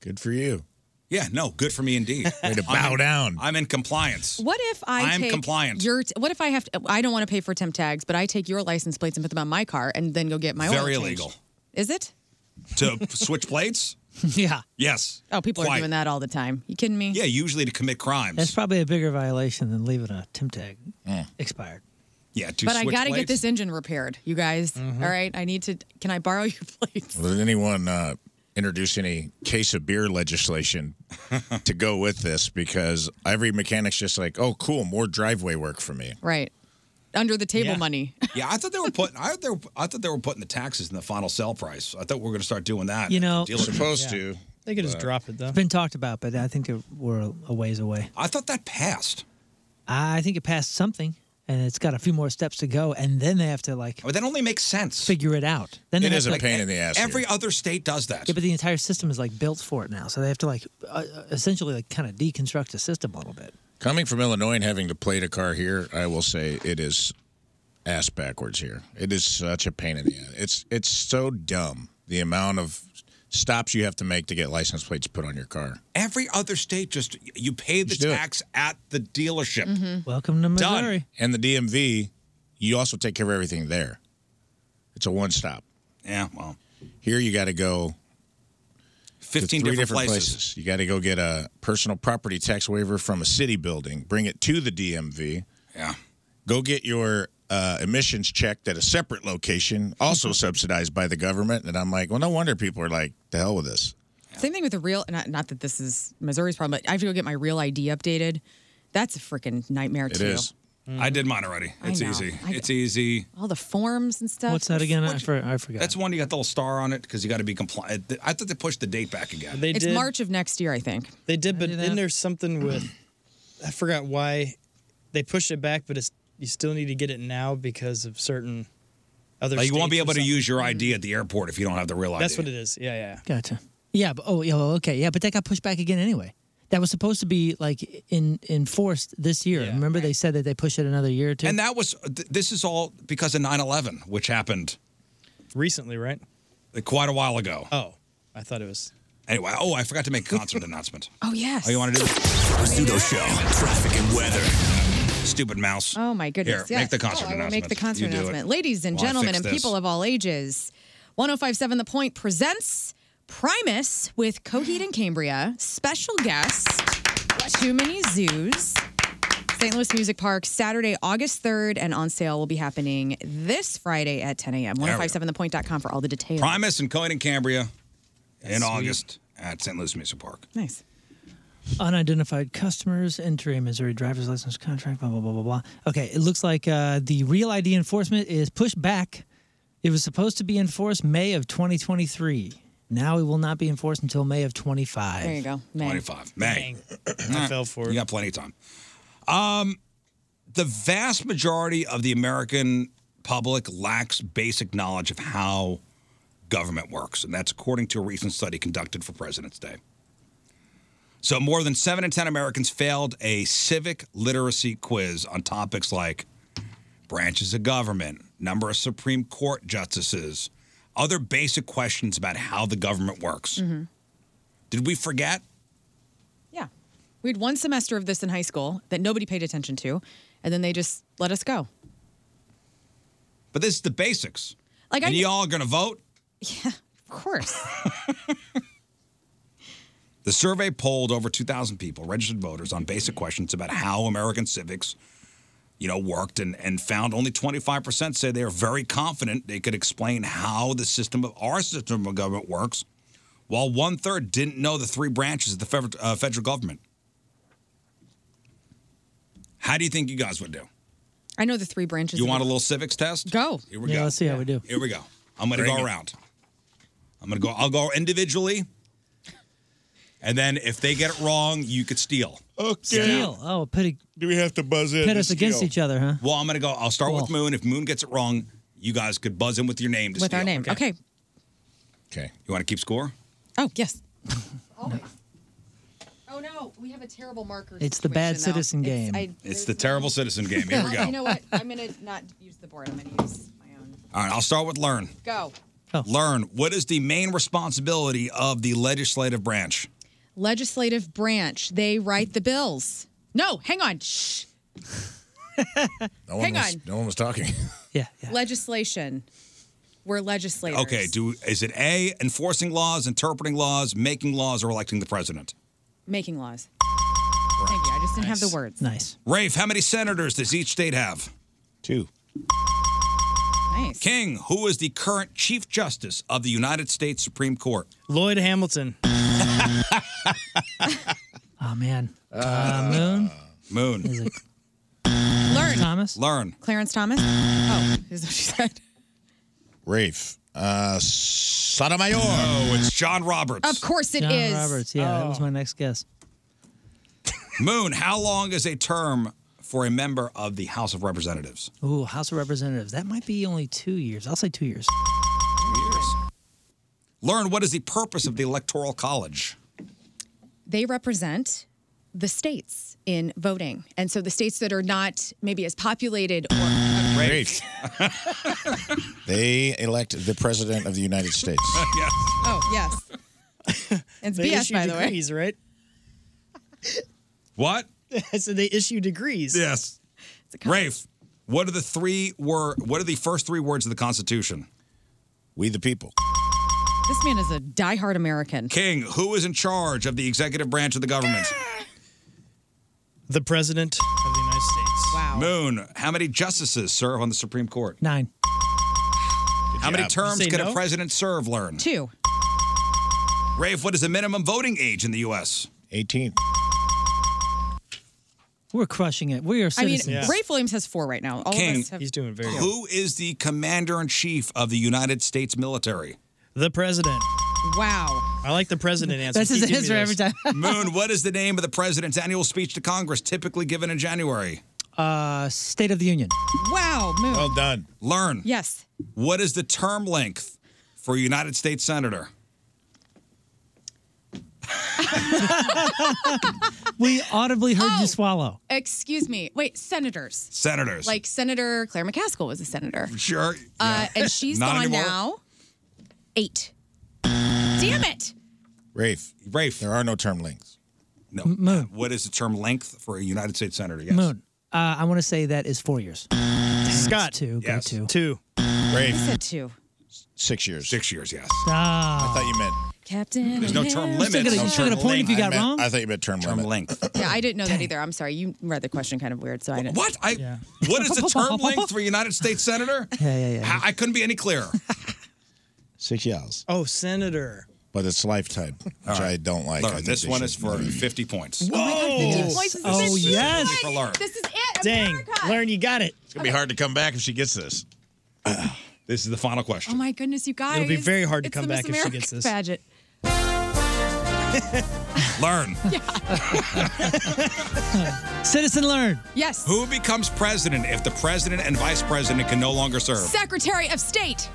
Speaker 3: Good for you.
Speaker 1: Yeah. No. Good for me indeed. Way to
Speaker 3: bow
Speaker 1: down. I'm in compliance.
Speaker 2: What if I
Speaker 1: I'm
Speaker 2: take
Speaker 1: compliant.
Speaker 2: Your what if I have to? I don't want to pay for temp tags, but I take your license plates and put them on my car, and then go get my oil
Speaker 1: Very
Speaker 2: changed.
Speaker 1: illegal
Speaker 2: Is it?
Speaker 1: to switch plates.
Speaker 4: yeah.
Speaker 1: Yes.
Speaker 2: Oh, people
Speaker 1: Quite.
Speaker 2: are doing that all the time. You kidding me?
Speaker 1: Yeah, usually to commit crimes. Hmm.
Speaker 4: That's probably a bigger violation than leaving a temp tag expired.
Speaker 1: Yeah, to
Speaker 2: but I
Speaker 3: switch
Speaker 2: gotta get
Speaker 3: plates?
Speaker 2: this engine repaired, you guys.
Speaker 1: Mm-hmm.
Speaker 2: All right, I need to. Can I borrow your plates?
Speaker 3: Well, did anyone uh, introduce any case of beer legislation to go with this? Because every mechanic's just like, oh, cool, more driveway work for me.
Speaker 2: Right, under the table
Speaker 1: Yeah.
Speaker 2: money.
Speaker 1: yeah, I thought they were putting. I thought they were, I thought they were putting the taxes in the final sell price. I thought we were going to start doing that.
Speaker 4: You know-
Speaker 1: Dealers are
Speaker 4: Supposed
Speaker 3: to.
Speaker 5: They could just drop it though.
Speaker 4: It's been talked about, but I think it- we're a ways away.
Speaker 1: I thought that passed.
Speaker 4: I think it passed something, and it's got a few more steps to go, and then they have to like.
Speaker 1: But that only makes sense.
Speaker 4: Figure it out. Then they have to, like-
Speaker 1: Every other state does that.
Speaker 4: Yeah, but the entire system is like built for it now, so they have to like uh, uh, essentially like kind of deconstruct the system a little bit.
Speaker 3: Coming from Illinois and having to plate a car here, I will say it is ass backwards here. It is such a pain in the ass. It's it's so dumb the amount of stops you have to make to get license plates put on your car.
Speaker 1: Every other state just you pay the tax at the dealership.
Speaker 4: Mm-hmm. Welcome to
Speaker 3: Done.
Speaker 4: Missouri.
Speaker 3: And the DMV, you also take care of everything there. It's a one stop.
Speaker 1: Yeah, well,
Speaker 3: here you got to go.
Speaker 1: 15
Speaker 3: to three
Speaker 1: different places.
Speaker 3: You got to go get a personal property tax waiver from a city building, bring it to the DMV.
Speaker 1: Yeah.
Speaker 3: Go get your uh, emissions checked at a separate location, also subsidized by the government. And I'm like, well, no wonder people are like, the hell with this.
Speaker 2: Same thing with the real. Not, not that this is Missouri's problem, but I have to go get my real ID updated. That's a freaking nightmare
Speaker 1: It
Speaker 2: too.
Speaker 1: is.
Speaker 5: Mm-hmm.
Speaker 1: I did mine already.
Speaker 2: I
Speaker 1: It's
Speaker 2: know.
Speaker 1: easy.
Speaker 2: I-
Speaker 1: it's easy.
Speaker 2: All the forms and stuff.
Speaker 1: What's that again? I
Speaker 2: forgot.
Speaker 4: I forgot.
Speaker 1: That's one you got the little star on it because you got to be compliant. I thought they pushed the date back again.
Speaker 5: They
Speaker 2: it's
Speaker 5: did.
Speaker 2: March of next year, I think.
Speaker 5: They did, but then there's something with I forgot why they pushed it back, but it's you still need to get it now because of certain
Speaker 3: Oh,
Speaker 5: other.
Speaker 1: Like, you won't be
Speaker 5: states or
Speaker 1: able to
Speaker 5: something.
Speaker 1: use your ID at the airport if you don't have the real ID.
Speaker 5: Mm-hmm. That's what it is. Yeah, yeah.
Speaker 4: Gotcha. Yeah, but oh, yeah, well, okay, yeah, but that got pushed back again anyway. That was supposed to be like in enforced this year. Remember, they said that they pushed it another year or two.
Speaker 1: And that was, th- this is all because of 9 11, which happened
Speaker 5: recently, right?
Speaker 1: Quite a while ago.
Speaker 5: Oh, I thought it was.
Speaker 1: Anyway, oh, I forgot to make a concert announcement.
Speaker 2: Oh yes.
Speaker 1: Oh, you want to do it? Rizzuto Show, traffic and weather. Stupid mouse.
Speaker 2: Oh my goodness!
Speaker 1: Here,
Speaker 2: yes.
Speaker 1: make the concert
Speaker 2: oh, I will
Speaker 1: announcement.
Speaker 2: Make the concert
Speaker 1: You do it.
Speaker 2: announcement, ladies and
Speaker 1: While I
Speaker 2: gentlemen,
Speaker 1: fix
Speaker 2: and
Speaker 1: this.
Speaker 2: people of all ages. 105.7 The Point presents Primus with Coheed and Cambria, special guest, Too Many Zoos, St. Louis Music Park, Saturday, August 3rd, and on sale will be happening this Friday at 10 a.m.
Speaker 1: There we go.
Speaker 2: 105.7thepoint.com for all oh the details.
Speaker 1: Primus and Cohen and Cambria in
Speaker 4: sweet.
Speaker 1: August at St. Louis Music Park.
Speaker 2: Nice.
Speaker 4: Unidentified customers entering Missouri driver's license contract. Blah blah blah blah blah. Okay, it looks like uh, the real ID enforcement is pushed back. It was supposed to be enforced May of 2023. Now it will not be enforced until May of 25.
Speaker 2: There you go. May.
Speaker 1: 25. May. I fell for it. You got plenty of time. Um, the vast majority of the American public lacks basic knowledge of how government works, and that's according to a recent study conducted for President's Day. So, more than seven in 10 Americans failed a civic literacy quiz on topics like branches of government, number of Supreme Court justices, other basic questions about how the government works.
Speaker 2: Mhm.
Speaker 1: Did we forget?
Speaker 2: Yeah. We had one semester of this in high school that nobody paid attention to, and then they just let us go.
Speaker 1: But this is the basics.
Speaker 2: Like,
Speaker 1: and
Speaker 2: I-
Speaker 1: y'all are going to vote?
Speaker 2: Of course.
Speaker 1: The survey polled over 2,000 people, registered voters, on basic questions about how American civics, you know, worked and, and found only 25% say they are very confident they could explain how the system of our system of government works, while one third didn't know the three branches of the federal, uh, federal government. How do you think you guys would do?
Speaker 2: I know the three branches.
Speaker 1: You
Speaker 2: of
Speaker 1: want a
Speaker 2: it.
Speaker 1: little civics test?
Speaker 2: Go.
Speaker 1: Here we go.
Speaker 4: Let's see how we do.
Speaker 1: Here we go. I'm going to
Speaker 4: Bring
Speaker 1: go
Speaker 4: it.
Speaker 1: around. I'm going to go. I'll go individually. And then if they get it wrong, you could steal.
Speaker 4: Okay. Steal. Oh, put a,
Speaker 1: Do we have to buzz
Speaker 4: pit us against each other, huh?
Speaker 1: Well, I'm going to go. I'll start with Moon. If Moon gets it wrong, you guys could buzz in with your name to
Speaker 2: with
Speaker 1: steal.
Speaker 2: our name. Okay.
Speaker 1: Okay. You want to keep score?
Speaker 2: Oh yes. Always. Oh no, we have a terrible marker.
Speaker 4: It's the bad situation now. citizen It's- game. I-
Speaker 1: it's the terrible citizen game. Here we go.
Speaker 2: You know what? I'm gonna not use the board. I'm gonna use.
Speaker 1: All right. I'll start with Learn.
Speaker 2: Go.
Speaker 1: Learn. What is the main responsibility of the legislative branch?
Speaker 2: Legislative branch. They write the bills. No, hang on. Shh.
Speaker 3: No one
Speaker 2: Hang
Speaker 3: was,
Speaker 2: on.
Speaker 3: No one was talking.
Speaker 2: Legislation. We're legislators.
Speaker 1: Okay. Do is it A enforcing laws, interpreting laws, making laws, or electing the president?
Speaker 2: Making laws. Thank you. I just didn't have the words.
Speaker 4: Nice.
Speaker 1: Rafe, how many senators does each state have? Two.
Speaker 2: Nice.
Speaker 1: King, who is the current Chief Justice of the United States Supreme Court?
Speaker 5: Lloyd Hamilton.
Speaker 4: Oh man. Uh, Moon.
Speaker 1: Moon.
Speaker 2: Learn.
Speaker 4: Thomas.
Speaker 1: Learn.
Speaker 2: Clarence Thomas. Oh, is what she said.
Speaker 3: Rafe. Uh, Sotomayor.
Speaker 1: Oh, it's John Roberts.
Speaker 2: Of course it is.
Speaker 4: John Roberts. Yeah, that was my next guess.
Speaker 1: Moon, how long is a term for a member of the House of Representatives?
Speaker 5: Oh.
Speaker 4: Ooh, House of Representatives. That might be only two years. I'll say two years.
Speaker 1: Learn what is the purpose of the Electoral College?
Speaker 2: they represent the states in voting. And so the states that are not maybe as populated or
Speaker 3: Rafe. they elect the president of the United States.
Speaker 2: Oh, yes. It's
Speaker 5: They
Speaker 2: BS
Speaker 5: issue
Speaker 2: by the way.
Speaker 5: degrees, right?
Speaker 1: What?
Speaker 5: so they issue degrees.
Speaker 1: Yes. Rafe, what are the three were what are the first three words of the Constitution? We the people.
Speaker 2: This man is a diehard American.
Speaker 1: King, who is in charge of the executive branch of the government?
Speaker 5: The president of the United
Speaker 2: Wow.
Speaker 5: States.
Speaker 2: Wow.
Speaker 1: Moon, how many justices serve on the Supreme Court?
Speaker 4: Nine.
Speaker 1: How many
Speaker 4: job.
Speaker 1: terms
Speaker 4: You say
Speaker 1: can a
Speaker 4: no?
Speaker 1: president serve, learn?
Speaker 2: Two.
Speaker 1: Rafe, what is the minimum voting age in the U.S.? 18.
Speaker 4: We're crushing it. We are
Speaker 2: I mean,
Speaker 4: citizens.
Speaker 2: Rafe Williams has four right now. All
Speaker 1: King,
Speaker 2: of us have.
Speaker 1: doing very Who is the commander in chief of the United States military?
Speaker 5: The president.
Speaker 2: Wow.
Speaker 5: I like the president answer.
Speaker 4: That's his
Speaker 5: He gives me
Speaker 4: answer every
Speaker 5: those.
Speaker 4: time.
Speaker 1: Moon, what is the name of the president's annual speech to Congress typically given in January?
Speaker 4: Uh, State of the Union.
Speaker 2: Wow, Moon.
Speaker 1: Well done. Learn.
Speaker 2: Yes.
Speaker 1: What is the term length for a United States senator?
Speaker 4: we audibly heard you swallow.
Speaker 2: Oh. Excuse me. Wait, senators.
Speaker 1: Senators.
Speaker 2: Like Senator Claire McCaskill was a senator.
Speaker 1: Sure.
Speaker 2: Uh, and she's
Speaker 1: Not
Speaker 2: gone
Speaker 1: anymore.
Speaker 2: now. Eight. Damn it.
Speaker 3: Rafe.
Speaker 1: Rafe.
Speaker 3: There are no term lengths.
Speaker 1: No. Moon. What is the term length for a United States senator? Yes.
Speaker 4: Moon. Uh, I want to say that is four years. Scott. Two. Go
Speaker 1: Yes.
Speaker 4: two.
Speaker 5: Two.
Speaker 1: Rafe.
Speaker 2: said two.
Speaker 1: Six years. Six years, yes.
Speaker 4: Ah.
Speaker 3: I thought you meant.
Speaker 2: Captain.
Speaker 3: There's no term
Speaker 2: America.
Speaker 3: limits. no term length. I meant- I thought you meant term, term
Speaker 1: length.
Speaker 2: Yeah, I didn't know that either. I'm sorry. You read the question kind of weird, so I didn't.
Speaker 1: What? I. What is the term length for a United States senator?
Speaker 4: Yeah, yeah, yeah.
Speaker 1: I, I couldn't be any clearer.
Speaker 3: Six years.
Speaker 5: Oh, senator.
Speaker 3: But it's lifetime, which I Mm. don't like.
Speaker 1: Lauren, this one is for 50 points.
Speaker 5: Oh, yes.
Speaker 3: For Lauren.
Speaker 2: This is it.
Speaker 5: Dang. Learn, you got it.
Speaker 3: It's going to be hard to come back if she gets this.
Speaker 1: this is the final
Speaker 2: Oh
Speaker 1: question.
Speaker 2: my goodness, you guys!
Speaker 1: It'll be very hard to
Speaker 2: It's
Speaker 1: come
Speaker 2: the
Speaker 1: back
Speaker 2: Miss
Speaker 1: if she
Speaker 2: America
Speaker 1: gets this.
Speaker 2: Pageant.
Speaker 1: Learn.
Speaker 4: Citizen learn.
Speaker 2: Yes.
Speaker 1: Who becomes president if the president and vice president can no longer serve?
Speaker 2: Secretary of State.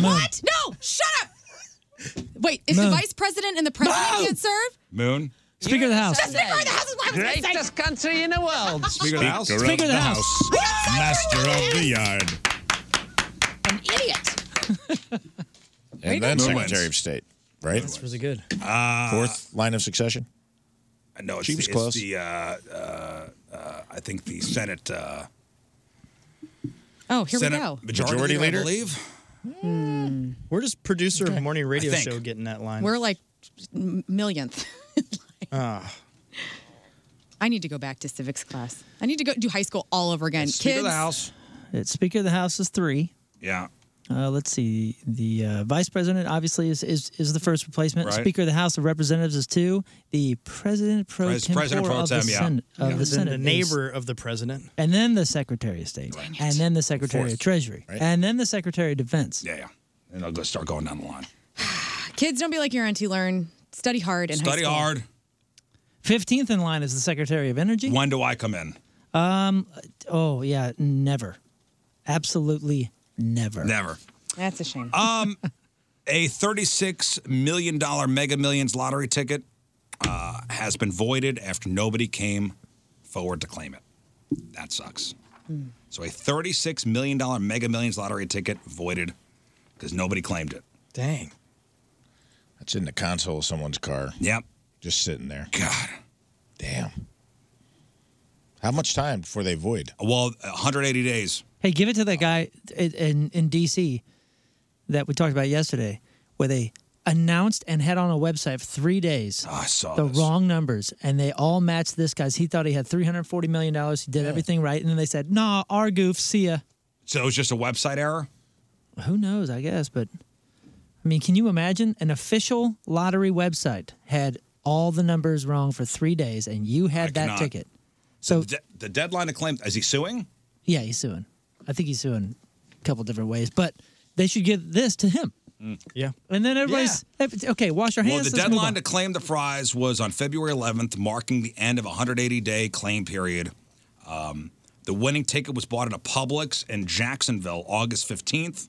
Speaker 2: What? No! Shut up! Wait, if the
Speaker 1: Moon.
Speaker 2: vice president and the president
Speaker 1: Moon.
Speaker 2: can't serve,
Speaker 1: Moon.
Speaker 4: Speaker of the House.
Speaker 2: Just Speaker of the House is what I was gonna say.
Speaker 17: Greatest country in the world.
Speaker 1: Speaker of the House.
Speaker 4: Speaker of the House.
Speaker 3: Master of the yard.
Speaker 2: an idiot.
Speaker 3: And then
Speaker 1: Moon
Speaker 3: Secretary
Speaker 1: wins.
Speaker 3: of State, right?
Speaker 5: That's really good.
Speaker 1: Uh,
Speaker 3: Fourth line of succession.
Speaker 1: No, it's,
Speaker 3: She was
Speaker 1: it's
Speaker 3: close.
Speaker 1: the, uh, uh, uh, I think the Senate. Uh,
Speaker 2: Oh, here
Speaker 1: Senate
Speaker 2: we go.
Speaker 1: Majority,
Speaker 5: Majority
Speaker 1: leader, I
Speaker 5: leader?
Speaker 1: believe.
Speaker 5: Where does producer of morning radio
Speaker 1: think.
Speaker 5: show get in that line?
Speaker 2: We're like m- millionth.
Speaker 5: Ah.
Speaker 2: I need to go back to civics class. I need to go do high school all over again. Kids,
Speaker 4: It's Speaker of the House is three.
Speaker 1: Yeah.
Speaker 4: Uh, let's see. The uh, vice president obviously is, is is the first replacement.
Speaker 1: Right.
Speaker 4: Speaker of the House of Representatives is two. The president pro
Speaker 5: Pres-
Speaker 4: tempore
Speaker 5: President pro
Speaker 4: of the
Speaker 5: tem, yeah.
Speaker 4: Senate, of
Speaker 5: Yeah.
Speaker 4: the
Speaker 5: Then
Speaker 4: Senate
Speaker 5: the
Speaker 4: is-
Speaker 5: neighbor of the president.
Speaker 4: and then the Secretary of State, and then the Secretary
Speaker 1: Fourth,
Speaker 4: of Treasury,
Speaker 1: right?
Speaker 4: and then the Secretary of Defense.
Speaker 1: Yeah, yeah. And I'll go start going down the line.
Speaker 2: kids, don't be like your auntie. Learn, study hard, and
Speaker 1: Study hard.
Speaker 4: Fifteenth in line is the Secretary of Energy.
Speaker 1: When do I come in?
Speaker 4: Um. Oh yeah. Never. Absolutely never.
Speaker 1: Never.
Speaker 2: That's a shame.
Speaker 1: Um, a thirty-six million dollar Mega Millions lottery ticket uh, has been voided after nobody came forward to claim it. That sucks.
Speaker 2: Hmm.
Speaker 1: So a thirty-six million dollar Mega Millions lottery ticket voided because nobody claimed it.
Speaker 5: Dang.
Speaker 3: That's in the console of someone's car.
Speaker 1: Yep.
Speaker 3: Just sitting there.
Speaker 1: God.
Speaker 3: Damn. How much time before they void?
Speaker 1: Well, 180 days.
Speaker 4: Hey, give it to that guy in, in, in D.C. that we talked about yesterday, where they announced and had on a website for three days
Speaker 1: Oh, I saw
Speaker 4: the
Speaker 1: this.
Speaker 4: wrong numbers, and they all matched this guy's. He thought he had three hundred forty million dollars. He did everything right, and then they said, "Nah, our goof, see ya."
Speaker 1: So it was just a website error.
Speaker 4: Who knows? I guess, but I mean, can you imagine an official lottery website had all the numbers wrong for three days, and you had that
Speaker 1: cannot.
Speaker 4: ticket? So
Speaker 1: The, de- the deadline to claim is he suing?
Speaker 4: Yeah, he's suing. I think he's suing a couple different ways, but they should give this to him.
Speaker 1: Mm.
Speaker 5: Yeah.
Speaker 4: And then everybody's ev- okay. Wash your hands.
Speaker 1: Well, the
Speaker 4: let's move
Speaker 1: deadline
Speaker 4: on.
Speaker 1: to claim the prize was on February 11th, marking the end of a 180-day claim period. Um, the winning ticket was bought at a Publix in Jacksonville, August 15th.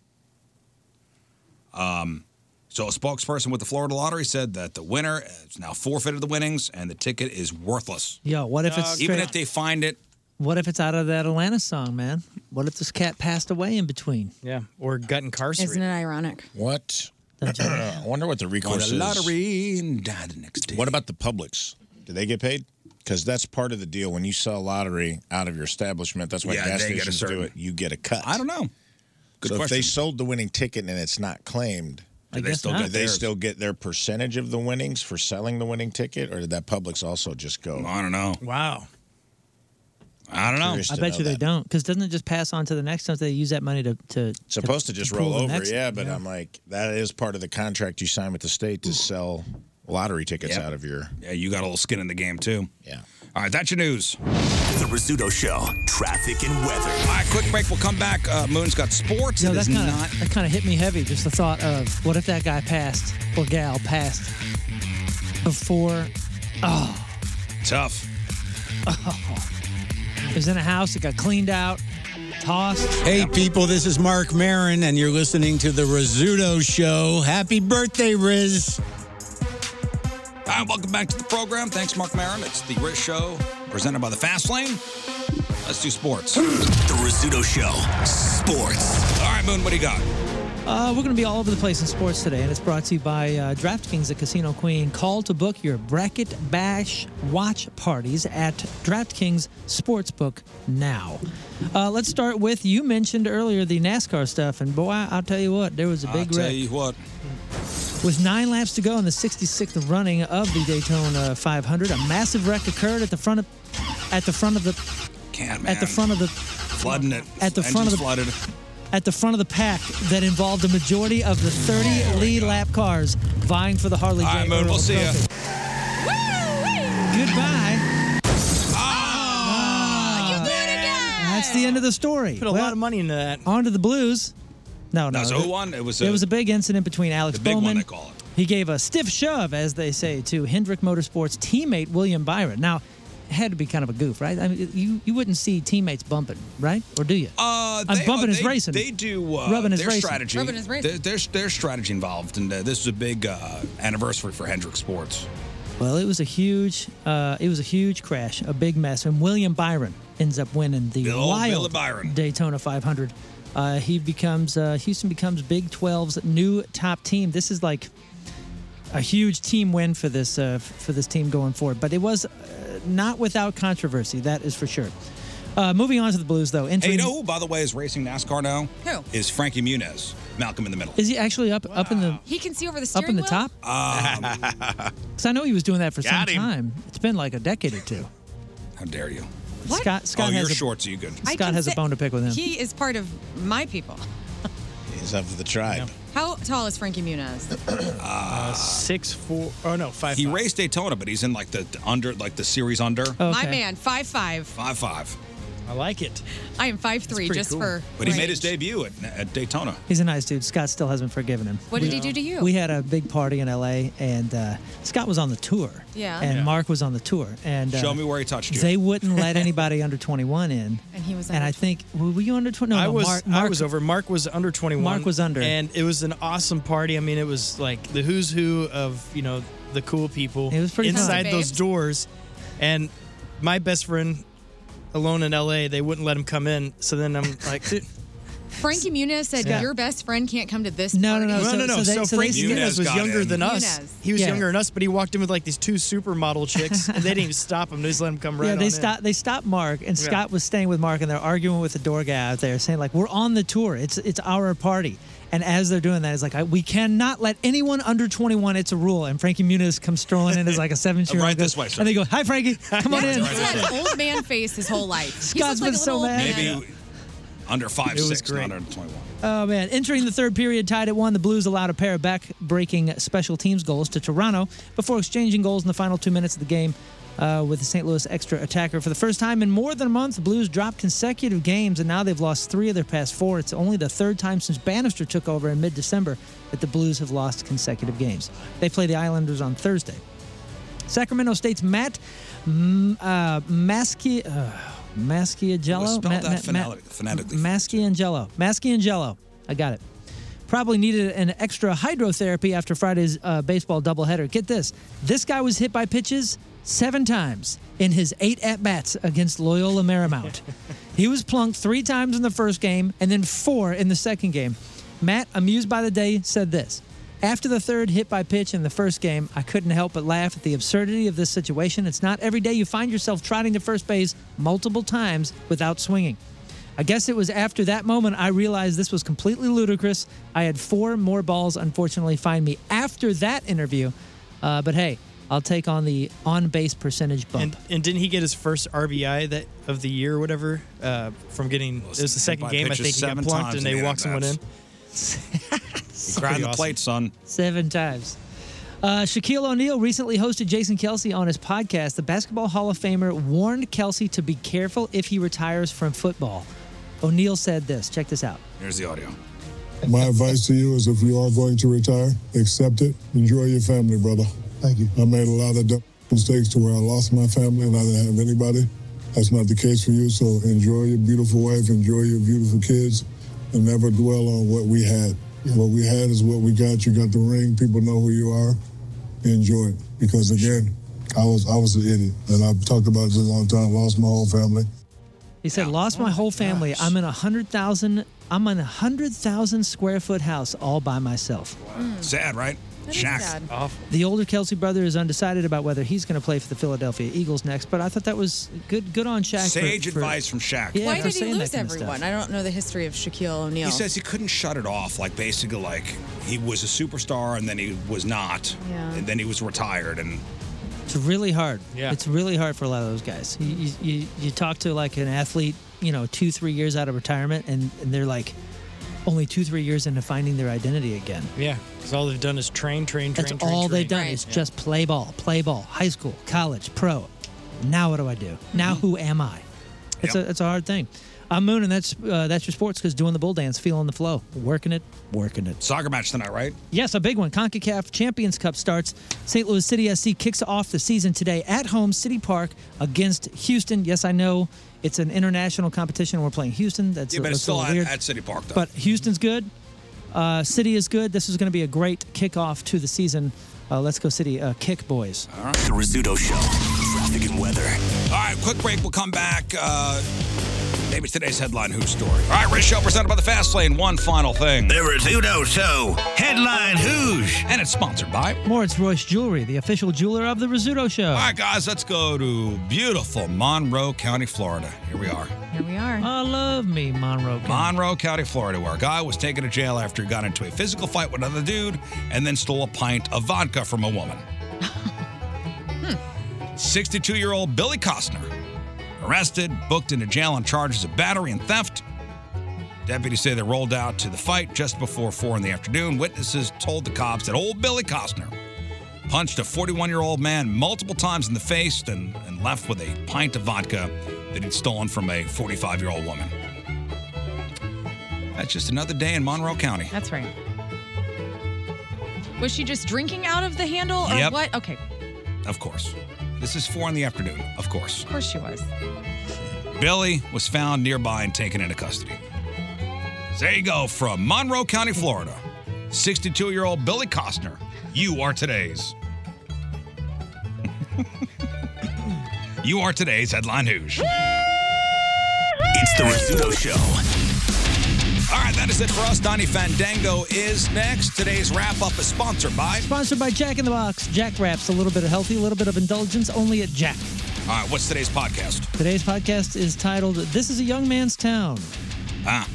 Speaker 1: Um, so a spokesperson with the Florida Lottery said that the winner has now forfeited the winnings and the ticket is worthless.
Speaker 4: Yo, what if it's
Speaker 1: even
Speaker 4: straight-
Speaker 1: if they find it?
Speaker 4: What if it's out of that Atlanta song, man? What if this cat passed away in between?
Speaker 5: Yeah. Or gut incarcerated.
Speaker 2: Isn't it ironic?
Speaker 3: What? I wonder what the recourse
Speaker 1: Won a
Speaker 3: is.
Speaker 1: lottery and died the next day.
Speaker 3: What about the Publix? Do they get paid? Because that's part of the deal. When you sell lottery out of your establishment, that's why
Speaker 1: Yeah,
Speaker 3: gas
Speaker 1: they get a
Speaker 3: stations do
Speaker 1: certain-
Speaker 3: it. You get a cut. I
Speaker 1: don't know. Good
Speaker 3: so if they
Speaker 1: question.
Speaker 3: sold the winning ticket and it's not claimed,
Speaker 1: I Do they guess still not. get
Speaker 3: do they
Speaker 1: theirs?
Speaker 3: still get their percentage of the winnings for selling the winning ticket, or did that Publix also just go?
Speaker 1: I don't know.
Speaker 5: Wow.
Speaker 1: I don't know.
Speaker 4: I bet you they don't, because doesn't it just pass on to the next? Don't they use that money to to
Speaker 3: Supposed to just
Speaker 4: pull
Speaker 3: roll
Speaker 4: the
Speaker 3: over,
Speaker 4: next-
Speaker 3: yeah. But I'm like, that is part of the contract you sign with the state to sell lottery tickets out of your.
Speaker 1: Yeah, you got a little skin in the game too.
Speaker 3: Yeah.
Speaker 1: All right, that's your news.
Speaker 8: The Rizzuto Show, traffic and weather.
Speaker 1: All right, quick break. We'll come back. Uh, Moon's got sports.
Speaker 4: No,
Speaker 1: It is
Speaker 4: that kind
Speaker 1: not.
Speaker 4: of that kind of hit me heavy. Just the thought of what if that guy passed or gal passed before. Oh,
Speaker 1: Tough.
Speaker 4: it was in a house. It got cleaned out, tossed.
Speaker 17: Hey, people, this is Mark Marin, and you're listening to The Rizzuto Show. Happy birthday, Riz.
Speaker 1: All right, welcome back to the program. Thanks, Mark Maron. It's the Rich Show presented by the Fast Lane. Let's do sports. the
Speaker 8: Rizzuto Show, sports.
Speaker 1: All right, Moon, what do you got?
Speaker 4: Uh, we're going to be all over the place in sports today, and it's brought to you by uh, DraftKings, the casino queen. Call to book your bracket bash watch parties at DraftKings Sportsbook now. Uh, let's start with you mentioned earlier the NASCAR stuff, and boy, I'll tell you what, there was a
Speaker 1: I'll
Speaker 4: big
Speaker 1: tell
Speaker 4: wreck.
Speaker 1: you what.
Speaker 4: With nine laps to go in the 66th running of the Daytona 500, a massive wreck occurred at the front of at the front of the
Speaker 1: Can't,
Speaker 4: at the front of the
Speaker 1: Flooding it.
Speaker 4: At the front of
Speaker 1: Engine's
Speaker 4: the-
Speaker 1: flooded.
Speaker 4: at the front of the pack that involved the majority of the 30 lead lap cars vying for the Harley
Speaker 1: All right,
Speaker 4: J.
Speaker 1: Moon,
Speaker 4: Earl
Speaker 1: we'll see ya.
Speaker 4: trophy. Goodbye.
Speaker 1: Ah.
Speaker 4: Uh, That's the end of the story.
Speaker 5: Put a lot of money into that.
Speaker 4: On to the Blues. No,
Speaker 1: No,
Speaker 4: no.
Speaker 1: so who won? It was
Speaker 4: it
Speaker 1: a-
Speaker 4: was a big incident between Alex
Speaker 1: the big one,
Speaker 4: Bowman.
Speaker 1: they call it.
Speaker 4: He gave a stiff shove, as they say, to Hendrick Motorsports teammate William Byron. Now, it had to be kind of a goof, right? I mean, you you wouldn't see teammates bumping, right? Or do you?
Speaker 1: Uh,
Speaker 4: I'm
Speaker 1: they-
Speaker 4: bumping
Speaker 1: oh,
Speaker 4: his
Speaker 1: they-
Speaker 4: racing.
Speaker 1: They do uh,
Speaker 4: Rubbing his
Speaker 1: their
Speaker 4: racing.
Speaker 1: strategy.
Speaker 4: Rubbing his racing.
Speaker 1: There- There's there's strategy involved, and uh, this is a big uh, anniversary for Hendrick Sports.
Speaker 4: Well, it was a huge, uh, it was a huge crash, a big mess, and William Byron ends up winning the
Speaker 1: Bill- Bill
Speaker 4: wild
Speaker 1: Byron.
Speaker 4: Daytona 500. Uh, he becomes uh, Houston becomes Big 12's new top team. This is like a huge team win for this uh, f- for this team going forward. But it was uh, not without controversy, that is for sure. Uh, moving on to the Blues, though.
Speaker 1: Hey,
Speaker 4: entering-
Speaker 1: you know who, by the way, is racing NASCAR now?
Speaker 2: Who?
Speaker 1: Is Frankie Muniz, Malcolm in the Middle.
Speaker 4: is he actually up up in the
Speaker 2: He can see over the
Speaker 4: up
Speaker 2: steering
Speaker 4: in the
Speaker 2: wheel?
Speaker 4: top?
Speaker 1: Um,
Speaker 4: Because I know he was doing that for
Speaker 1: Got
Speaker 4: some
Speaker 1: him.
Speaker 4: time. It's been like a decade or two.
Speaker 1: how dare you?
Speaker 4: Scott Scott
Speaker 1: oh,
Speaker 4: has
Speaker 1: you're
Speaker 4: a-
Speaker 1: short, so you good.
Speaker 2: I
Speaker 4: Scott
Speaker 2: can
Speaker 4: has a
Speaker 2: say-
Speaker 4: bone to pick with him.
Speaker 2: He is part of my people.
Speaker 3: He's up to the tribe.
Speaker 2: How tall is Frankie Muniz?
Speaker 1: Uh,
Speaker 5: six four. Oh no, five.
Speaker 1: He raced Daytona, but he's in like the, the under, like the series under.
Speaker 4: Oh.
Speaker 2: My man, five five.
Speaker 1: Five five.
Speaker 5: I like it.
Speaker 2: I am five three,
Speaker 4: pretty
Speaker 2: just
Speaker 4: cool.
Speaker 2: for.
Speaker 1: But he made his debut at, at Daytona.
Speaker 4: He's a nice dude. Scott still hasn't forgiven him.
Speaker 2: What did
Speaker 4: We-
Speaker 2: he do to you?
Speaker 4: We had a big party in LA, and uh, Scott was on the tour.
Speaker 2: Yeah.
Speaker 4: And
Speaker 2: Yeah.
Speaker 4: Mark was on the tour. And uh,
Speaker 1: Show me where he touched you.
Speaker 4: They wouldn't let anybody under 21 in.
Speaker 2: And he was.
Speaker 4: And I think were were you under 21? Oh, No,
Speaker 5: I
Speaker 4: no,
Speaker 5: was
Speaker 4: Mark,
Speaker 5: I
Speaker 4: Mark-
Speaker 5: was over. Mark was under 21.
Speaker 4: Mark was under.
Speaker 5: And it was an awesome party. I mean, it was like the who's who of, you know, the cool people. It was
Speaker 4: pretty fun.
Speaker 5: inside
Speaker 4: Tons of
Speaker 5: those
Speaker 4: babes.
Speaker 5: doors. And my best friend alone in LA, they wouldn't let him come in. So then I'm like, dude,
Speaker 2: Frankie Muniz said
Speaker 5: Yeah.
Speaker 2: your best friend can't come to this.
Speaker 5: No,
Speaker 2: party.
Speaker 5: no, no, no, no. So, Frank
Speaker 4: they-
Speaker 5: Muniz was
Speaker 4: Muniz
Speaker 5: younger
Speaker 4: got
Speaker 5: than
Speaker 4: in.
Speaker 5: us.
Speaker 4: Muniz.
Speaker 5: He was
Speaker 4: Yeah.
Speaker 5: younger than us, but he walked in with like these two supermodel chicks, and they didn't even stop him. They just let him come right.
Speaker 4: yeah,
Speaker 5: on
Speaker 4: they
Speaker 5: in.
Speaker 4: stopped. They stopped Mark, and
Speaker 5: Yeah.
Speaker 4: Scott was staying with Mark, and they're arguing with the door guy out there, saying like, "We're on the tour. It's it's our party." And as they're doing that, it's like, I, "We cannot let anyone under 21. It's a rule." And Frankie Muniz comes strolling in as like a seven-year-old.
Speaker 1: Right
Speaker 4: goes-
Speaker 1: this way, sir.
Speaker 4: And they go, "Hi, Frankie. Come on in."
Speaker 2: He's had old man face his whole life. He's
Speaker 4: Scott's
Speaker 2: like
Speaker 4: been
Speaker 2: a
Speaker 4: so
Speaker 2: little old
Speaker 4: mad.
Speaker 2: man.
Speaker 1: Maybe under five
Speaker 4: It was
Speaker 1: six,
Speaker 4: great.
Speaker 1: not under twenty one.
Speaker 4: Oh man! Entering the third period, tied at one, the Blues allowed a pair of back-breaking special teams goals to Toronto before exchanging goals in the final two minutes of the game uh, with the St. Louis extra attacker. For the first time in more than a month, the Blues dropped consecutive games, and now they've lost three of their past four. It's only the third time since Bannister took over in mid-December that the Blues have lost consecutive games. They play the Islanders on Thursday. Sacramento State's Matt mm, uh, Maschi, uh, Maschiagello.
Speaker 1: Spell
Speaker 4: Matt-
Speaker 1: that
Speaker 4: Matt- Matt-
Speaker 1: phonetic- phonetically.
Speaker 4: Maschiangelo. Maschiangelo. I got it. Probably needed an extra hydrotherapy after Friday's uh, baseball doubleheader. Get this. This guy was hit by pitches seven times in his eight at bats against Loyola Marymount. he was plunked three times in the first game and then four in the second game. Matt, amused by the day, said this. After the third hit by pitch in the first game, I couldn't help but laugh at the absurdity of this situation. It's not every day you find yourself trotting to first base multiple times without swinging. I guess it was after that moment I realized this was completely ludicrous. I had four more balls, unfortunately, find me after that interview. Uh, but hey, I'll take on the on base percentage bump.
Speaker 5: And, and didn't he get his first RBI that of the year or whatever uh, from getting? it was the second
Speaker 1: by
Speaker 5: game, I
Speaker 1: pitches
Speaker 5: think he got
Speaker 1: seven
Speaker 5: plunked
Speaker 1: times
Speaker 5: and
Speaker 1: in
Speaker 5: they
Speaker 1: the
Speaker 5: walked someone in.
Speaker 1: at-bats. Grind the plate, son.
Speaker 4: Seven times. Uh, Shaquille O'Neal recently hosted Jason Kelsey on his podcast. The Basketball Hall of Famer warned Kelsey to be careful if he retires from football. O'Neal said this. Check this out.
Speaker 1: Here's the audio.
Speaker 18: My advice to you is if you are going to retire, accept it. Enjoy your family, brother. Thank you. I made a lot of dumb mistakes to where I lost my family and I didn't have anybody. That's not the case for you, so enjoy your beautiful wife, enjoy your beautiful kids, and never dwell on what we had. What we had is what we got. You got the ring, people know who you are. Enjoy it. Because again, I was I was an idiot. And I've talked about this a long time, lost my whole family.
Speaker 4: He said, "Lost my whole family. I'm in a hundred thousand. I'm in a hundred thousand square foot house all by myself."
Speaker 1: Sad, right? Shaq. Awful.
Speaker 4: The older Kelsey brother is undecided about whether he's going to play for the Philadelphia Eagles next, but I thought that was good. Good on Shaq. for-
Speaker 1: Sage
Speaker 4: for-
Speaker 1: advice from Shaq.
Speaker 4: Yeah,
Speaker 2: Why
Speaker 4: for
Speaker 2: did he
Speaker 4: saying that
Speaker 2: lose
Speaker 4: kind of stuff.
Speaker 2: everyone? I don't know the history of Shaquille O'Neal.
Speaker 1: He says he couldn't shut it off. Like basically, like he was a superstar and then he was not,
Speaker 2: Yeah.
Speaker 1: and then he was retired. And
Speaker 4: It's really hard. Yeah. It's really hard for a lot of those guys. You, you, you, you talk to like an athlete, you know, two, three years out of retirement, and, and they're like only two, three years into finding their identity again.
Speaker 5: Yeah, because all they've done is train, train, train.
Speaker 4: That's
Speaker 5: train,
Speaker 4: all
Speaker 5: train.
Speaker 4: they've done is just play ball, play ball, high school, college, pro. Now what do I do? Now who am I? It's a it's a hard thing. I'm mooning. That's uh, that's your sports because doing the bull dance, feeling the flow, working it, working it.
Speaker 1: Soccer match tonight, right?
Speaker 4: Yes, a big one. CONCACAF Champions Cup starts. St. Louis City SC kicks off the season today at home, City Park, against Houston. Yes, I know it's an international competition. We're playing Houston. That's
Speaker 1: yeah,
Speaker 4: a,
Speaker 1: but it's
Speaker 4: that's a
Speaker 1: still
Speaker 4: little
Speaker 1: at,
Speaker 4: weird.
Speaker 1: at City Park though.
Speaker 4: But Houston's good. Uh, City is good. This is going to be a great kickoff to the season. Uh, let's go, City. Uh, kick, boys.
Speaker 8: The Rizzuto Show. Traffic and weather.
Speaker 1: All right, quick break. We'll come back. Uh, maybe it's today's headline hoop story. All right, Rich Show presented by the Fast Lane. One final thing.
Speaker 19: The Rizzuto Show. Headline Hoosh.
Speaker 1: And it's sponsored by.
Speaker 4: Lawrence Royce Jewelry, the official jeweler of the Rizzuto Show.
Speaker 1: All right, guys, let's go to beautiful Monroe County, Florida. Here we are.
Speaker 2: Here we are.
Speaker 4: I love me, Monroe.
Speaker 1: Monroe County, Florida, where a guy was taken to jail after he got into a physical fight with another dude and then stole a pint of vodka from a woman. 62 year old Billy Costner, arrested, booked into jail on charges of battery and theft. Deputies say they rolled out to the fight just before 4 in the afternoon. Witnesses told the cops that old Billy Costner punched a 41 year old man multiple times in the face and, and left with a pint of vodka that he'd stolen from a 45 year old woman. That's just another day in Monroe County.
Speaker 2: That's right. Was she just drinking out of the handle or
Speaker 1: Yep.
Speaker 2: what? Okay,
Speaker 1: Of course. This is 4 in the afternoon. Of course.
Speaker 2: of course she was.
Speaker 1: Billy was found nearby and taken into custody. So there you go from Monroe County, Florida. 62 year old Billy Costner. You are today's. you are today's headline news.
Speaker 8: It's the Rizzuto Show.
Speaker 1: All right, that is it for us. Donnie Fandango is next. Today's wrap up is sponsored by.
Speaker 4: Sponsored by Jack in the Box. Jack wraps a little bit of healthy, a little bit of indulgence, only at Jack.
Speaker 1: All right, what's today's podcast?
Speaker 4: Today's podcast is titled "This Is a Young Man's Town."
Speaker 1: Ah,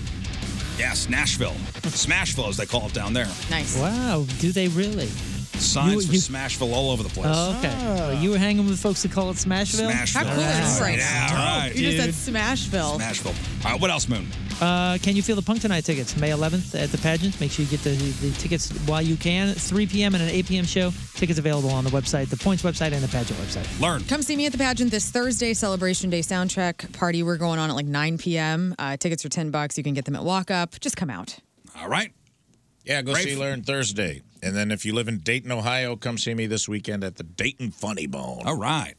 Speaker 1: yes, Nashville. Smashville, as they call it down there.
Speaker 2: Nice.
Speaker 4: Wow, do they really?
Speaker 1: Signs
Speaker 4: You-
Speaker 1: for
Speaker 4: you-
Speaker 1: Smashville all over the place.
Speaker 4: Oh, okay. You were hanging with folks that call it Smashville.
Speaker 1: Smashville. How cool is Right. this?
Speaker 4: Oh,
Speaker 1: Yeah, right,
Speaker 2: You
Speaker 4: dude.
Speaker 2: just said Smashville.
Speaker 1: Smashville. All right, what else, Moon?
Speaker 4: Uh, can you feel the punk tonight? Tickets May 11th at the pageant. Make sure you get the, the tickets while you can. 3 p.m. and an 8 p.m. show. Tickets available on the website, the points website, and the pageant website.
Speaker 1: Learn.
Speaker 2: Come see me at the pageant this Thursday, Celebration Day soundtrack party. We're going on at like 9 p.m. Uh, tickets are 10 bucks. You can get them at Walk Up. Just come out.
Speaker 1: All right.
Speaker 3: Yeah, go see Learn Thursday. And then if you live in Dayton, Ohio, come see me this weekend at the Dayton Funny Bone.
Speaker 1: All right.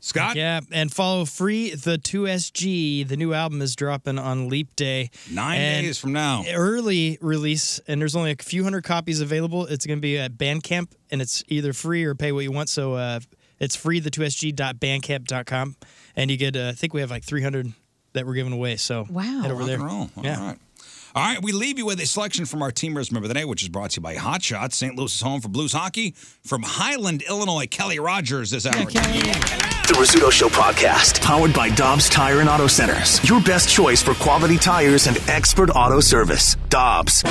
Speaker 1: Scott?
Speaker 5: Yeah, and follow Free the 2SG. The new album is dropping on Leap Day.
Speaker 1: Nine
Speaker 5: And
Speaker 1: days from now.
Speaker 5: Early release, and there's only a few hundred copies available. It's going to be at Bandcamp, and it's either free or pay what you want. So uh, it's free the2sg.bandcamp.com. And you get, uh, I think we have like 300 that we're giving away. So
Speaker 2: wow.
Speaker 5: head over
Speaker 1: Rock
Speaker 5: there.
Speaker 1: and roll. All
Speaker 5: yeah.
Speaker 1: right. All right, we leave you with a selection from our Team Riz Member of the Day, which is brought to you by Hot Shots, St. Louis's home for blues hockey. From Highland, Illinois, Kelly Rogers this hour.
Speaker 8: The Rizzuto Show podcast. Powered by Dobbs Tire and Auto Centers. Your best choice for quality tires and expert auto service. Dobbs.